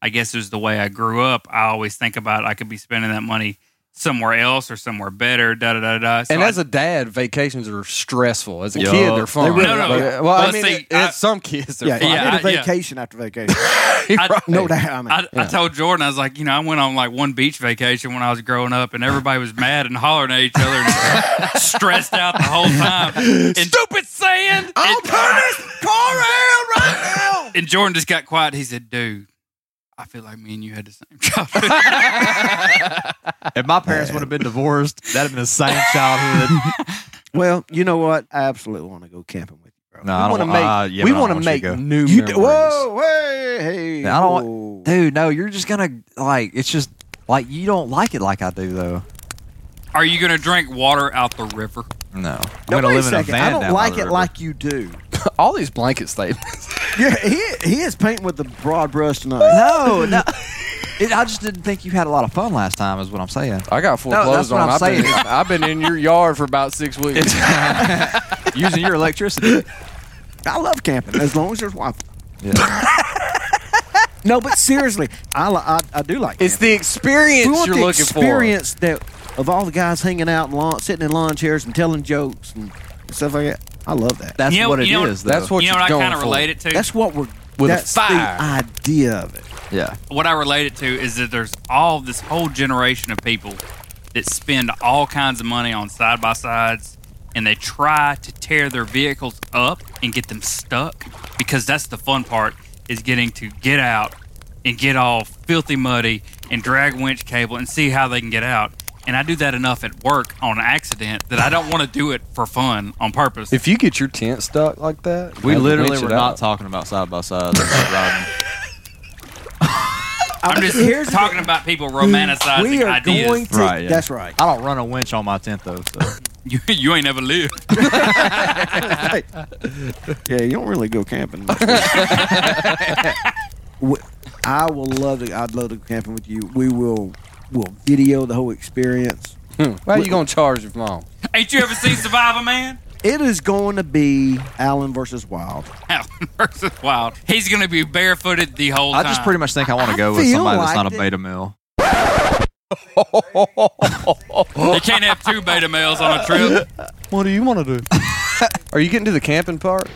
[SPEAKER 6] I guess it was the way I grew up. I always think about I could be spending that money somewhere else or somewhere better, da da da da. So
[SPEAKER 4] and
[SPEAKER 6] I-
[SPEAKER 4] as a dad, vacations are stressful. As a
[SPEAKER 3] Yeah.
[SPEAKER 4] kid, they're fun.
[SPEAKER 2] They really
[SPEAKER 6] No, no, are. no.
[SPEAKER 4] Well, I
[SPEAKER 6] Well,
[SPEAKER 4] mean,
[SPEAKER 6] see,
[SPEAKER 4] it-
[SPEAKER 6] I-
[SPEAKER 4] it's some kids. They're
[SPEAKER 2] Yeah,
[SPEAKER 4] fun.
[SPEAKER 6] Yeah,
[SPEAKER 2] I need a
[SPEAKER 6] I- yeah.
[SPEAKER 2] vacation after vacation.
[SPEAKER 6] I-
[SPEAKER 2] No doubt. I mean,
[SPEAKER 6] I, I
[SPEAKER 2] yeah.
[SPEAKER 6] told Jordan, I was like, you know, I went on like one beach vacation when I was growing up, and everybody was mad and hollering at each other and stressed out the whole time. And, Stupid sand!
[SPEAKER 2] I'll
[SPEAKER 6] And,
[SPEAKER 2] turn this car around right now.
[SPEAKER 6] and Jordan just got quiet. He said, dude, I feel like me and you had the same childhood.
[SPEAKER 3] if my parents would have been divorced, that'd have been the same childhood.
[SPEAKER 2] Well, you know what? I absolutely want to go camping with you, bro.
[SPEAKER 3] No, I
[SPEAKER 4] we
[SPEAKER 3] don't
[SPEAKER 4] want to
[SPEAKER 3] want-
[SPEAKER 4] make.
[SPEAKER 3] uh, yeah,
[SPEAKER 4] we
[SPEAKER 3] but I
[SPEAKER 4] want
[SPEAKER 3] don't
[SPEAKER 4] to
[SPEAKER 3] want
[SPEAKER 4] make
[SPEAKER 3] you to go.
[SPEAKER 4] new
[SPEAKER 2] You
[SPEAKER 4] memories.
[SPEAKER 2] d- whoa, hey, hey,
[SPEAKER 3] No, I don't want-
[SPEAKER 2] whoa.
[SPEAKER 3] Dude, no, you're just gonna like it's just like you don't like it like I do though.
[SPEAKER 6] Are you going to drink water out the river?
[SPEAKER 3] No. I'm
[SPEAKER 2] Now,
[SPEAKER 3] gonna
[SPEAKER 2] wait a
[SPEAKER 3] live in a
[SPEAKER 2] second.
[SPEAKER 3] van
[SPEAKER 2] I don't
[SPEAKER 3] down by
[SPEAKER 2] like
[SPEAKER 3] the
[SPEAKER 2] it
[SPEAKER 3] river.
[SPEAKER 2] like you do.
[SPEAKER 4] All these blanket statements.
[SPEAKER 2] Yeah, he he is painting with the broad brush tonight.
[SPEAKER 3] No, no. It, I just didn't think you had a lot of fun last time is what I'm saying.
[SPEAKER 4] I got four
[SPEAKER 3] No, that's
[SPEAKER 4] clothes
[SPEAKER 3] what
[SPEAKER 4] on.
[SPEAKER 3] I'm
[SPEAKER 4] I've been,
[SPEAKER 3] saying.
[SPEAKER 4] I've been in your yard for about six weeks.
[SPEAKER 3] Using your electricity.
[SPEAKER 2] I love camping as long as there's Wi-Fi. No, but seriously, I, li- I, I do like.
[SPEAKER 4] It's
[SPEAKER 2] camping.
[SPEAKER 4] the experience
[SPEAKER 2] we want
[SPEAKER 4] you're
[SPEAKER 2] the
[SPEAKER 4] looking
[SPEAKER 2] experience that of all the guys hanging out, in lawn, sitting in lawn chairs and telling jokes and stuff like that. I love that.
[SPEAKER 3] That's
[SPEAKER 6] You know-
[SPEAKER 3] what it is.
[SPEAKER 6] you know-
[SPEAKER 3] though.
[SPEAKER 4] That's what
[SPEAKER 6] you know
[SPEAKER 4] you're
[SPEAKER 6] what I
[SPEAKER 4] going
[SPEAKER 6] kind of
[SPEAKER 4] for.
[SPEAKER 6] relate it to?
[SPEAKER 2] That's what we're.
[SPEAKER 4] With a
[SPEAKER 2] that's
[SPEAKER 4] fire.
[SPEAKER 2] the idea of it.
[SPEAKER 3] yeah.
[SPEAKER 6] what I relate it to is that there's all this whole generation of people that spend all kinds of money on side by sides and they try to tear their vehicles up and get them stuck because that's the fun part is getting to get out and get all filthy muddy and drag winch cable and see how they can get out. And I do that enough at work on accident that I don't want to do it for fun on purpose.
[SPEAKER 4] If you get your tent stuck like that,
[SPEAKER 3] We
[SPEAKER 4] have to
[SPEAKER 3] literally
[SPEAKER 4] winch
[SPEAKER 3] were
[SPEAKER 4] it
[SPEAKER 3] not
[SPEAKER 4] out.
[SPEAKER 3] talking about side by side. um,
[SPEAKER 6] I'm just
[SPEAKER 2] Here's the-
[SPEAKER 6] talking about people romanticizing
[SPEAKER 2] we are
[SPEAKER 6] ideas.
[SPEAKER 2] going to.
[SPEAKER 3] Right, yeah.
[SPEAKER 2] That's right.
[SPEAKER 3] I don't run a winch on my tent though. So.
[SPEAKER 6] You, you ain't ever lived.
[SPEAKER 2] Yeah, you don't really go camping. much, do you? W- I will love to. I'd love to go camping with you. We will. We'll video the whole experience.
[SPEAKER 4] Why you gonna charge your mom?
[SPEAKER 6] ain't you ever seen Survivor Man?
[SPEAKER 2] It is going to be Allen versus Wild.
[SPEAKER 6] Allen versus Wild. He's going to be barefooted the whole
[SPEAKER 3] I
[SPEAKER 6] time.
[SPEAKER 3] just pretty much think I want
[SPEAKER 2] I
[SPEAKER 3] to go with
[SPEAKER 2] feel
[SPEAKER 3] somebody
[SPEAKER 2] like
[SPEAKER 3] that's not a
[SPEAKER 2] that-
[SPEAKER 3] beta male.
[SPEAKER 6] You can't have two beta males on a trip.
[SPEAKER 4] What do you want to do? Are you getting to the camping part?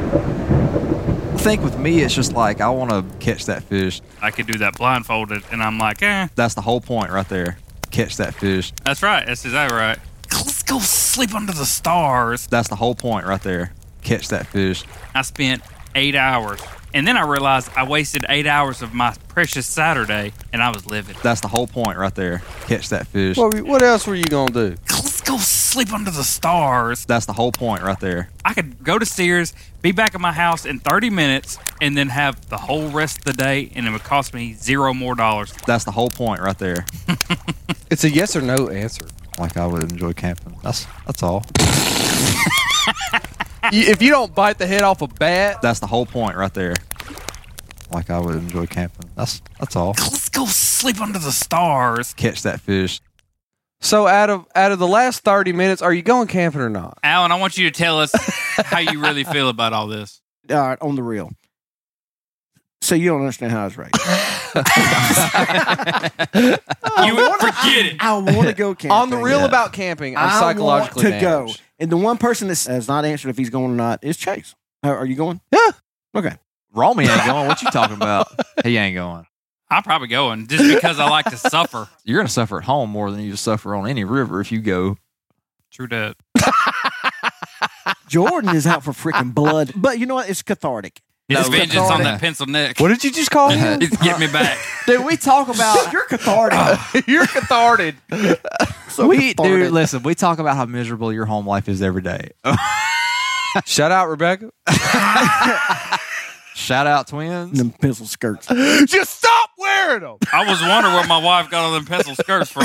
[SPEAKER 3] I think with me, it's just like I want to catch that fish.
[SPEAKER 6] I could do that blindfolded, and I'm like, eh,
[SPEAKER 3] That's the whole point right there. Catch that fish.
[SPEAKER 6] that's right. That's exactly right. Let's go sleep under the stars.
[SPEAKER 3] That's the whole point right there. Catch that fish.
[SPEAKER 6] I spent eight hours. And then I realized I wasted eight hours of my precious Saturday, and I was livid.
[SPEAKER 3] That's the whole point right there. Catch that fish.
[SPEAKER 4] What, were- what else were you gonna do?
[SPEAKER 6] Let's go sleep under the stars.
[SPEAKER 3] That's the whole point right there.
[SPEAKER 6] I could go to Sears, be back at my house in 30 minutes, and then have the whole rest of the day, and it would cost me zero more dollars.
[SPEAKER 3] That's the whole point right there.
[SPEAKER 4] It's a yes or no answer.
[SPEAKER 3] Like I would enjoy camping. That's that's all.
[SPEAKER 4] You- if you don't bite the head off a bat,
[SPEAKER 3] That's the whole point right there. Like I would enjoy camping. That's that's all.
[SPEAKER 6] Let's go sleep under the stars.
[SPEAKER 3] Catch that fish.
[SPEAKER 4] so out of out of the last thirty minutes, are you going camping or not?
[SPEAKER 6] Alan, I want you to tell us how you really feel about all this.
[SPEAKER 2] All right, on the reel. So you don't understand how it's right.
[SPEAKER 6] You forget it.
[SPEAKER 2] I want to go camping.
[SPEAKER 4] On the reel about camping, I'm
[SPEAKER 2] I want
[SPEAKER 4] psychologically
[SPEAKER 2] to
[SPEAKER 4] damaged.
[SPEAKER 2] go. And the one person that has not answered if he's going or not is Chase. Are- Are you going?
[SPEAKER 3] Romy ain't going. What you talking about? He ain't going.
[SPEAKER 6] I'm probably going just because I like to suffer.
[SPEAKER 3] You're gonna suffer at home more than you suffer on any river if you go.
[SPEAKER 6] True that.
[SPEAKER 2] Jordan is out for freaking blood, but you know what? It's cathartic.
[SPEAKER 6] It's
[SPEAKER 3] No,
[SPEAKER 6] vengeance
[SPEAKER 3] Dakota.
[SPEAKER 6] on that pencil neck.
[SPEAKER 4] What did you just call him?
[SPEAKER 6] It's get me back.
[SPEAKER 3] Dude, we talk about
[SPEAKER 2] You're cathartic.
[SPEAKER 4] You're cathartic.
[SPEAKER 2] so
[SPEAKER 3] we
[SPEAKER 2] cathartic.
[SPEAKER 3] dude. Listen, we talk about how miserable your home life is every day.
[SPEAKER 4] Shout out, Rebecca.
[SPEAKER 3] Shout out twins.
[SPEAKER 2] Them pencil skirts.
[SPEAKER 4] just stop wearing them.
[SPEAKER 6] I was wondering where my wife got all them pencil skirts from.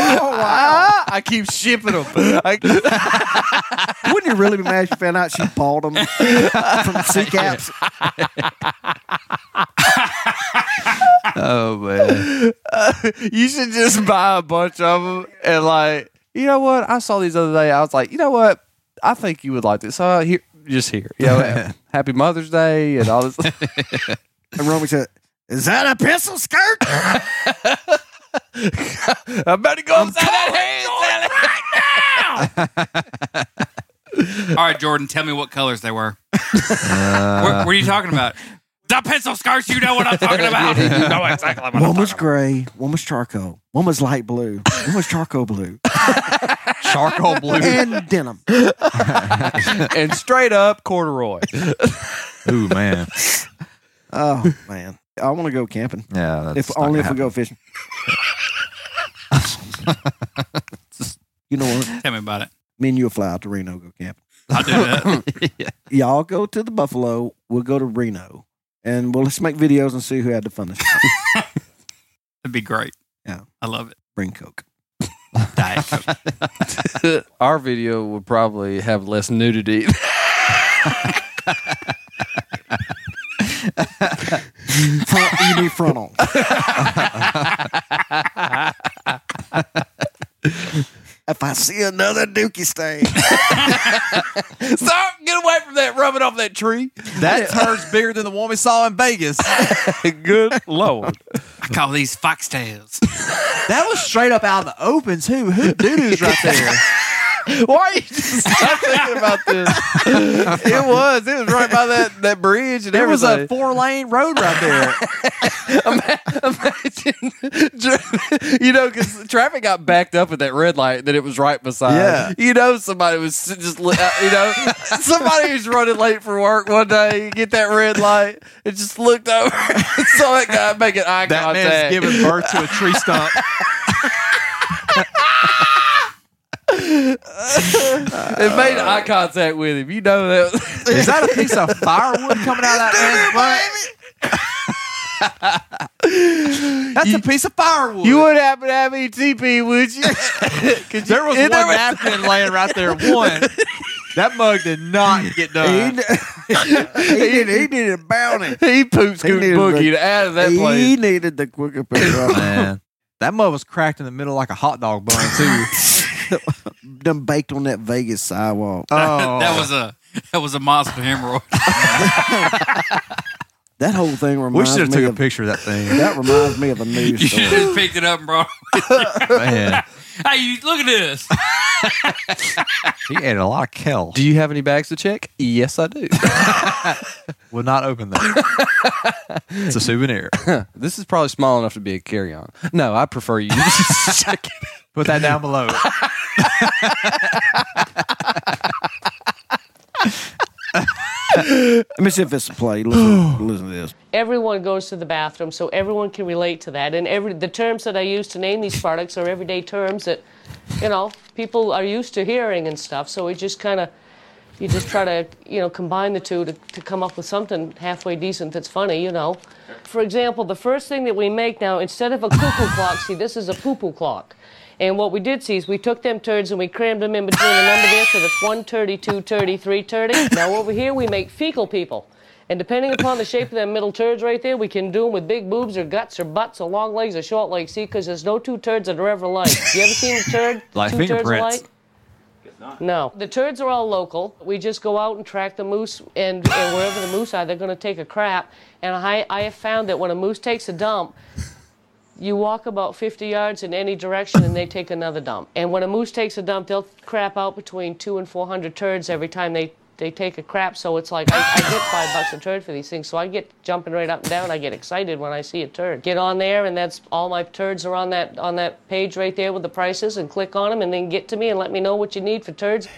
[SPEAKER 2] Oh,
[SPEAKER 4] Ah, I keep shipping them. I,
[SPEAKER 2] Wouldn't you really be mad if you found out she bought them from C caps?
[SPEAKER 3] Oh man,
[SPEAKER 4] you should just buy a bunch of them and like, you know what? I saw these the other day. I was like, you know what? I think you would like this. So uh, here, just here. You know, happy Mother's Day and all this.
[SPEAKER 2] And Romy said, "Is that a pencil skirt?"
[SPEAKER 4] I better go outside that hand.
[SPEAKER 6] All right, Jordan, tell me what colors they were. what, what are you talking about? The pencil skirts, you know what I'm talking about. You know exactly what I'm
[SPEAKER 2] One
[SPEAKER 6] talking
[SPEAKER 2] was
[SPEAKER 6] about.
[SPEAKER 2] gray, one was charcoal, one was light blue, one was charcoal blue,
[SPEAKER 3] charcoal blue.
[SPEAKER 2] and denim.
[SPEAKER 4] and straight up corduroy.
[SPEAKER 3] Ooh man,
[SPEAKER 2] Oh man, I want to go camping.
[SPEAKER 3] yeah. That's
[SPEAKER 2] if
[SPEAKER 3] not
[SPEAKER 2] only if
[SPEAKER 3] gonna
[SPEAKER 2] we go fishing. you know what?
[SPEAKER 6] Tell me about it.
[SPEAKER 2] Me and you will fly out to Reno go camping.
[SPEAKER 6] I'll do that.
[SPEAKER 2] Y'all go to the Buffalo. We'll go to Reno, and we'll let's make videos and see who had the funnest.
[SPEAKER 6] It'd be great.
[SPEAKER 2] Yeah.
[SPEAKER 6] I love it.
[SPEAKER 2] Bring Coke.
[SPEAKER 6] Diet Coke.
[SPEAKER 4] Our video would probably have less nudity.
[SPEAKER 2] Front, you need E frontal. if I see another dookie stain,
[SPEAKER 4] Stop! Get away from that! Rub it off that tree.
[SPEAKER 3] happen. that turd's bigger than the one we saw in Vegas.
[SPEAKER 4] Good lord!
[SPEAKER 6] I call these foxtails.
[SPEAKER 3] That was straight up out of the open too. Who doo doos right there?
[SPEAKER 4] Why are you just stop thinking about this? It was. It was right by that, that bridge and
[SPEAKER 3] There was
[SPEAKER 4] everything.
[SPEAKER 3] a four lane road right there.
[SPEAKER 4] Ima- Imagine, dr- you know, because traffic got backed up at that red light that it was right beside.
[SPEAKER 3] Yeah.
[SPEAKER 4] You know, somebody was just, li- uh, you know, somebody was running late for work one day, you get that red light, and just looked over and saw that guy making eye
[SPEAKER 3] that
[SPEAKER 4] contact.
[SPEAKER 3] man's giving birth to a tree stump.
[SPEAKER 4] it made eye contact with him. You know that.
[SPEAKER 3] Is that a piece of firewood coming out of that man's butt? That's a piece of firewood.
[SPEAKER 4] you wouldn't happen to have any TP, would you? 'Cause
[SPEAKER 3] there was
[SPEAKER 4] you-
[SPEAKER 3] one
[SPEAKER 4] there was-
[SPEAKER 3] napkin laying right there. One. That mug did not get
[SPEAKER 2] He,
[SPEAKER 3] done.
[SPEAKER 2] d- he, did, he did a bounty.
[SPEAKER 4] He pooped Scoot
[SPEAKER 2] needed
[SPEAKER 4] Boogie
[SPEAKER 2] the-
[SPEAKER 4] out of that place.
[SPEAKER 2] He needed the quicker pickup.
[SPEAKER 3] Man, that mug was cracked in the middle like a hot dog bun too.
[SPEAKER 2] Done baked on that Vegas sidewalk.
[SPEAKER 3] Oh,
[SPEAKER 6] that was a that was a monster hemorrhoid.
[SPEAKER 2] That whole thing
[SPEAKER 3] we
[SPEAKER 2] reminds
[SPEAKER 3] should have
[SPEAKER 2] me
[SPEAKER 3] took a
[SPEAKER 2] of
[SPEAKER 3] picture of that thing.
[SPEAKER 2] that reminds me of a
[SPEAKER 6] you
[SPEAKER 2] news
[SPEAKER 6] should have
[SPEAKER 2] story.
[SPEAKER 6] just picked it up and brought.
[SPEAKER 3] Man,
[SPEAKER 6] Hey, you look at this.
[SPEAKER 3] he ate a lot of kale.
[SPEAKER 4] Do you have any bags to check? Yes, I do.
[SPEAKER 3] Would not open that. it's a souvenir.
[SPEAKER 4] This is probably small enough to be a carry on. No, I prefer you. just check it.
[SPEAKER 3] Put that down below.
[SPEAKER 2] Let me see if it's a play. Listen, listen to this.
[SPEAKER 10] Everyone goes to the bathroom, so everyone can relate to that. And every the terms that I use to name these products are everyday terms that, you know, people are used to hearing and stuff. So it just kind of, you just try to, you know, combine the two to, to come up with something halfway decent that's funny, you know. For example, the first thing that we make now, instead of a cuckoo clock, see, this is a poo-poo clock. And what we did see is we took them turds and we crammed them in between the number there, so that's 130, 230, 330. Now over here we make fecal people. And depending upon the shape of them middle turds right there, we can do them with big boobs or guts or butts or long legs or short legs. See, because there's no two turds that are ever alike. You ever seen a turd?
[SPEAKER 3] Like
[SPEAKER 10] two turds
[SPEAKER 3] fingerprints.
[SPEAKER 10] alike? No. The turds are all local. We just go out and track the moose, and, and wherever the moose are, they're going to take a crap. And I, I have found that when a moose takes a dump, you walk about 50 yards in any direction and they take another dump. And when a moose takes a dump, they'll crap out between two and 400 turds every time they, they take a crap. So it's like, I, I get five bucks a turd for these things. So I get jumping right up and down. I get excited when I see a turd. Get on there and that's all my turds are on that, on that page right there with the prices and click on them and then get to me and let me know what you need for turds.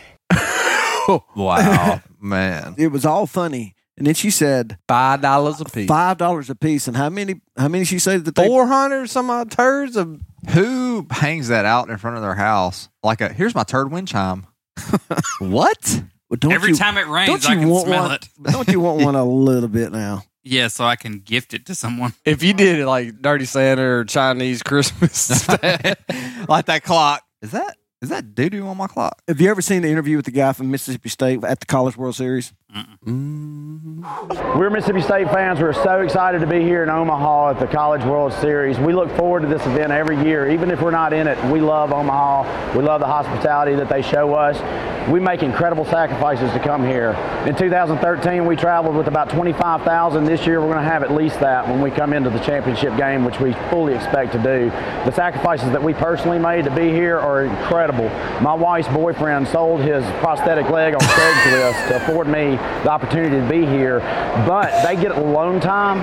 [SPEAKER 3] Wow, man.
[SPEAKER 2] It was all funny. And then she said
[SPEAKER 4] Five dollars a piece.
[SPEAKER 2] five dollars a piece. And how many how many she say that they
[SPEAKER 4] Four hundred some odd turds of
[SPEAKER 3] Who hangs that out in front of their house? Like a here's my turd wind chime. what?
[SPEAKER 2] Well, don't
[SPEAKER 6] Every
[SPEAKER 2] you-
[SPEAKER 6] time it rains,
[SPEAKER 2] don't
[SPEAKER 6] I
[SPEAKER 2] you
[SPEAKER 6] can
[SPEAKER 2] want
[SPEAKER 6] smell
[SPEAKER 2] one,
[SPEAKER 6] it.
[SPEAKER 2] Don't you want one a little bit now?
[SPEAKER 6] Yeah, so I can gift it to someone.
[SPEAKER 4] if you did it like Dirty Santa or Chinese Christmas.
[SPEAKER 3] like that clock. Is that is that doo doo on my clock?
[SPEAKER 2] Have you ever seen the interview with the guy from Mississippi State at the College World Series?
[SPEAKER 3] Mm.
[SPEAKER 11] We're Mississippi State fans. We're so excited to be here in Omaha at the College World Series. We look forward to this event every year, even if we're not in it. We love Omaha. We love the hospitality that they show us. We make incredible sacrifices to come here. In 2013, we traveled with about 25,000. This year, we're going to have at least that when we come into the championship game, which we fully expect to do. The sacrifices that we personally made to be here are incredible. My wife's boyfriend sold his prosthetic leg on Craigslist to afford me the opportunity to be here, but they get alone time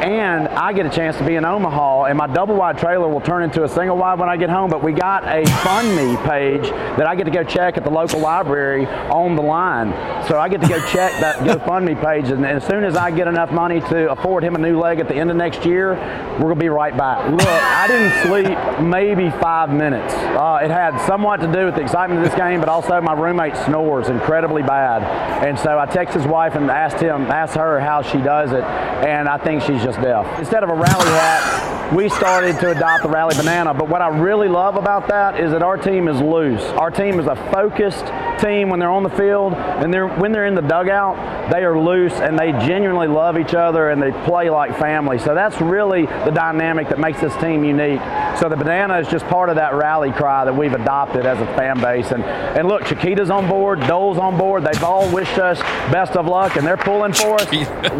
[SPEAKER 11] and I get a chance to be in Omaha and my double wide trailer will turn into a single wide when I get home, but we got a fund me page that I get to go check at the local library on the line. So I get to go check that GoFundMe page and as soon as I get enough money to afford him a new leg at the end of next year, we're gonna be right back. Look, I didn't sleep maybe five minutes. Uh, it had somewhat to do with the excitement of this game, but also my roommate snores incredibly bad. And so I text his wife and asked him, asked her how she does it, and I think she's just deaf. Instead of a rally hat, we started to adopt the rally banana. But what I really love about that is that our team is loose. Our team is a focused team when they're on the field, and they're when they're in the dugout, they are loose and they genuinely love each other and they play like family. So that's really the dynamic that makes this team unique. So the banana is just part of that rally cry that we've adopted as a fan base. And and look, Chiquita's on board, Dole's on board. They've all wished us best of luck, and they're pulling for us.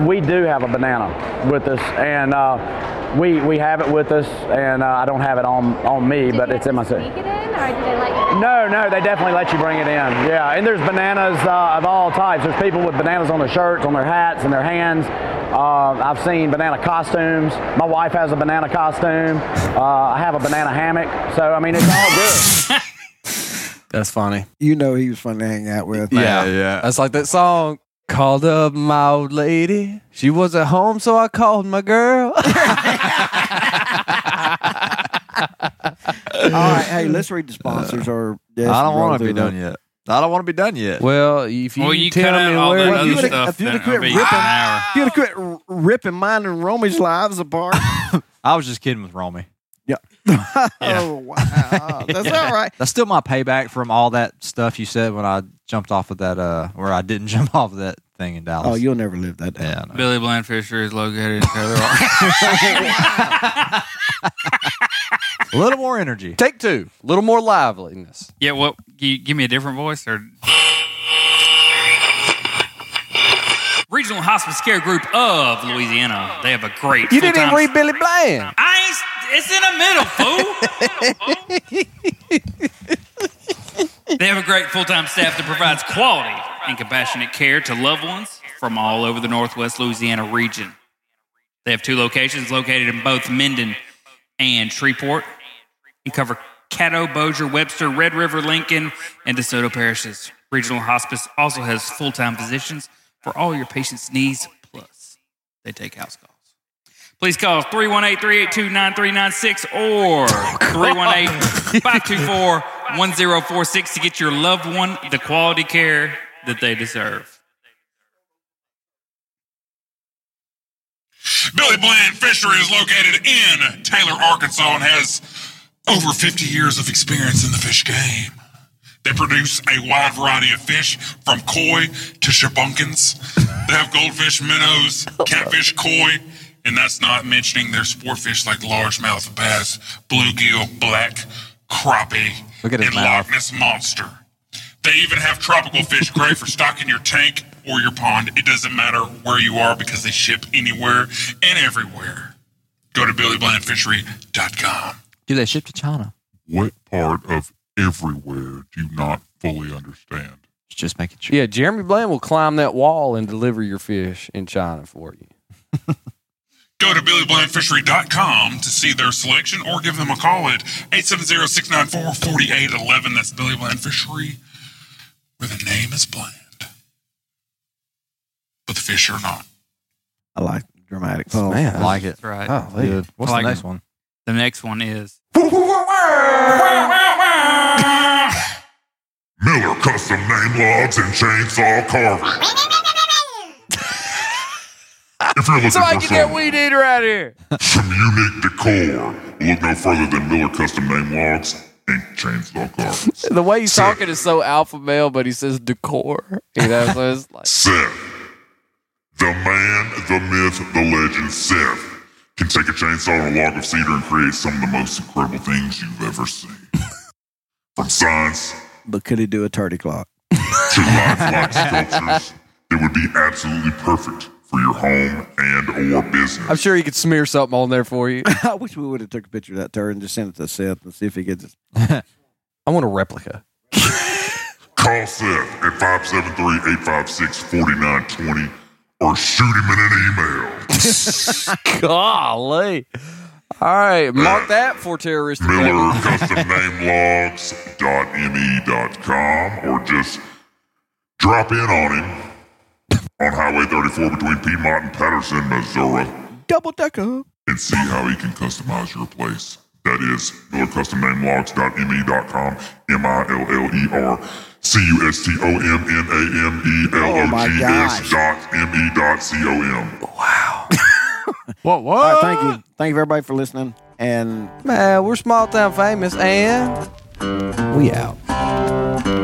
[SPEAKER 11] We do have a banana with us, and. Uh, we, we have it with us, and uh, I don't have it on, on me, but it's in my suit.
[SPEAKER 12] or do they let you?
[SPEAKER 11] No, no, they definitely let you bring it in. Yeah, and there's bananas uh, of all types. There's people with bananas on their shirts, on their hats, and their hands. Uh, I've seen banana costumes. My wife has a banana costume. Uh, I have a banana hammock. So I mean, it's all good.
[SPEAKER 4] That's funny.
[SPEAKER 2] You know he was fun to hang out with.
[SPEAKER 4] yeah. That's like that song. Called up my old lady. She was at home, so I called my girl.
[SPEAKER 2] All right, hey, let's read the sponsors. or
[SPEAKER 3] I don't want to be done yet. I don't want to be done yet.
[SPEAKER 4] Well, if
[SPEAKER 2] Well, you cut out all that other stuff, then it'll be an hour. You gotta quit r- ripping mine and Romy's lives apart.
[SPEAKER 3] I was just kidding with Romy.
[SPEAKER 2] Yeah.
[SPEAKER 3] Oh
[SPEAKER 2] wow, that's all right.
[SPEAKER 3] That's still my payback from all that stuff you said when I jumped off of that, uh, or I didn't jump off of that thing in Dallas.
[SPEAKER 2] Oh, you'll never live that down.
[SPEAKER 3] Yeah, I know.
[SPEAKER 6] Billy Blandfisher is located in
[SPEAKER 3] a
[SPEAKER 6] Taylor.
[SPEAKER 3] little more energy.
[SPEAKER 4] Take two. A little more liveliness.
[SPEAKER 6] yeah, what? You, give me a different voice or. Regional Hospice Care Group of Louisiana. They have a great.
[SPEAKER 4] You didn't even
[SPEAKER 6] full-time-
[SPEAKER 4] read Billy Bland.
[SPEAKER 6] I ain't, it's in the middle, fool. they have a great full time staff that provides quality and compassionate care to loved ones from all over the Northwest Louisiana region. They have two locations located in both Minden and Shreveport and cover Caddo, Bossier, Webster, Red River, Lincoln, and DeSoto parishes. Regional Hospice also has full time physicians for all your patients' needs, plus they take house calls. Please call 318 382 9396 or
[SPEAKER 3] Oh,
[SPEAKER 6] 318 524 1046 to get your loved one the quality care that they deserve.
[SPEAKER 13] Billy Bland Fishery is located in Taylor, Arkansas, and has over 50 years of experience in the fish game. They produce a wide variety of fish from koi to shabunkins. They have goldfish, minnows, catfish, koi, and that's not mentioning their sport fish like largemouth bass, bluegill, black crappie,
[SPEAKER 3] Look at his
[SPEAKER 13] and
[SPEAKER 3] mouth.
[SPEAKER 13] Loch Ness monster. They even have tropical fish gray for stocking your tank or your pond. It doesn't matter where you are because they ship anywhere and everywhere. Go to BillyBlandFishery.com.
[SPEAKER 3] Do they ship to China?
[SPEAKER 13] What part of everywhere do you not fully understand?
[SPEAKER 3] Just making sure.
[SPEAKER 4] Yeah, Jeremy Bland will climb that wall and deliver your fish in China for you.
[SPEAKER 13] Go to BillyBlandFishery.com to see their selection or give them a call at 870 694 4811. That's Billy Bland Fishery, where the name is Bland. But the fish are not.
[SPEAKER 2] I like dramatic pause.
[SPEAKER 3] Man, I Oh, like it.
[SPEAKER 6] That's right.
[SPEAKER 3] Oh, good. What's the
[SPEAKER 6] I like
[SPEAKER 3] next
[SPEAKER 6] it.
[SPEAKER 3] one?
[SPEAKER 6] The next one is
[SPEAKER 13] Miller Custom Name Logs and Chainsaw Carving. if you're looking
[SPEAKER 4] Somebody
[SPEAKER 13] for
[SPEAKER 4] get that
[SPEAKER 13] some,
[SPEAKER 4] weed eater out here.
[SPEAKER 13] some unique decor, look no further than Miller Custom Name Logs and Chainsaw Carving.
[SPEAKER 4] The way he's talking is so alpha male, but he says decor. You know, so it's like
[SPEAKER 13] Seth. The man, the myth, the legend, Seth can take a chainsaw and a log of cedar and create some of the most incredible things you've ever seen. From science
[SPEAKER 2] But could he do a turkey clock?
[SPEAKER 13] to lifelike sculptures that would be absolutely perfect for your home and or business.
[SPEAKER 4] I'm sure he could smear something on there for you.
[SPEAKER 2] I wish we would have took a picture of that turd and just sent it to Seth and see if he gets it.
[SPEAKER 4] I want a replica.
[SPEAKER 13] Call Seth at 573-856-4920 or shoot him in an email.
[SPEAKER 4] Golly. All right, mark that for terrorist.
[SPEAKER 13] Miller Custom Name Logs.me.com E or just drop in on him on Highway 34 between Piedmont and Patterson, Missouri,
[SPEAKER 2] Double decker.
[SPEAKER 13] and see how he can customize your place. That is Miller Custom Name Logs.me.com, E M I L L E R C U S T O M N A M E
[SPEAKER 2] Oh
[SPEAKER 13] L O
[SPEAKER 2] my
[SPEAKER 13] G
[SPEAKER 2] gosh.
[SPEAKER 13] S dot M E dot C O M.
[SPEAKER 4] What? What?
[SPEAKER 2] All right, thank you. Thank you, everybody, for listening. And
[SPEAKER 4] Man, we're small town famous, and we out.